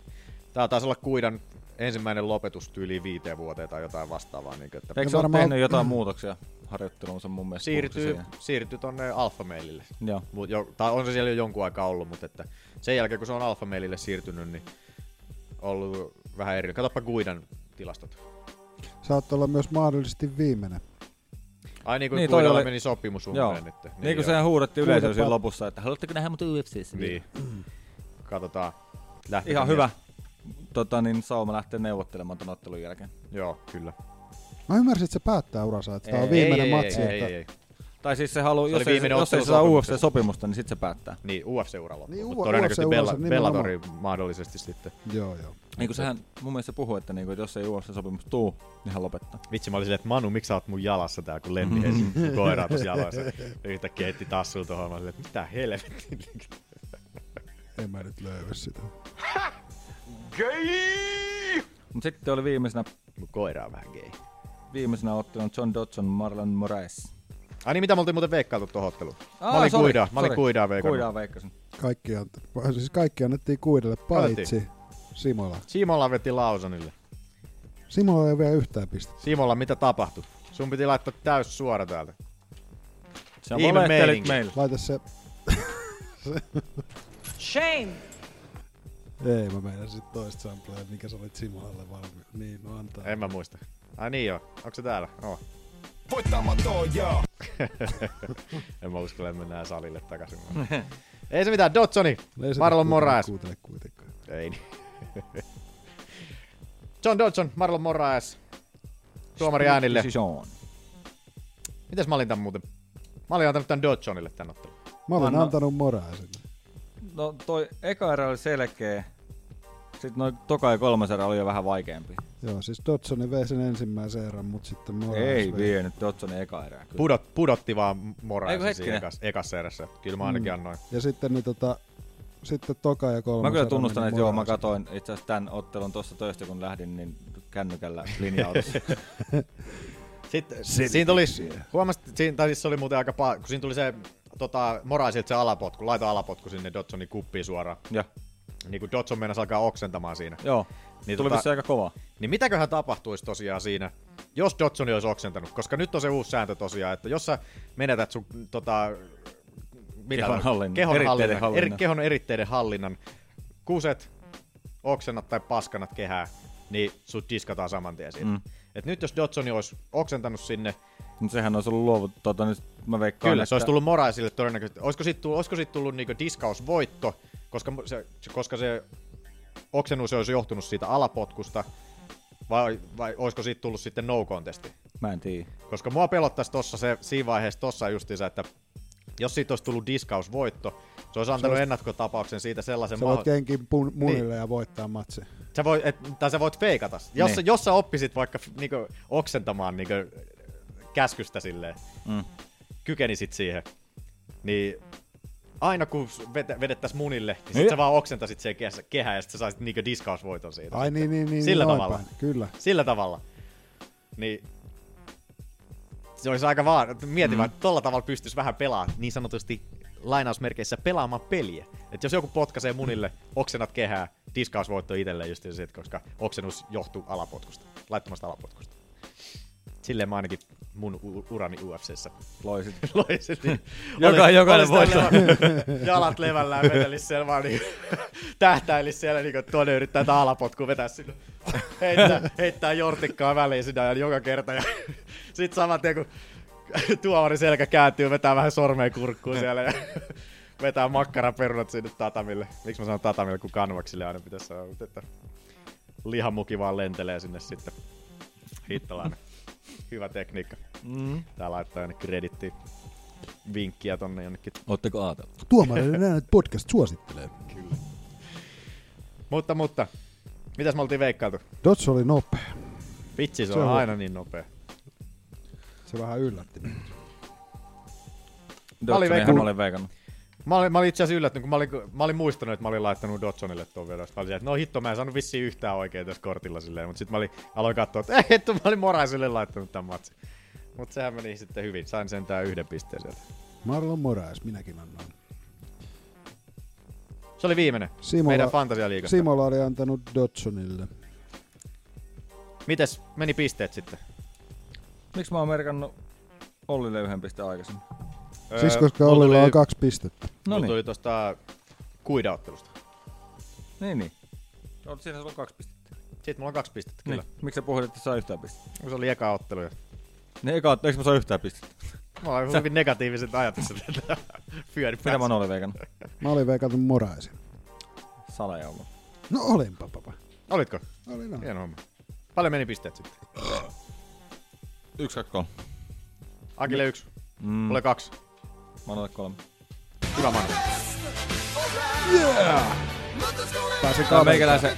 H: Tää taisi olla Kuidan ensimmäinen lopetustyyli viiteen vuoteen tai jotain vastaavaa. Niin, että
B: Eikö
F: Ja
B: se ole
F: varmaan-
B: tehnyt jotain muutoksia harjoittelunsa mun mielestä?
H: siirtyy,
B: puhuisi siihen. Niin.
H: siirtyy tonne alfamailille.
B: Joo.
H: Mut jo, tai on se siellä jo jonkun aikaa ollut, mutta että sen jälkeen kun se on alfamailille siirtynyt, niin ollut vähän eri. Katsopa Guidan tilastot.
F: saattaa olla myös mahdollisesti viimeinen.
H: Ai niin kuin
B: Niin,
H: niin,
B: toi
H: Guidalla
B: oli-
H: meni sopimus
B: Joo.
H: umpeen nyt.
B: Niin, niin kuin sehän huudettiin
F: Huudetaan.
B: yleisöön siinä lopussa, että haluatteko nähdä mut UFCssä?
H: Niin. Katsotaan.
B: Mm.
H: Lähtikö
B: Ihan
H: mies-
B: hyvä. Tota, niin Sauma lähtee neuvottelemaan ton ottelun jälkeen.
H: Joo, kyllä.
F: Mä ymmärsin, että se päättää uransa, että tämä on
H: Ei,
F: viimeinen
H: ei,
F: matsi.
H: Ei,
F: että...
H: ei, ei, ei.
B: Tai siis se haluaa,
H: Se
B: jos,
H: oli
B: ei,
H: viimeinen
B: jos ei se
H: ottelu
B: saa
H: sopimuksesta.
B: UFC-sopimusta, niin sitten se päättää.
H: Niin, UFC-ura loppu.
F: Niin,
H: Niin,
F: U-
H: todennäköisesti
F: UFC
H: Bell-
F: nimenomaan.
H: Bellatori mahdollisesti sitten.
F: Joo, joo.
B: Niin kuin sehän mun mielestä puhuu, että, niinku, että jos ei UFC-sopimus tuu, niin hän lopettaa.
H: Vitsi, mä olin silleen, että Manu, miksi sä oot mun jalassa täällä, kun Lenni Helsingin koiraa tuossa jaloissa. Yhtäkkiä etti tassuun tuohon, mä olin silleen, että mitä helvettiä.
F: En mä nyt löyä sitä.
B: Mutta sitten oli viimeisenä,
H: Mun koira on vähän gay.
B: viimeisenä ottelun John Dodson, Marlon Moraes.
H: Ai niin, mitä me oltiin muuten veikkailtu tuohon otteluun?
B: Aa,
H: mä olin
B: sori,
H: kuidaa, mä olin
B: sori.
H: kuidaa veikannut.
B: Kuidaa veikkasin.
F: Kaikki, ant... siis kaikki annettiin kuidelle, paitsi Simola.
H: Simolla veti Lausonille.
F: Simola ei ole vielä yhtään pistettä.
H: Simolla, mitä tapahtui? Sun piti laittaa täys suora täältä.
B: Se on
H: Ihme
B: valehtelit
H: meininki.
B: meillä.
F: Laita se...
I: Shame!
F: Ei, mä meidän sit toista samplea, mikä sä olit Simolalle valmiin. Niin, no antaa.
H: En mä muista. Ai niin joo, onko se täällä? Oo. en mä uskalla, että mennään salille takaisin. Ei se mitään, Dotsoni!
F: Ei se
H: Marlon
F: nyt
H: Moraes.
F: Kuuntele kuitenkaan.
H: Ei niin. John Dodson, Marlon Moraes. Tuomari äänille.
B: Siis on.
H: Mitäs mä olin tän muuten? Mä olin antanut tän Dodsonille tän ottelun.
F: Mä olin
B: Anna-
F: antanut Moraesin.
B: No toi eka erä oli selkeä. Sitten noin toka ja kolmas erä oli jo vähän vaikeampi.
F: Joo, siis Dodsoni vei sen ensimmäisen erän, mut sitten Moraes
B: Ei
F: vei.
B: vienyt Dodsonin eka erää. Kyllä.
H: Pudot, pudotti vaan
B: Eiku
H: Moraesin siinä
B: hetkinen. Mm.
H: ekas, ekassa erässä. Kyllä mä ainakin annoin.
F: Ja sitten niin tota, sitten toka ja kolmas.
B: Mä kyllä
F: erä
B: tunnustan,
F: meni
B: että joo, mä
F: Moraesille.
B: katoin itse asiassa tämän ottelun tuossa töistä, kun lähdin, niin kännykällä linja-autossa.
H: Sitten siinä tuli, huomasit, siinä, tai siis se oli muuten aika paha, kun siinä tuli se tota, Moraisilta se alapotku, laita alapotku sinne Dodsonin kuppiin suoraan.
B: ja,
H: Niin kun Dodson meinasi alkaa oksentamaan siinä.
B: joo, niin
H: Niin
B: tuli
H: tota-
B: vissiin aika kova.
H: Niin mitäköhän tapahtuisi tosiaan siinä, jos Dodson olisi oksentanut? Koska nyt on se uusi sääntö tosiaan, että jos sä menetät sun tota, mitä
B: Kehon
H: on?
B: hallinnan.
H: kehon,
B: Eritteiden
H: hallinnan, eri,
B: hallinnan.
H: kehon eritteiden hallinnan, kuset, oksennat tai paskanat kehää, niin sut diskataan saman tien siitä. Mm. Et nyt jos Dodsoni olisi oksentanut sinne,
B: Mutta sehän olisi ollut luovut, tota, nyt mä veikkaan,
H: Kyllä,
B: että
H: se olisi tullut Moraisille todennäköisesti. Olisiko siitä tullut, olisiko siitä tullut niinku diskausvoitto, koska mu- se, se- koska se oksennus olisi johtunut siitä alapotkusta, vai, vai olisiko siitä tullut sitten no contesti?
B: mä en tiedä.
H: Koska mua pelottaisi tossa se, siinä vaiheessa tossa justiinsa, että jos siitä olisi tullut diskausvoitto, se olisi antanut ennakkotapauksen siitä sellaisen
F: Sä voit
H: mahdollisuuden.
F: kenkin
B: Niin.
F: pun- munille ja voittaa matsi.
H: Sä voit, et, tai sä voit feikata. Jos,
B: Niin.
H: niin. jos sä oppisit vaikka f- niinku, oksentamaan niinku, käskystä silleen,
B: Mm.
H: mm. kykenisit siihen, niin aina kun vetä, vedettäis munille, niin sit
B: Niin.
H: sä vaan oksentasit sen kehä, kehään ja sit sä saisit niinku diskausvoiton siitä.
F: Ai niin, niin, niin.
H: Sillä
F: noin
H: tavalla.
F: päin. Kyllä.
H: Sillä tavalla. Niin Se olisi aika vaan, mietin mm. vaan, että tolla tavalla pystyisi vähän pelaa, niin sanotusti lainausmerkeissä pelaamaan peliä. Että jos joku potkaisee munille, oksennat kehää, diskausvoitto itselleen just se, että koska oksennus johtuu alapotkusta, laittomasta alapotkusta. Silleen mä ainakin mun u- urani UFCssä
B: Loisit.
H: loisin. Niin
B: Joka-
H: oli-
B: jokainen
H: oli sitä
B: voittaa.
H: levä- Jalat levällään vetelis siellä vaan niin, tähtäilis siellä niin kuin tuonne yrittää taalapotkua vetää sinne. Heittää, heittää jortikkaa väliin sinä ajan joka kerta ja sit saman tien kun tuomari selkä kääntyy, vetää vähän sormea kurkkuun siellä ja vetää makkaraperunat sinne tatamille. Miksi mä sanon tatamille, kun kanvaksille aina pitäisi sanoa, mutta että lihamuki vaan lentelee sinne sitten. Hittalainen. Hyvä tekniikka. Mm. Tää laittaa aina kredittiin vinkkiä tonne jonnekin.
B: Ootteko ajatellut?
F: Tuomarinen äänet podcast suosittelee.
H: Mutta, mutta. Mitäs me oltiin veikkailtu?
F: Dots oli nopea.
H: Vitsi, se,
F: Se
H: on
F: on-
H: aina niin nopea.
F: Se vähän yllätti.
H: olin
B: Dotsonihan
H: veikannut.
B: mä olen veikannut.
H: Mä olin, mä olin itse asiassa yllättynyt, kun mä olin, mä olin muistanut, että mä olin laittanut Dotsonille tuon vedon. Sitten Mä olin, että no hitto, mä en saanut vissiin yhtään oikein tässä kortilla silleen. Mutta sitten mä olin, aloin katsoa, että ei hitto, mä olin Moraisille laittanut tämän matsin. Mutta sehän meni sitten hyvin. Sain sentään yhden pisteen sieltä.
F: Marlon Moraes, minäkin annoin.
H: Se oli viimeinen.
F: Simola-
H: Meidän fantasialiikasta.
F: Simola oli antanut Dotsonille.
H: Mites meni pisteet sitten?
B: Miksi mä oon merkannut Ollille yhden pisteen aikaisemmin?
F: Siis koska
H: Öö, mulla
F: Ollilla
H: tuli-
F: on kaksi pistettä.
B: No
H: Mulla
B: niin,
H: tuli tosta kuidaottelusta.
B: niin niin. No, Siinä sulla on kaksi pistettä.
H: Siitä mulla on kaksi pistettä, kyllä.
B: Niin. Miksi sä puhuit, että saa yhtään pistettä? Niin,
H: Niin. Se oli eka ottelu. ja
B: Ne eka, eikö mä saa yhtään pistettä?
H: Mulla on hyvin negatiiviset ajatukset. Fyöri
B: Mitä mä oon Ollille veikannut?
F: Mä olin veikannut Moraesin.
B: Salaja ollut.
F: No olinpa, papa.
H: Olitko?
F: Olin, olin.
H: Hieno homma. Paljon meni pisteet sitten?
B: Yksi, kaksi, kolme.
H: Akille yksi. Mm. Mulle kaksi.
B: Mä oon kolme.
H: Hyvä Manu.
B: Tää
F: Pääsin
B: on
F: kaverin.
B: meikäläisen,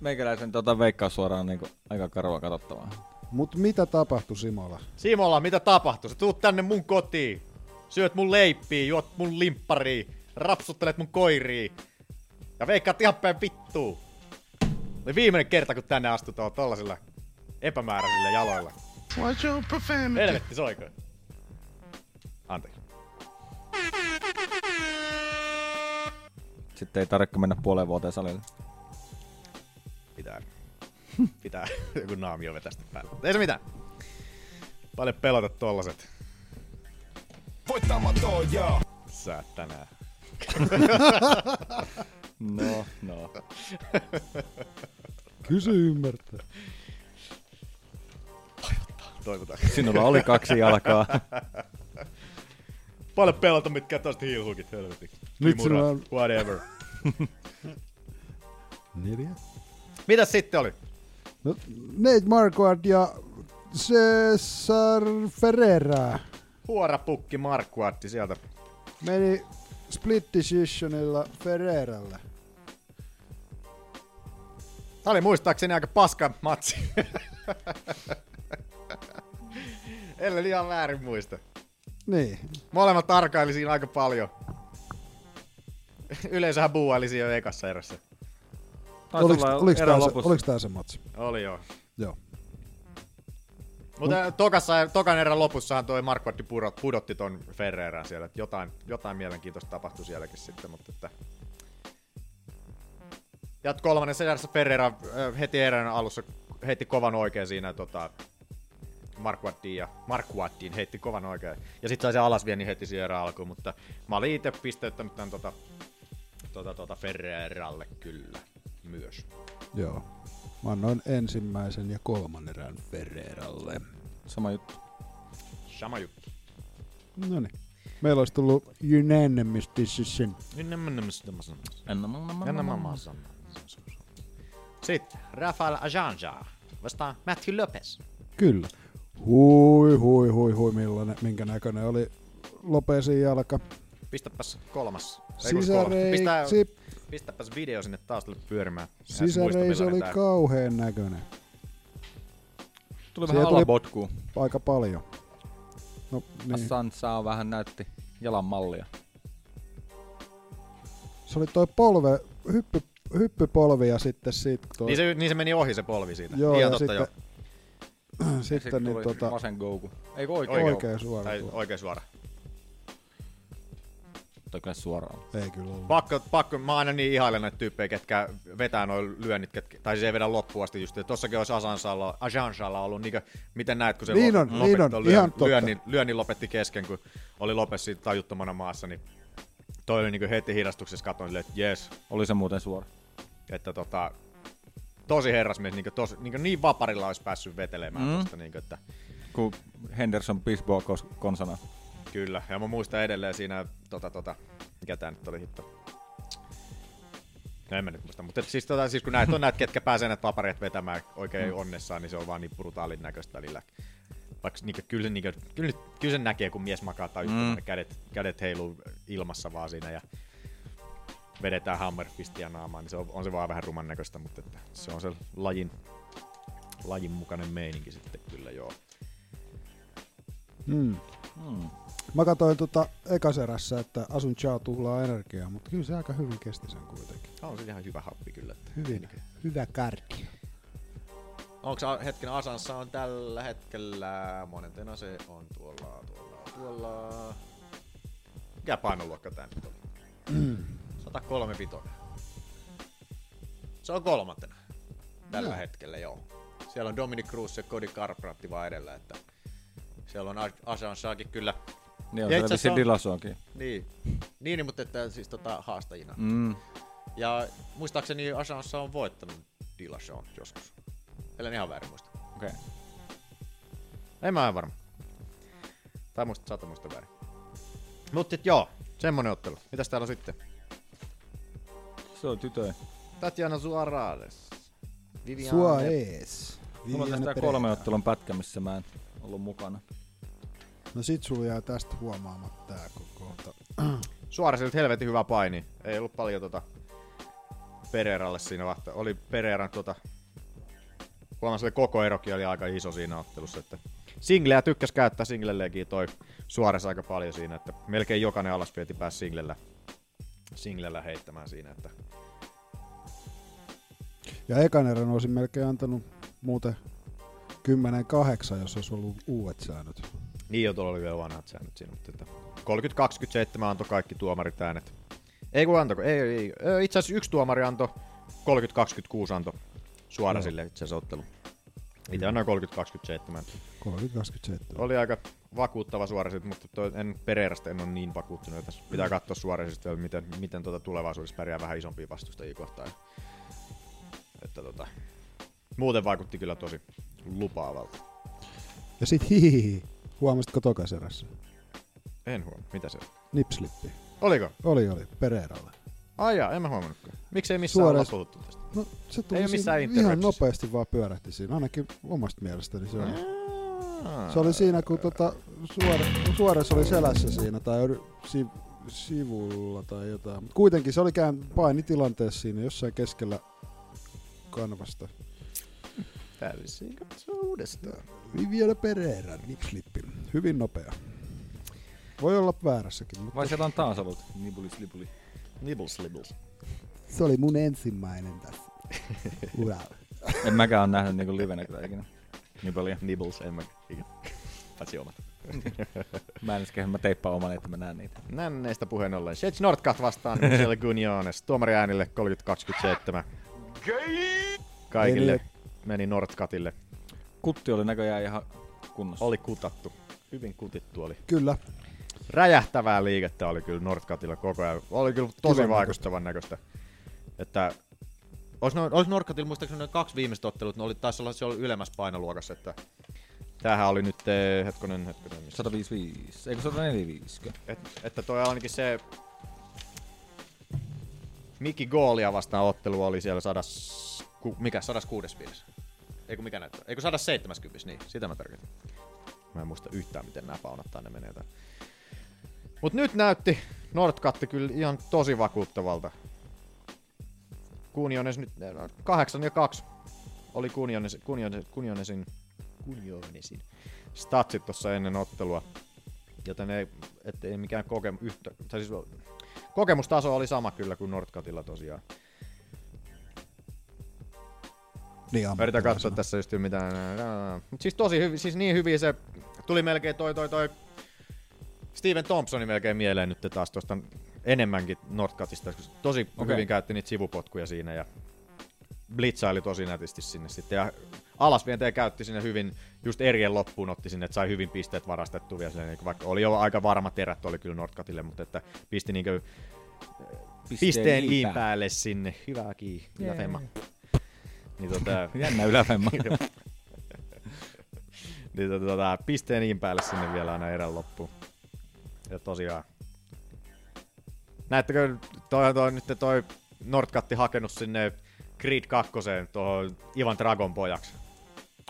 B: meikäläisen tota, veikkaus suoraan niinku aika karua katsottavaa.
F: Mut mitä tapahtui Simola?
H: Simola, mitä tapahtui? Sä tuut tänne mun kotiin. Syöt mun leippiä, juot mun limpparia, rapsuttelet mun koiria. Ja veikkaat ihan päin vittuun. Oli viimeinen kerta, kun tänne astutaan tollasilla epämääräisillä jaloilla.
I: Watch your profanity.
H: Helvetti soikoon. Anteeksi.
B: Sitten ei tarvitse mennä puoleen vuoteen salille.
H: Pitää. Pitää joku naamio vetästä päälle. Ei se mitään. Paljon pelota tollaset. Sä et tänään.
B: No, no.
F: Kysy ymmärtää.
H: Toivotaan.
B: Sinulla oli kaksi jalkaa.
H: Paljon pelota, mitkä tosta hiilhukit, helvetti.
F: Nyt
H: Kimura,
F: sulla on-
H: Whatever.
F: Neljä.
H: Mitäs sitten oli?
F: No, Nate Marquardt ja Cesar Ferreira
H: Huora pukki Markkuatti sieltä.
F: meni split decisionilla Ferreiralle.
H: Tää oli muistaakseni aika paska matsi. Ellen ihan väärin muista.
F: Niin,
H: Molemmat tarkaili siinä aika paljon. Yleensähän buuaili siinä jo ekassa erässä.
F: oliko,
B: olla
F: oliko,
B: erä
F: tää se,
B: lopussa.
F: oliko tää se matsi?
H: Oli joo.
F: Joo.
H: Mutta no. tokassa, tokan erän lopussahan toi Markkuatti purot- pudotti ton Ferreran siellä. Et jotain, jotain mielenkiintoista tapahtui sielläkin sitten, mutta että... Ja kolmannessa erässä Ferrera ö, heti erän alussa heitti kovan oikein siinä tota, Markkuattiin ja Markkuattiin heitti kovan oikein. Ja sitten sai se alas vielä, niin heti siihen erään alkuun, mutta mä olin itse pisteyttänyt tämän tota, tota, tota Ferreralle kyllä myös.
F: Joo. Mä annoin ensimmäisen ja kolmannen erän Ferreiralle.
B: Sama juttu.
H: Sama juttu.
F: No niin. Meillä olisi tullut unanimous decision.
H: Anna mamma Sitten Rafael Ajanja vastaan Matthew Lopez.
F: Kyllä. Hui, hui, hui, hui, millainen, minkä näköinen oli Lopesin jalka.
H: Pistäpäs kolmas. Ei, kun kolmas. Pistää,
F: Sisäreiksi,
H: pistäpäs video sinne taustalle pyörimään. Mä en edes
F: sisäreiksi
H: muista,
F: oli
H: millainen tää-
F: kauheen näköinen.
B: Tuli
F: Siihen
B: vähän
F: tuli-
B: alapotkuu.
F: Aika paljon. No niin.
B: Sansa on vähän näytti jalan mallia.
F: Se oli toi polve, hyppy, hyppypolvi ja sitten sit toi...
H: Niin se, niin se meni niin ohi se polvi siitä.
F: joo,
H: Ihan
F: ja
H: totta
F: sitten
H: joo.
F: Sitten niin
B: tuli
F: tota...
B: Vasen Goku. Eikö
F: oikein? Oikein suora.
H: Tai
F: tuo.
H: oikein suora.
B: Toi kyllä suoraan.
F: Ei kyllä ollut.
H: Pakko, pakko, mä aina niin ihailen näitä tyyppejä, ketkä vetää noin lyönnit, ketkä, tai siis ei vedä loppuun asti just. että Tossakin olisi Asansalla, Ajansalla ollut, niinkö, miten näet, kun se
F: Niin
H: lop-
F: on,
H: lopetti
F: niin on,
H: tuon
F: ihan totta.
H: lyönnin, lyönnin, lopetti kesken, kun oli Lopes siinä tajuttomana maassa, niin toi oli niin heti hidastuksessa katsoin silleen, että jes,
B: Oli se muuten suora.
H: että tota, tosi herrasmies, niin, tos, niin, niin vaparilla olisi päässyt vetelemään mm. tosta, niin, että
B: Kun Henderson Bisboa kos- konsana.
H: Kyllä, ja mä muistan edelleen siinä, tota, tota, mikä tää nyt oli hitto. No en mä nyt muista, mutta siis, tota, siis kun näet on näitä, ketkä pääsee näitä papareet vetämään oikein mm. onnessaan, niin se on vaan niin brutaalin näköistä välillä. Vaikka niinkö, kyllä, niinkö, kyllä, nyt- kyllä sen näkee, kun mies makaa tai mm. ne kädet, kädet heiluu ilmassa vaan siinä ja vedetään hammerfistiä naamaan, niin se on, on se vaan vähän ruman näköistä, mutta että se on se lajin, lajin mukainen meininki sitten kyllä joo.
F: Mm. Mä katsoin tota ekaserässä, että asun Chao tuhlaa energiaa, mutta kyllä se aika hyvin kesti sen kuitenkin.
H: Tämä on se ihan hyvä happi kyllä. Että
F: Hyvin. Hyvä kärki.
H: Onko se hetken Asansa on tällä hetkellä, monentena se on tuolla, tuolla, tuolla. Mikä painoluokka tää nyt oli? 103 pitoinen. Se on kolmantena. Tällä
F: Joo.
H: hetkellä, joo. Siellä on Dominic Cruz ja Cody Carpratti vaan edellä, että siellä on Asansaakin kyllä.
B: Niin on
H: Ja
B: siellä
H: itse asiassa
B: vissiin
H: on-
B: Dilasoakin.
H: Niin, niin mutta että siis tota, haastajina.
B: Mm.
H: Ja muistaakseni Asansa on voittanut Dillashawn joskus. Ellen ihan väärin muista.
B: Okei. Okay.
H: En mä ole varma. Tai muista, saattaa muista väärin. Mut sit joo, semmonen ottelu. Mitäs täällä on sitten?
B: Se on tytöi.
H: Tatjana Suarales. Vivian
F: Sua ees.
B: Mulla on
F: Viiana
B: tästä
F: Pereira.
B: kolmen ottelun pätkä, missä mä en ollut mukana.
F: No sit sulla jää tästä huomaamatta tää kokoonta.
H: Suoresilta helvetin hyvä paini. Ei ollut paljon tota Pereiralle siinä vahta. Oli Pereiran tota... Huomasin, että koko erokin oli aika iso siinä ottelussa. Että singleä tykkäs käyttää singlelleekin toi Suores aika paljon siinä, että melkein jokainen alasvieti pääsi singlellä, singlellä heittämään siinä, että
F: Ja ekan erän olisin melkein antanut muuten 10-8, jos olisi ollut uudet säännöt.
H: Niin jo, tuolla oli vielä vanhat säännöt siinä, mutta että 30-27 antoi kaikki tuomarit äänet. Ei kun antako, ei, ei, ei. Ö, Itse asiassa yksi tuomari antoi, 30-26 antoi suora sille itse asiassa ottelu. Itse annoin 30-27.
F: 30-27.
H: Oli aika vakuuttava suora sit, mutta toi, en Pereirasta en ole niin vakuuttunut. Tässä pitää katsoa suoraan, sit, että miten, miten tuota tulevaisuudessa pärjää vähän isompia vastustajia kohtaan. Että tota, muuten vaikutti kyllä tosi lupaavalta.
F: Ja sit hihihi. Huomasitko tokaserässä?
H: En huomaa, mitä se on.
F: Nipslippi.
H: Oliko?
F: Oli, oli. Pereiralle.
H: Ai jaa, en mä huomannutkaan. Miksei missään
F: Suoraan-
H: olla puhuttu tästä?
F: No se
H: Ei
F: tuli
H: oo
F: siinä
H: missään
F: ihan
H: interruptissa.
F: nopeasti vaan pyörähti siinä, ainakin omasta mielestäni se on.
H: Niin.
F: Se oli siinä, kun tota, suora, suorassa oli selässä siinä tai yri- si, sivulla tai jotain. Mut kuitenkin se oli kään painitilanteessa siinä jossain keskellä kanvasta.
H: Täysin katsoa uudestaan.
F: Viviana Pereira, nipslippi. Hyvin nopea. Voi olla väärässäkin, mutta
B: Vai siellä on taas ollut nibulis libuli?
H: Nibbles, nibbles.
F: se oli mun ensimmäinen tässä uralla.
B: En mäkään ole nähnyt niinku livenä kyllä ikinä. Niin paljon.
H: Nibbles, en mä ikinä. Paitsi omat.
B: Mä en edes kehä, mä teippaan oman, että mä näen niitä.
H: Nänneistä puheen ollen. Shades Nordkaht vastaan Michelle Gunjones. Tuomari äänille 30-27. Kaikille meni Nordkatille.
B: Kutti oli näköjään ihan kunnossa.
H: Oli kutattu. Hyvin kutittu oli.
F: Kyllä,
H: Räjähtävää liikettä oli kyllä Nordkatilla koko ajan. Oli kyllä tosi
F: Kivan
H: vaikuttavan näköistä. Että olisi, noin, olisi Nordkatilla muistaakseni noin kaksi viimeistä ottelut, ne oli, taisi olla se oli ylemmässä painoluokassa, että tämähän oli nyt, eh, hetkonen, hetkonen, missä
B: 155, eikö 145?
H: Et, että toi ainakin se Mikki Goolia vastaan ottelu oli siellä sadas, ku, mikä, 165. Eikö mikä näyttää? Eikö 170, niin sitä mä tarkoitan. Mä en muista yhtään, miten nämä paunat tänne menee. tää. Mut nyt näytti Nordkatti kyllä ihan tosi vakuuttavalta. Kuniones nyt 8 ja 2 oli Kuniones, Kuniones, Kunionesin, Kunionesin statsit tuossa ennen ottelua joten ei, et ei mikään kokemus, yhtä, tai siis kokemustaso oli sama kyllä kuin Nordkatilla tosiaan.
F: Niin
H: Yritä katsoa tässä just mitään. Mut siis tosi hyvin, siis niin hyvin se tuli melkein toi toi toi Steven Thompsoni melkein mieleen nyt taas tuosta enemmänkin Nordcatista, koska tosi okay.
B: Okei.
H: hyvin käytti niitä sivupotkuja siinä ja blitzaili tosi nätisti sinne sitten ja alasvienteen käytti sinne hyvin, just erien loppuun otti sinne, että sai hyvin pisteet varastettua vielä silleen, niinku vaikka oli jo aika varmat erät oli kyllä Nordcatille, mutta että pisti niinku pisteen, pisteen
B: i
H: iin
B: päälle.
H: päälle sinne. Hyvä kii, hyvä
B: Jee.
H: femma. Niin tota,
B: Jännä yläfemma.
H: Joo. niin tota, tota, pisteen iin päälle sinne vielä aina erän loppuun. Ja tosiaan. Näettekö, toi, toi, nyt toi Nordkatti hakenut sinne Creed 2 tuohon Ivan Dragon pojaksi.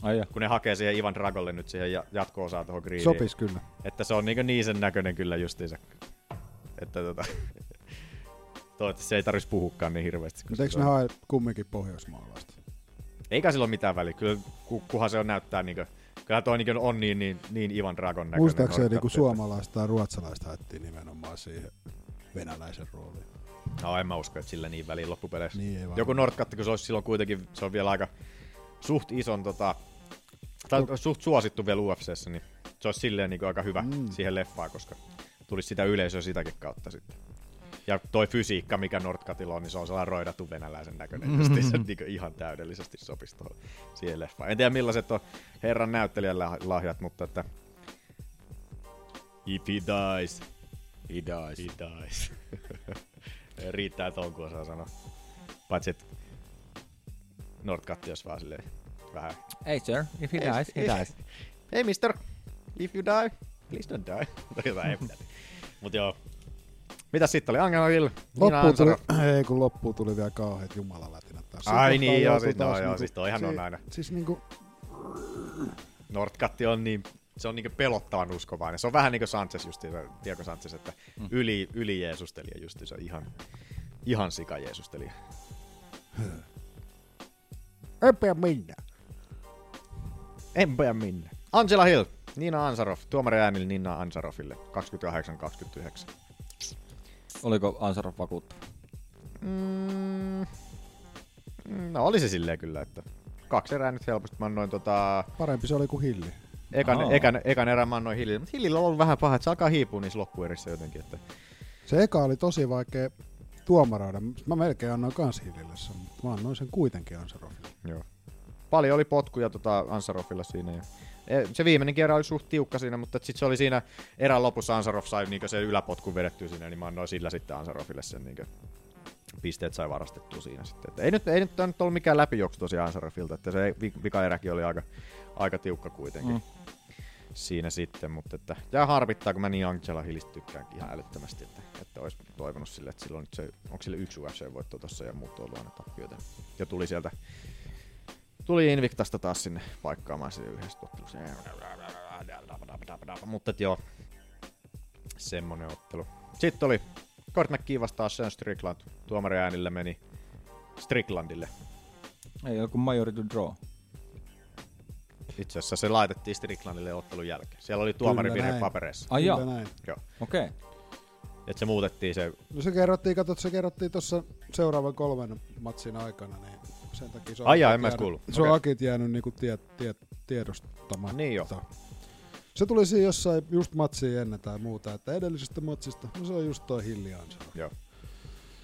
B: Ai ja.
H: Kun ne hakee siihen Ivan Dragolle nyt siihen ja- jatko-osaan tuohon Creediin.
F: Sopis kyllä.
H: Että se on niin, niin sen näköinen kyllä justiinsa. Että tota, toivottavasti se ei tarvitsisi puhukaan niin hirveästi. koska
F: Mutta eikö
H: se
F: ne
H: on-
F: hae kumminkin pohjoismaalaista?
H: Eikä sillä ole mitään väliä. Kyllä ku, kuhan se on näyttää niin kuin, kyllä toi niin on niin, niin, niin Ivan Dragon näköinen.
F: Muistaakseni
H: nordkatti,
F: niin kuin
H: että-
F: suomalaista tai ruotsalaista haettiin nimenomaan siihen venäläisen rooliin.
H: No en mä usko, että sillä niin väliin loppupeleissä.
F: Niin, ei varmaan.
H: Joku nordkatti, kun se olisi silloin kuitenkin, se on vielä aika suht ison, tota, tai suht suosittu vielä UFCssä, niin se olisi silleen niin aika hyvä mm. siihen leffaan, koska tulisi sitä yleisöä sitäkin kautta sitten. Ja toi fysiikka, mikä Nordkatilla on, niin se on sellainen roidattu venäläisen näköinen. Mm-hmm. Se niin ihan täydellisesti sopisi tuohon siihen leffaan. En tiedä millaiset on herran näyttelijän lah- lahjat, mutta että... If he dies,
B: He dies.
H: He dies. Riittää ton, kun osaa sanoa. Paitsi, että Nordkatti olisi vaan silleen vähän...
B: Hey sir, if he dies, he dies.
H: Hei mister, if you die, please don't die. Tai jotain, ei mitään. Mut joo. Mitäs sitten oli Angela Hill? Nina
F: Loppuun
H: Ansaro.
F: tuli, ei kun loppuun tuli vielä kauheat jumalalätinät taas.
H: Ai
F: Sitten kohtaa
H: niin, joo,
F: joutuu
H: siis- no
F: taas
H: joo,
F: niinku-
H: siis toihan on aina.
F: Siis niinku,
H: Nordkatti on niin, se on niin pelottavan uskovainen. Se on vähän niin kuin Sanchez justiinsa, Diego Sanchez, että
B: Mm.
H: yli, yli Jeesustelija justiinsa, ihan, ihan sika Jeesustelija.
F: Epä minä.
H: Enpä minne. Angela Hill, Nina Ansarov, tuomari äänillä Nina Ansaroville, 28-29.
B: Oliko Ansarov vakuuttava?
H: Mm, no oli se silleen kyllä, että kaksi erää nyt helposti. Mä annoin tota,
F: Parempi se oli kuin hilli.
H: ekan,
B: Aa.
H: ekan, ekan erään mä annoin Hillille, mutta Hillillä on ollut vähän paha, että se alkaa hiipua niissä loppuerissä jotenkin. Että
F: Se eka oli tosi vaikea tuomaroida. Mä melkein annoin kans hillille sen, mutta mä annoin sen kuitenkin Ansarofille.
H: Joo. Paljon oli potkuja tota Ansarofilla siinä. Ja e, se viimeinen kierra oli suht tiukka siinä, mutta sitten se oli siinä erään lopussa Ansarov sai niinkö se yläpotkun vedettyä siinä, niin mä annoin sillä sitten Ansarofille sen niinkö pisteet sai varastettua siinä sitten. Että ei nyt, ei nyt, tää nyt ollut mikään läpijuoksu tosiaan Ansarofilta, että se vi- vika eräkin oli aika, aika tiukka kuitenkin. Mm. Siinä sitten, mutta että, ja harvittaa, kun mä niin Angela Hillistä tykkään ihan älyttömästi, että, että olisi toivonut sille, että silloin nyt se, onko sille yksi UFC-voitto tossa ja muut on ollut aina tappioita. Ja tuli sieltä tuli Invictasta taas sinne paikkaamaan sinne yhdessä ottelussa. Mutta et joo, semmonen ottelu. Sitten oli Kurt McKee vastaan Sean Strickland. Tuomari äänillä meni Stricklandille.
B: Ei, joku majori to draw.
H: Itse asiassa se laitettiin Stricklandille ottelun jälkeen. Siellä oli tuomari
F: Kyllä
H: virhe
F: näin.
H: papereissa.
B: Ai
F: Kyllä
B: joo,
F: näin.
H: Joo.
B: okei. Okay.
H: Et se muutettiin se...
F: No se kerrottiin, katsot, se kerrottiin tuossa seuraavan kolmen matsin aikana, niin sen takia se on
H: Ai jaa,
F: akit
H: en mä edes
F: jäänyt-
H: kuullut.
F: Se on
H: Okei.
F: akit jäänyt niinku tie, tie, tiedostamatta.
H: Niin joo.
F: Se tuli siinä jossain just matsia ennen tai muuta, että edellisestä matsista, no se on just toi Hilli Ansaro.
H: Joo. En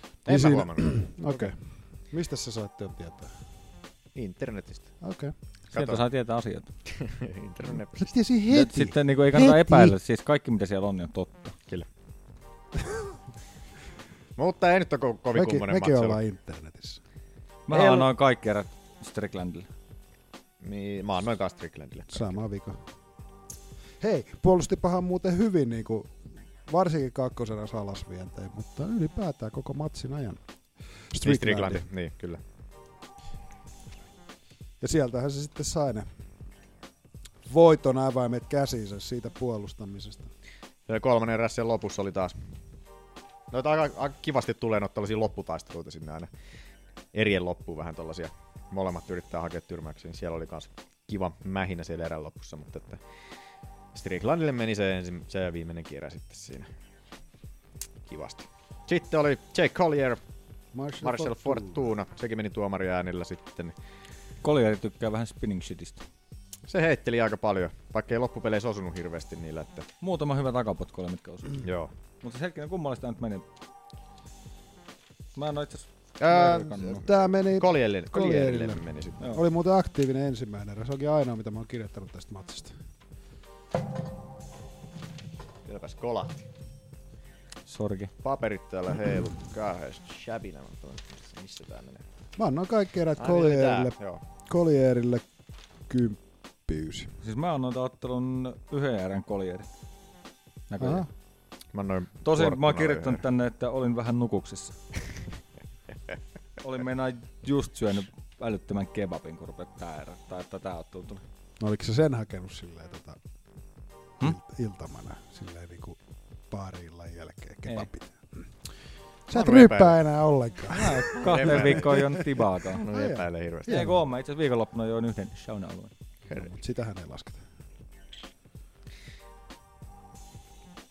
F: Niin
H: mä
F: siinä-
H: huomannut.
F: Okei. Okay. Mistä sä sait tämän tietää?
H: Internetistä.
F: Okei. Okay.
B: Sieltä
H: Kato.
B: saa tietää asioita.
H: Internet.
F: Sä tiesin
B: Nyt
F: heti.
B: sitten niin kuin, ei kannata
F: Heti.
B: epäillä, siis kaikki mitä siellä on, niin on totta.
H: Kyllä. Mutta ei nyt ole ko- kovin
F: Mekin,
H: kummonen
F: mekin
H: matsi ollut.
F: ollaan internetissä.
B: Mä
H: Ei
B: El...
H: ollut-
B: annoin kaikki erät Stricklandille.
H: Niin, mä annoin taas Stricklandille.
F: Sama vika. Hei, puolustipahan muuten hyvin niin kuin, varsinkin kakkosena salasvientejä, mutta ylipäätään koko matsin ajan.
H: Niin,
F: Stricklandin.
H: Stricklandin. Niin, kyllä.
F: Ja sieltähän se sitten sai ne voiton äväimet käsiinsä siitä puolustamisesta.
H: Ja kolmannen eräs siellä lopussa oli taas. Noita aika, aika kivasti tulee noita tällaisia lopputaisteluita sinne aina. Erien loppuun vähän tällaisia. Molemmat yrittää hakea tyrmäyksiä, niin siellä oli kans kiva mähinä siellä erän lopussa, mutta että Stricklandille meni se, ensin, se viimeinen kierä sitten siinä kivasti. Sitten oli Jake Collier, Marcel Fortuna, sekin meni tuomari äänillä sitten.
B: Koljari tykkää vähän spinning shitistä.
H: Se heitteli aika paljon, vaikka ei loppupeleissä osunut hirveästi niillä. Että...
B: Muutama hyvä takapotku oli, mitkä osui.
H: Joo.
B: Mutta se hetkinen kummallista nyt meni. Mä en oo itse asiassa-
H: Ää,
B: Kannua.
F: Tää meni
H: Koljelille, koljelille
F: Koljelille.
H: meni sitten.
B: Joo.
F: Oli muuten aktiivinen ensimmäinen erä. Se onkin ainoa, mitä mä oon kirjoittanut tästä matsista.
H: Kylläpäs kolahti.
B: Sorki.
H: Paperit täällä heilu kahdesta shabina, mutta mä en muista, missä tää menee.
F: Mä annoin kaikki erät
H: Ai niin,
F: Koljerille,
H: tää, Joo.
F: Koljerille kymppiysi.
B: Siis mä annoin tän ottelun yhden erän koljeri. Näköjään.
F: Aha.
H: Mä annoin
B: Tosin mä oon
H: porkkanoille
B: kirjoittanut
H: yhden.
B: tänne, että olin vähän nukuksissa. olin meinaa just syönyt älyttömän kebabin, kun rupet tää erä, tai että tää ottelu tuli.
F: No oliko se sen hakenut silleen tota,
B: Hmm?
F: hmm? iltamana, silleen niinku paari-illan jälkeen kebabit? Sä et
H: Mä oon
F: ryyppää enää ollenkaan.
B: Mä en kahteen viikkoon jo tibaakaan.
H: No ei epäile hirveästi.
B: Ei kun oon, mä itse asiassa viikonloppuna join yhden sauna-alueen.
F: No, mut sitähän ei lasketa.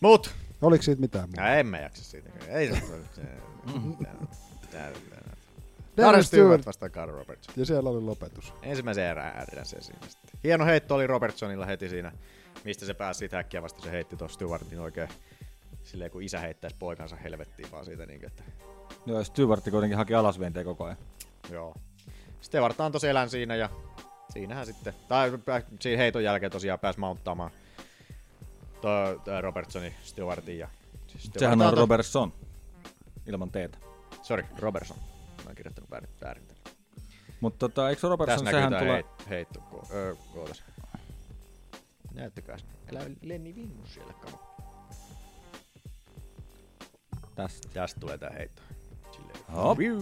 H: Mut!
F: Oliko siitä mitään muuta?
H: Ja en mä jaksa siitä. Ei se tule. Täällä.
F: Darren
H: Darren Stewart
F: Stewart.
H: vastaan Carl Robertson.
F: Ja siellä oli lopetus.
H: Ensimmäisen erään äärän se siinä sitten. Hieno heitto oli Robertsonilla heti siinä, mistä se pääsi siitä häkkiä vasta. Se heitti tuon Stewartin oikein silleen, kun isä heittäisi poikansa helvettiin vaan siitä. Niin, että,
B: Joo, ja Stewart kuitenkin haki alasvientiä koko ajan.
H: joo. Stewart antoi selän siinä ja siinähän sitten, tai pä- siinä heiton jälkeen tosiaan pääsi mounttaamaan toi, toi Robertsoni Stewartin ja Stewart
B: Sehän on
H: antoi-
B: Robertson. Ilman teetä.
H: Sorry, Robertson. Mä oon kirjoittanut väärin. väärin tänne.
B: Mutta tota, eikö Robertson,
H: Tässä näkyy
B: sehän
H: tää
B: tulee...
H: tulee... heitto ko- öö, kootas. Näyttäkää sen. Älä Lenni Vinnu siellä kama.
B: Tästä.
H: Tästä tulee tää heitto. Silleen.
B: Hop.
H: Viu.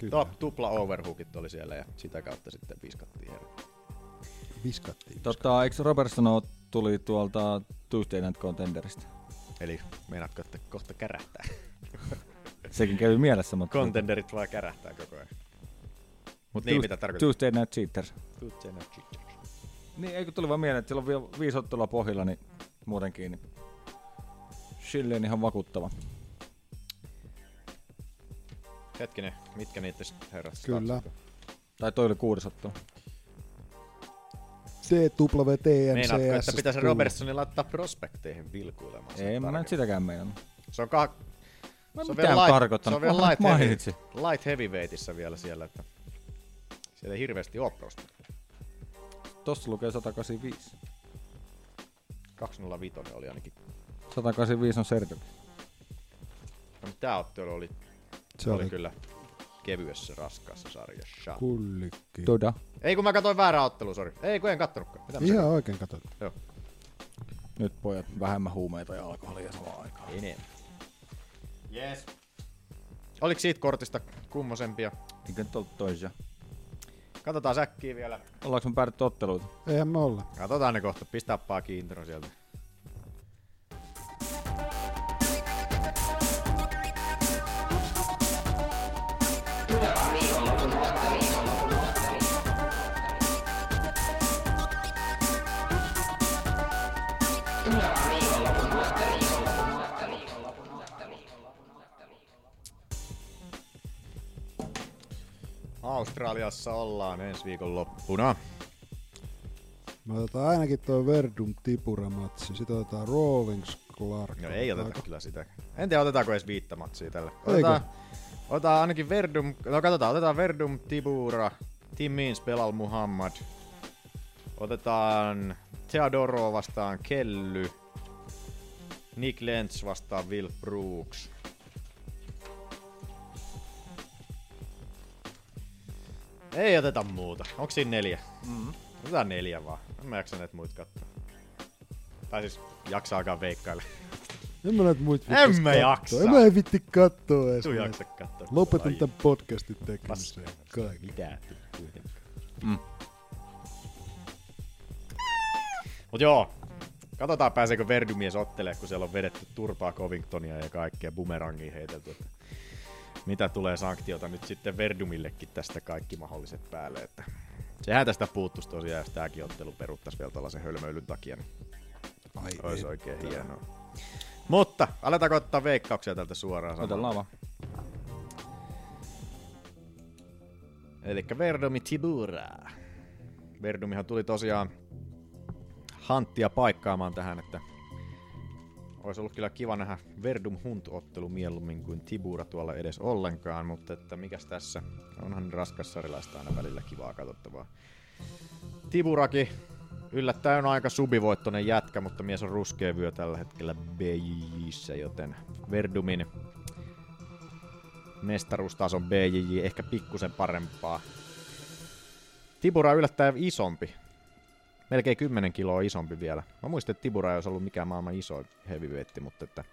F: Kyllä.
H: Top, tupla overhookit oli siellä ja sitä kautta sitten viskattiin herra.
F: Viskattiin.
B: Tota, eikö Robertson oo- tuli tuolta Tuesday Night Contenderista?
H: Eli meinaatko, että kohta kärähtää?
B: Sekin kävi mielessä, mutta...
H: Contenderit vaan kärähtää koko ajan. Mut niin,
B: Tues-
H: mitä tarkoittaa?
B: Tuesday Night Cheaters.
H: Tuutse nää chichaks.
B: Niin, eikö tuli vaan mieleen, että siellä on vielä viisi ottelua pohjilla, niin muutenkin. Niin. Silleen ihan vakuuttava.
H: Hetkinen, mitkä niitä sitten herrat?
F: Kyllä.
H: statsat on?
B: Tai toi oli kuudes ottelu.
F: TWTNCS.
H: Meinaatko, että pitäisi Robertsonin laittaa prospekteihin vilkuilemaan? sen
B: Ei, mä
H: tarkemmin?
B: nyt sitäkään meinannut.
H: Se on, kah-
B: Mä en
H: se
B: mitään
H: on vielä light, se
B: tarkoittanut,
H: on vielä
B: kunhan
H: light,
B: mainitsin.
H: heavy, light heavyweightissä vielä siellä, että siellä ei hirveästi ole prospekteja.
B: Tossa lukee 185.
H: 205 oli ainakin.
B: 185 on Sergio.
H: No, mutta tää ottelu oli,
F: Se
H: oli
F: oli
H: kyllä kevyessä raskaassa sarjassa.
F: kullikki.
B: Toda.
H: ei kun mä katsoin väärää ottelua, sori. Ei kun en kattonutkaan. Mitä mä
F: Ihan oikein katsot.
H: sanoin? Joo.
B: Nyt pojat vähemmän huumeita ja alkoholia samaan aikaan.
H: Enemmän. Yes. Oliko siitä kortista kummosempia?
B: Eikö nyt ollut toisia?
H: Katsotaan säkkiä vielä.
B: Ollaanko me päädytty otteluita?
F: Eihän me olla.
H: Katsotaan ne kohta. Pistää paaki intro sieltä. Australiassa ollaan ensi viikon loppuna.
F: Me otetaan ainakin toi Verdum Tipura-matsi. Sitten otetaan Rawlings Clark.
H: No ei oteta
F: Otetaanko?
H: kyllä sitä. En tiedä, otetaanko edes viittä matsia tällä. Otetaan, otetaan ainakin Verdum, no katsotaan, otetaan Verdum, Tibura, Tim Means, Belal Muhammad. Otetaan Theodoro vastaan Kelly. Nick Lentz vastaan Will Brooks. Ei oteta muuta. Onko siinä neljä? Mm-hmm. Otetaan neljä vaan. En mä jaksa näitä muita katsoa. Tai siis jaksaakaan veikkailla.
F: En mä näitä muita
H: En
F: vittis
H: mä
F: kattoo.
H: jaksa.
F: En mä ei vitti kattoo edes.
H: Tuu
F: näitä.
H: jaksa katsoa.
F: Lopetan
H: Ai,
F: tämän podcastin tekemiseen. Kaikki.
H: Mitä? Mm. Mut joo, katsotaan pääseekö Verdumies ottelee, kun siellä on vedetty turpaa Covingtonia ja kaikkea bumerangia heitelty. Että mitä tulee sanktiota nyt sitten Verdumillekin tästä kaikki mahdolliset päälle. Että sehän tästä puuttuisi tosiaan, jos tämäkin ottelu peruttaisi vielä tällaisen hölmöilyn takia. Niin
F: Ai
H: olisi oikein hienoa. Mutta aletaanko ottaa veikkauksia tältä suoraan? samalla?
B: Otellaan vaan.
H: Eli Verdomi Tibura. Verdumihan tuli tosiaan hanttia paikkaamaan tähän, että olisi ollut kyllä kiva nähdä Verdum Hunt-ottelu mieluummin kuin Tibura tuolla edes ollenkaan, mutta että mikäs tässä, onhan raskas sarilaista aina välillä kivaa katsottavaa. Tiburaki, yllättäen aika subivoittoinen jätkä, mutta mies on ruskea vyö tällä hetkellä BJJissä, joten Verdumin mestaruustason BJJ ehkä pikkusen parempaa. Tibura yllättäen isompi, melkein 10 kiloa isompi vielä. Mä muistan, että Tibura ei olisi ollut mikään maailman iso heavyweight, mutta että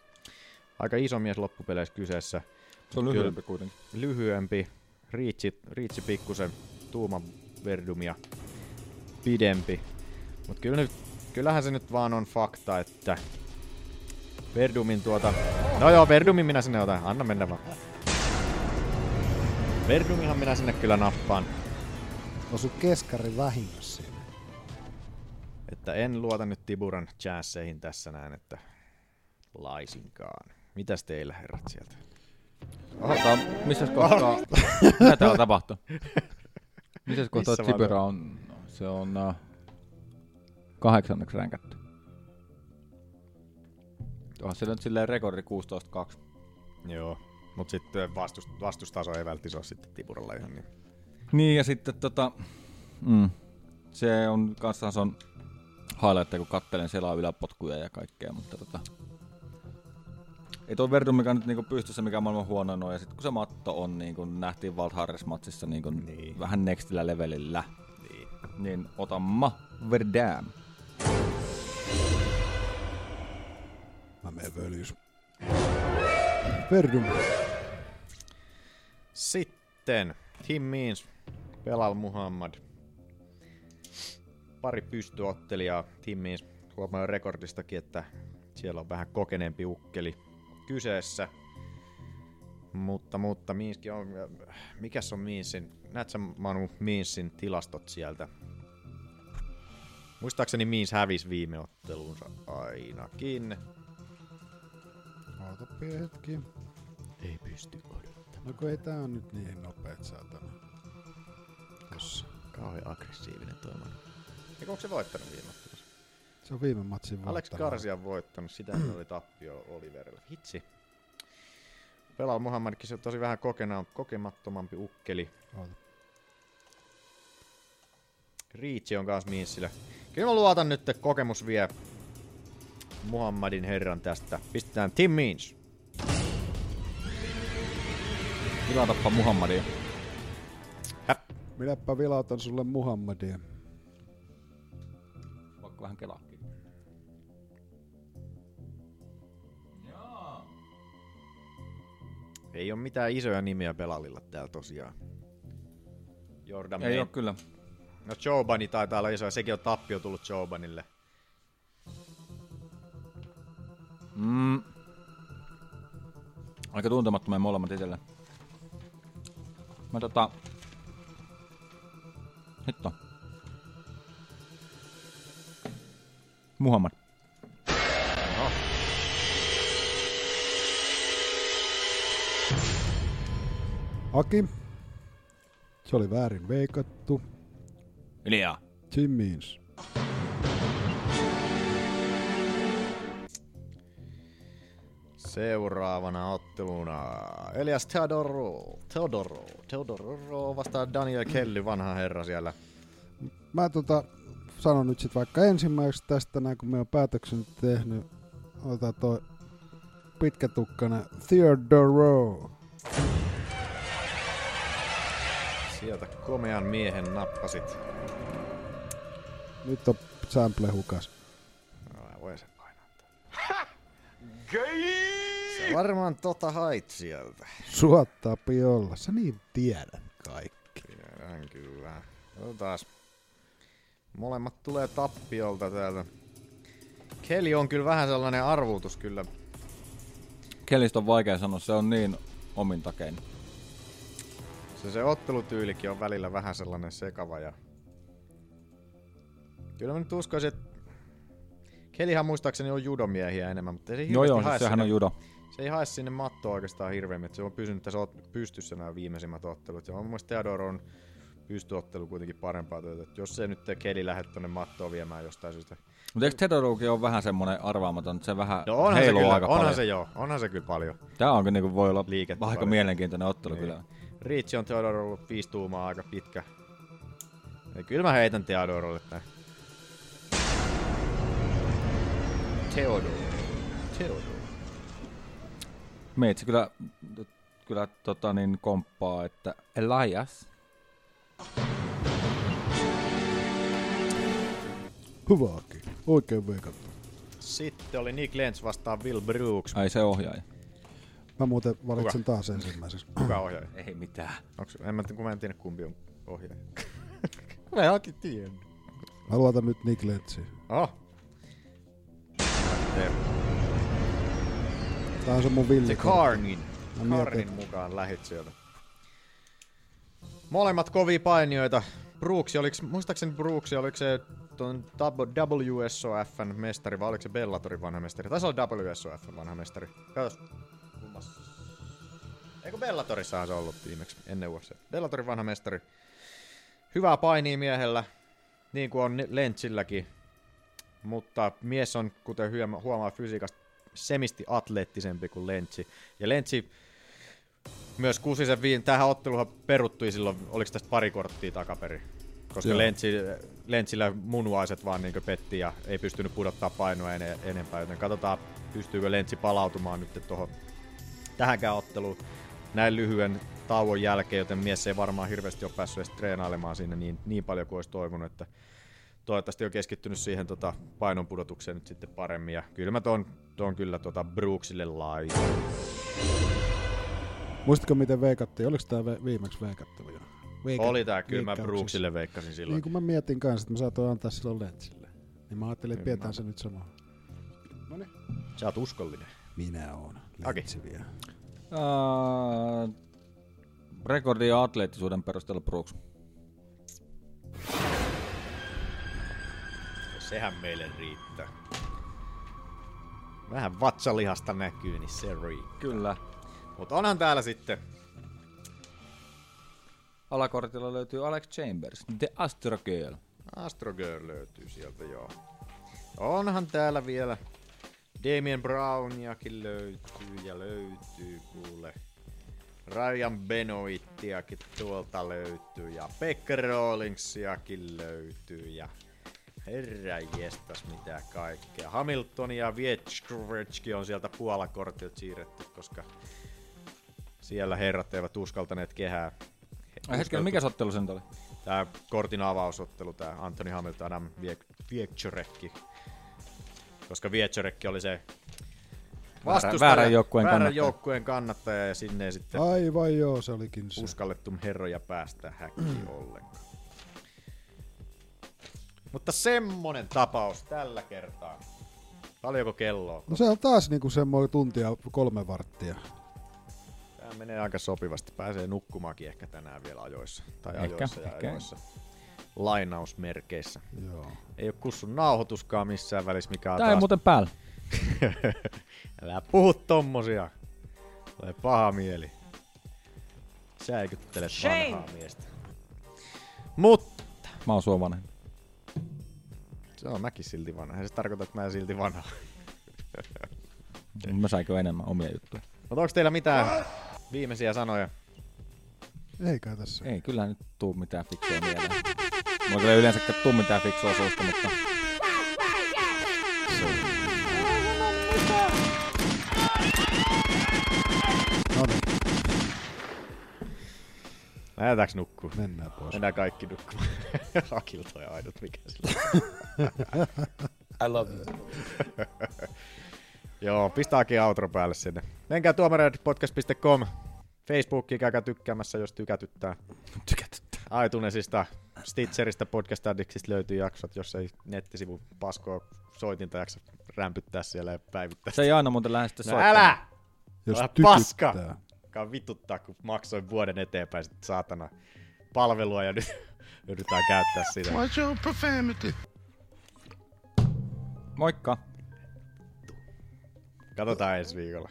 H: aika iso mies loppupeleissä kyseessä.
B: Se on
H: Kyllä-
B: lyhyempi kuitenkin.
H: Lyhyempi, riitsi, riitsi pikkusen, tuuma verdumia pidempi. Mutta kyllä nyt, kyllähän se nyt vaan on fakta, että Verdumin tuota... No joo, Verdumin minä sinne otan. Anna mennä vaan. Verdumihan minä sinne kyllä nappaan.
F: Osu keskari vahingossa siinä.
H: Että en luota nyt Tiburan chansseihin tässä näin, että laisinkaan. Mitäs teillä herrat sieltä?
B: Ohotaan, missä kohtaa... Mitä täällä tapahtuu? Missä kohtaa
H: Missä vaan
B: Tibera on? Se on uh, kahdeksanneksi ränkätty. Onhan se nyt silleen rekordi 16-2.
H: Joo. Mut sitten vastust, vastustaso ei välttis ole sitten Tiburalla ihan niin.
B: Niin ja sitten tota, mm, se on kanssa se on highlight, kun kattelen siellä on yläpotkuja ja kaikkea, mutta tota, ei tuo Verdun, mikä nyt niinku pystyssä, mikä maailman huonoin on, ja sitten kun se matto on, niin kuin nähtiin Walt Harris-matsissa niinku niin. vähän nextillä levelillä, niin, niin otamma Verdam.
F: Mä menen völjys. Verdum.
H: Sitten Tim Means, Pelal Muhammad. Pari pystyottelijaa Tim Means. Huomaa jo rekordistakin, että siellä on vähän kokeneempi ukkeli kyseessä. Mutta, mutta Miinskin on... Mikäs on Miinsin? Näet sä Manu Miinsin tilastot sieltä? Muistaakseni Miins hävisi viime otteluunsa ainakin.
F: Ootappi hetki.
H: Ei pysty odottamaan.
F: No kun ei tää on nyt niin nopeet saatana. Tossa.
H: Kauhean aggressiivinen toi Manu. Eikö onko se voittanut viime ottelussa?
F: Se on viime matsin
H: Alex
F: voittaja.
H: Garcia on voittanut, sitä se oli tappio Oliverille. Hitsi. Pelaa Muhammadkin, se on tosi vähän kokena, kokemattomampi ukkeli.
F: Oota.
H: Riitsi on kans miissillä. Kyllä mä luotan nyt, että kokemus vie Muhammadin herran tästä. Pistetään Tim Means.
B: Tilatappa Muhammadia.
F: Minäpä vilautan sulle Muhammadia.
B: Vaikka vähän kelaakin.
H: Ei ole mitään isoja nimiä Belalilla täällä tosiaan. Jordan
B: Ei
H: Main-
B: ole kyllä.
H: No Chobani taitaa olla iso, ja sekin on tappio tullut Chobanille.
B: Mm. Aika tuntemattomia molemmat itselle. Mä tota... Hitto. Muhammad.
F: Aki. Se oli väärin veikattu.
B: Ilia.
F: Tim Means.
H: Seuraavana otteluna Elias Teodoro, Teodoro, Teodoro vastaa Daniel Kelly, vanha herra siellä.
F: Mä tota, sanon nyt sit vaikka ensimmäiseksi tästä näin, kun me on päätöksen tehnyt. Ota toi pitkätukkana Theodoro.
H: Sieltä komean miehen nappasit.
F: Nyt on sample hukas.
H: No, mä voin sen painaa. Sä varmaan tota hait sieltä.
F: Suottaa olla. Sä niin tiedät kaikki.
H: Tiedän kyllä. Otas. Molemmat tulee tappiolta täältä. Kelly on kyllä vähän sellainen arvuutus kyllä.
B: Kelistä on vaikea sanoa, se on niin omin takein.
H: Niin, Se, se ottelutyylikin on välillä vähän sellainen sekava ja... Kyllä mä nyt uskoisin, että... Kelihan muistaakseni on judomiehiä enemmän, mutta ei se
B: Joo
H: hirveästi
B: joo,
H: hae
B: siis sehän
H: sinne,
B: on judo.
H: Se ei hae sinne mattoa oikeastaan hirveämmin, että se on pysynyt tässä ot- pystyssä nämä viimeisimmät ottelut. Ja mun mielestä Theodor on pystyottelu kuitenkin parempaa työtä. Et jos se nyt te keli lähde tonne mattoon viemään jostain syystä.
B: Mutta eikö Tedoroki ole vähän semmoinen arvaamaton, että se vähän
H: No onhan se
B: heiluu
H: kyllä,
B: aika
H: onhan
B: paljon.
H: se joo, onhan se kyllä paljon.
B: Tämä on kyllä niin kuin voi olla
H: Liikettä
B: aika
H: paljon.
B: mielenkiintoinen
H: Niin.
B: ottelu kyllä.
H: Riitsi on Theodor ollut viisi tuumaa aika pitkä. Ja kyllä mä heitän Theodorolle tän. Theodor. Theodor.
B: Meitsi kyllä, kyllä tota niin, komppaa, että Elias
F: Hyvääkin. Oikein veikattu.
H: Sitten oli Nick Lentz vastaan Will Brooks.
B: Ai se ohjaaja.
F: Mä muuten valitsen taas ensimmäiseksi.
H: Kuka ohjaaja?
B: Ei mitään.
H: Onks, en mä, kun mä en tiedä kumpi on ohjaaja. mä en oikein tiedä.
F: Mä luotan nyt Nick Lentsiin.
H: Oh.
F: Tää on se mun villi.
H: Se Karnin.
F: Mä mietin,
H: Karnin mukaan lähit sieltä. Molemmat kovia painijoita. Brooks, oliks, muistaakseni Brooks, oliko se ton WSOFn mestari vai oliko se Bellatorin vanha mestari? Taisi olla WSOFn vanha mestari. Katos. Kummas. Eikö Bellatorissahan se ollut viimeksi ennen UFC? Bellatorin vanha mestari. Hyvää painia miehellä, niin kuin on Lentsilläkin. Mutta mies on, kuten hyöma- huomaa fysiikasta, semisti atleettisempi kuin Lentsi. Ja Lentsi myös kusisen viin, tähän otteluhan peruttui silloin, oliko tästä pari korttia takaperi. Koska
F: Joo.
H: Lentsi, Lentsillä munuaiset vaan niin petti ja ei pystynyt pudottaa painoa en, enempää, joten katsotaan pystyykö Lentsi palautumaan nyt tuohon tähänkään otteluun näin lyhyen tauon jälkeen, joten mies ei varmaan hirveästi ole päässyt edes treenailemaan siinä niin, niin paljon kuin olisi toivonut, että toivottavasti on keskittynyt siihen tota painon pudotukseen nyt sitten paremmin. Ja kyllä mä ton, ton kyllä tota Brooksille laitan.
F: Muistatko miten veikattiin? Oliko tää ve- viimeksi veikattava jo? Veika-
H: Oli tää, kyllä mä
F: veikkauksessa.
H: Brooksille veikkasin silloin.
F: Niin kun mä mietin kanssa, että mä saatoin antaa silloin Lentsille. Niin mä ajattelin, että pidetään se nyt samaa.
H: Sä oot uskollinen.
F: Minä oon
H: Aki.
F: Lentsi vielä.
B: Ää, rekordi ja atleettisuuden perusteella Brooks.
H: Sehän meille riittää. Vähän vatsalihasta näkyy, niin se riittää.
B: Kyllä.
H: Mutta onhan täällä sitten
B: Alakortilla löytyy Alex Chambers, The Astro Girl.
H: Astro Girl löytyy sieltä, joo. Onhan täällä vielä Damien Browniakin löytyy ja löytyy kuule. Ryan Benoittiakin tuolta löytyy ja Pekka Rawlingsiakin löytyy ja herra jestas mitä kaikkea. Hamilton ja Vietkrovetsky on sieltä puolakortilta siirretty, koska siellä herrat eivät uskaltaneet kehää.
B: Ai hetken, mikä se ottelu se nyt oli?
H: Tää kortin avausottelu, tää Antoni Hamilton Adam Viekcörekki. Koska Viekcörekki oli se vastustaja,
B: väärän joukkueen
H: väärän
B: kannattaja.
H: joukkueen kannattaja ja sinne ei sitten Ai.
F: Aivan joo, se olikin se.
H: uskallettu herroja päästä häkkiin ollenkaan. Mutta semmonen tapaus tällä kertaa. Paljonko kelloa?
F: No se on taas niinku semmoinen tuntia kolme varttia.
H: Tää menee aika sopivasti. Pääsee nukkumaankin ehkä tänään vielä ajoissa. Tai
B: Ehkä,
H: ajoissa ja
B: ehkä.
H: ajoissa. Lainausmerkeissä.
F: Joo.
H: Ei ole kussun nauhoituskaan missään välissä, mikä on
B: Tää ei
H: taas
B: muuten päällä.
H: Älä puhu tommosia. Tulee paha mieli. Säikyttele vanhaa miestä. Mutta
B: Mä oon suomalainen.
H: se on mäkin silti vanha. Eihän se tarkoita, että mä en silti vanha.
B: Mä säikö enemmän omia juttuja.
H: Mutta onko teillä
B: Äh!
H: mitään viimeisiä sanoja?
F: Ei kai tässä.
B: Ei kyllä nyt tuu mitään fiksua mieleen. Mulla kyllä yleensäkään tuu mitään fiksua suusta, mutta
F: No niin,
H: Lähetäänkö nukkuu?
F: mennään pois.
H: Mennään kaikki nukkumaan. Akilta ja ainut mikä sillä. I love you. Joo, pistää Aki outro päälle sinne. Menkää tuomareidpodcast.com. Facebookiin käykää tykkäämässä, jos tykätyttää.
B: tykätyttä.
H: iTunesista, Stitcheristä, Podcast Addictsista löytyy jaksot, jos ei nettisivu paskoa soitinta jaksa rämpyttää siellä ja päivittää.
B: Se ei aina muuten lähde sitten
H: No
B: soittamaan.
H: älä!
F: Jos
H: Älä
F: tykyttää.
H: paska! Alkaa vituttaa, kun maksoin vuoden eteenpäin sit saatana palvelua ja nyt yritetään käyttää sitä.
I: Watch your profanity.
B: Moikka!
H: Katsotaan ensi viikolla.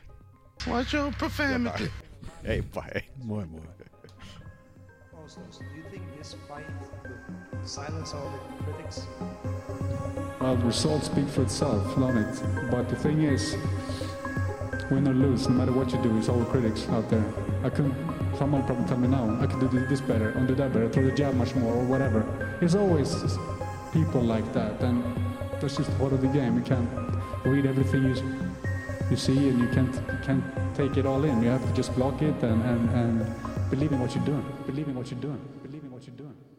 I: Watch your profanity.
H: Heippa hei.
F: Moi moi.
K: proposals. Do you think this fight would silence all the critics?
L: Well, the results speak for itself, don't it? But the thing is, win or lose, no matter what you do, it's all critics out there. I could, someone probably tell me now, I could do this better, or do that better, throw the jab much more, or whatever. It's always s- people like that, and that's just part of the game. You can't read everything you, s- you see, and you can't, you can't take it all in. You have to just block it and, and, and believe in what you're doing. Believe in what you're doing. Believe in what you're doing.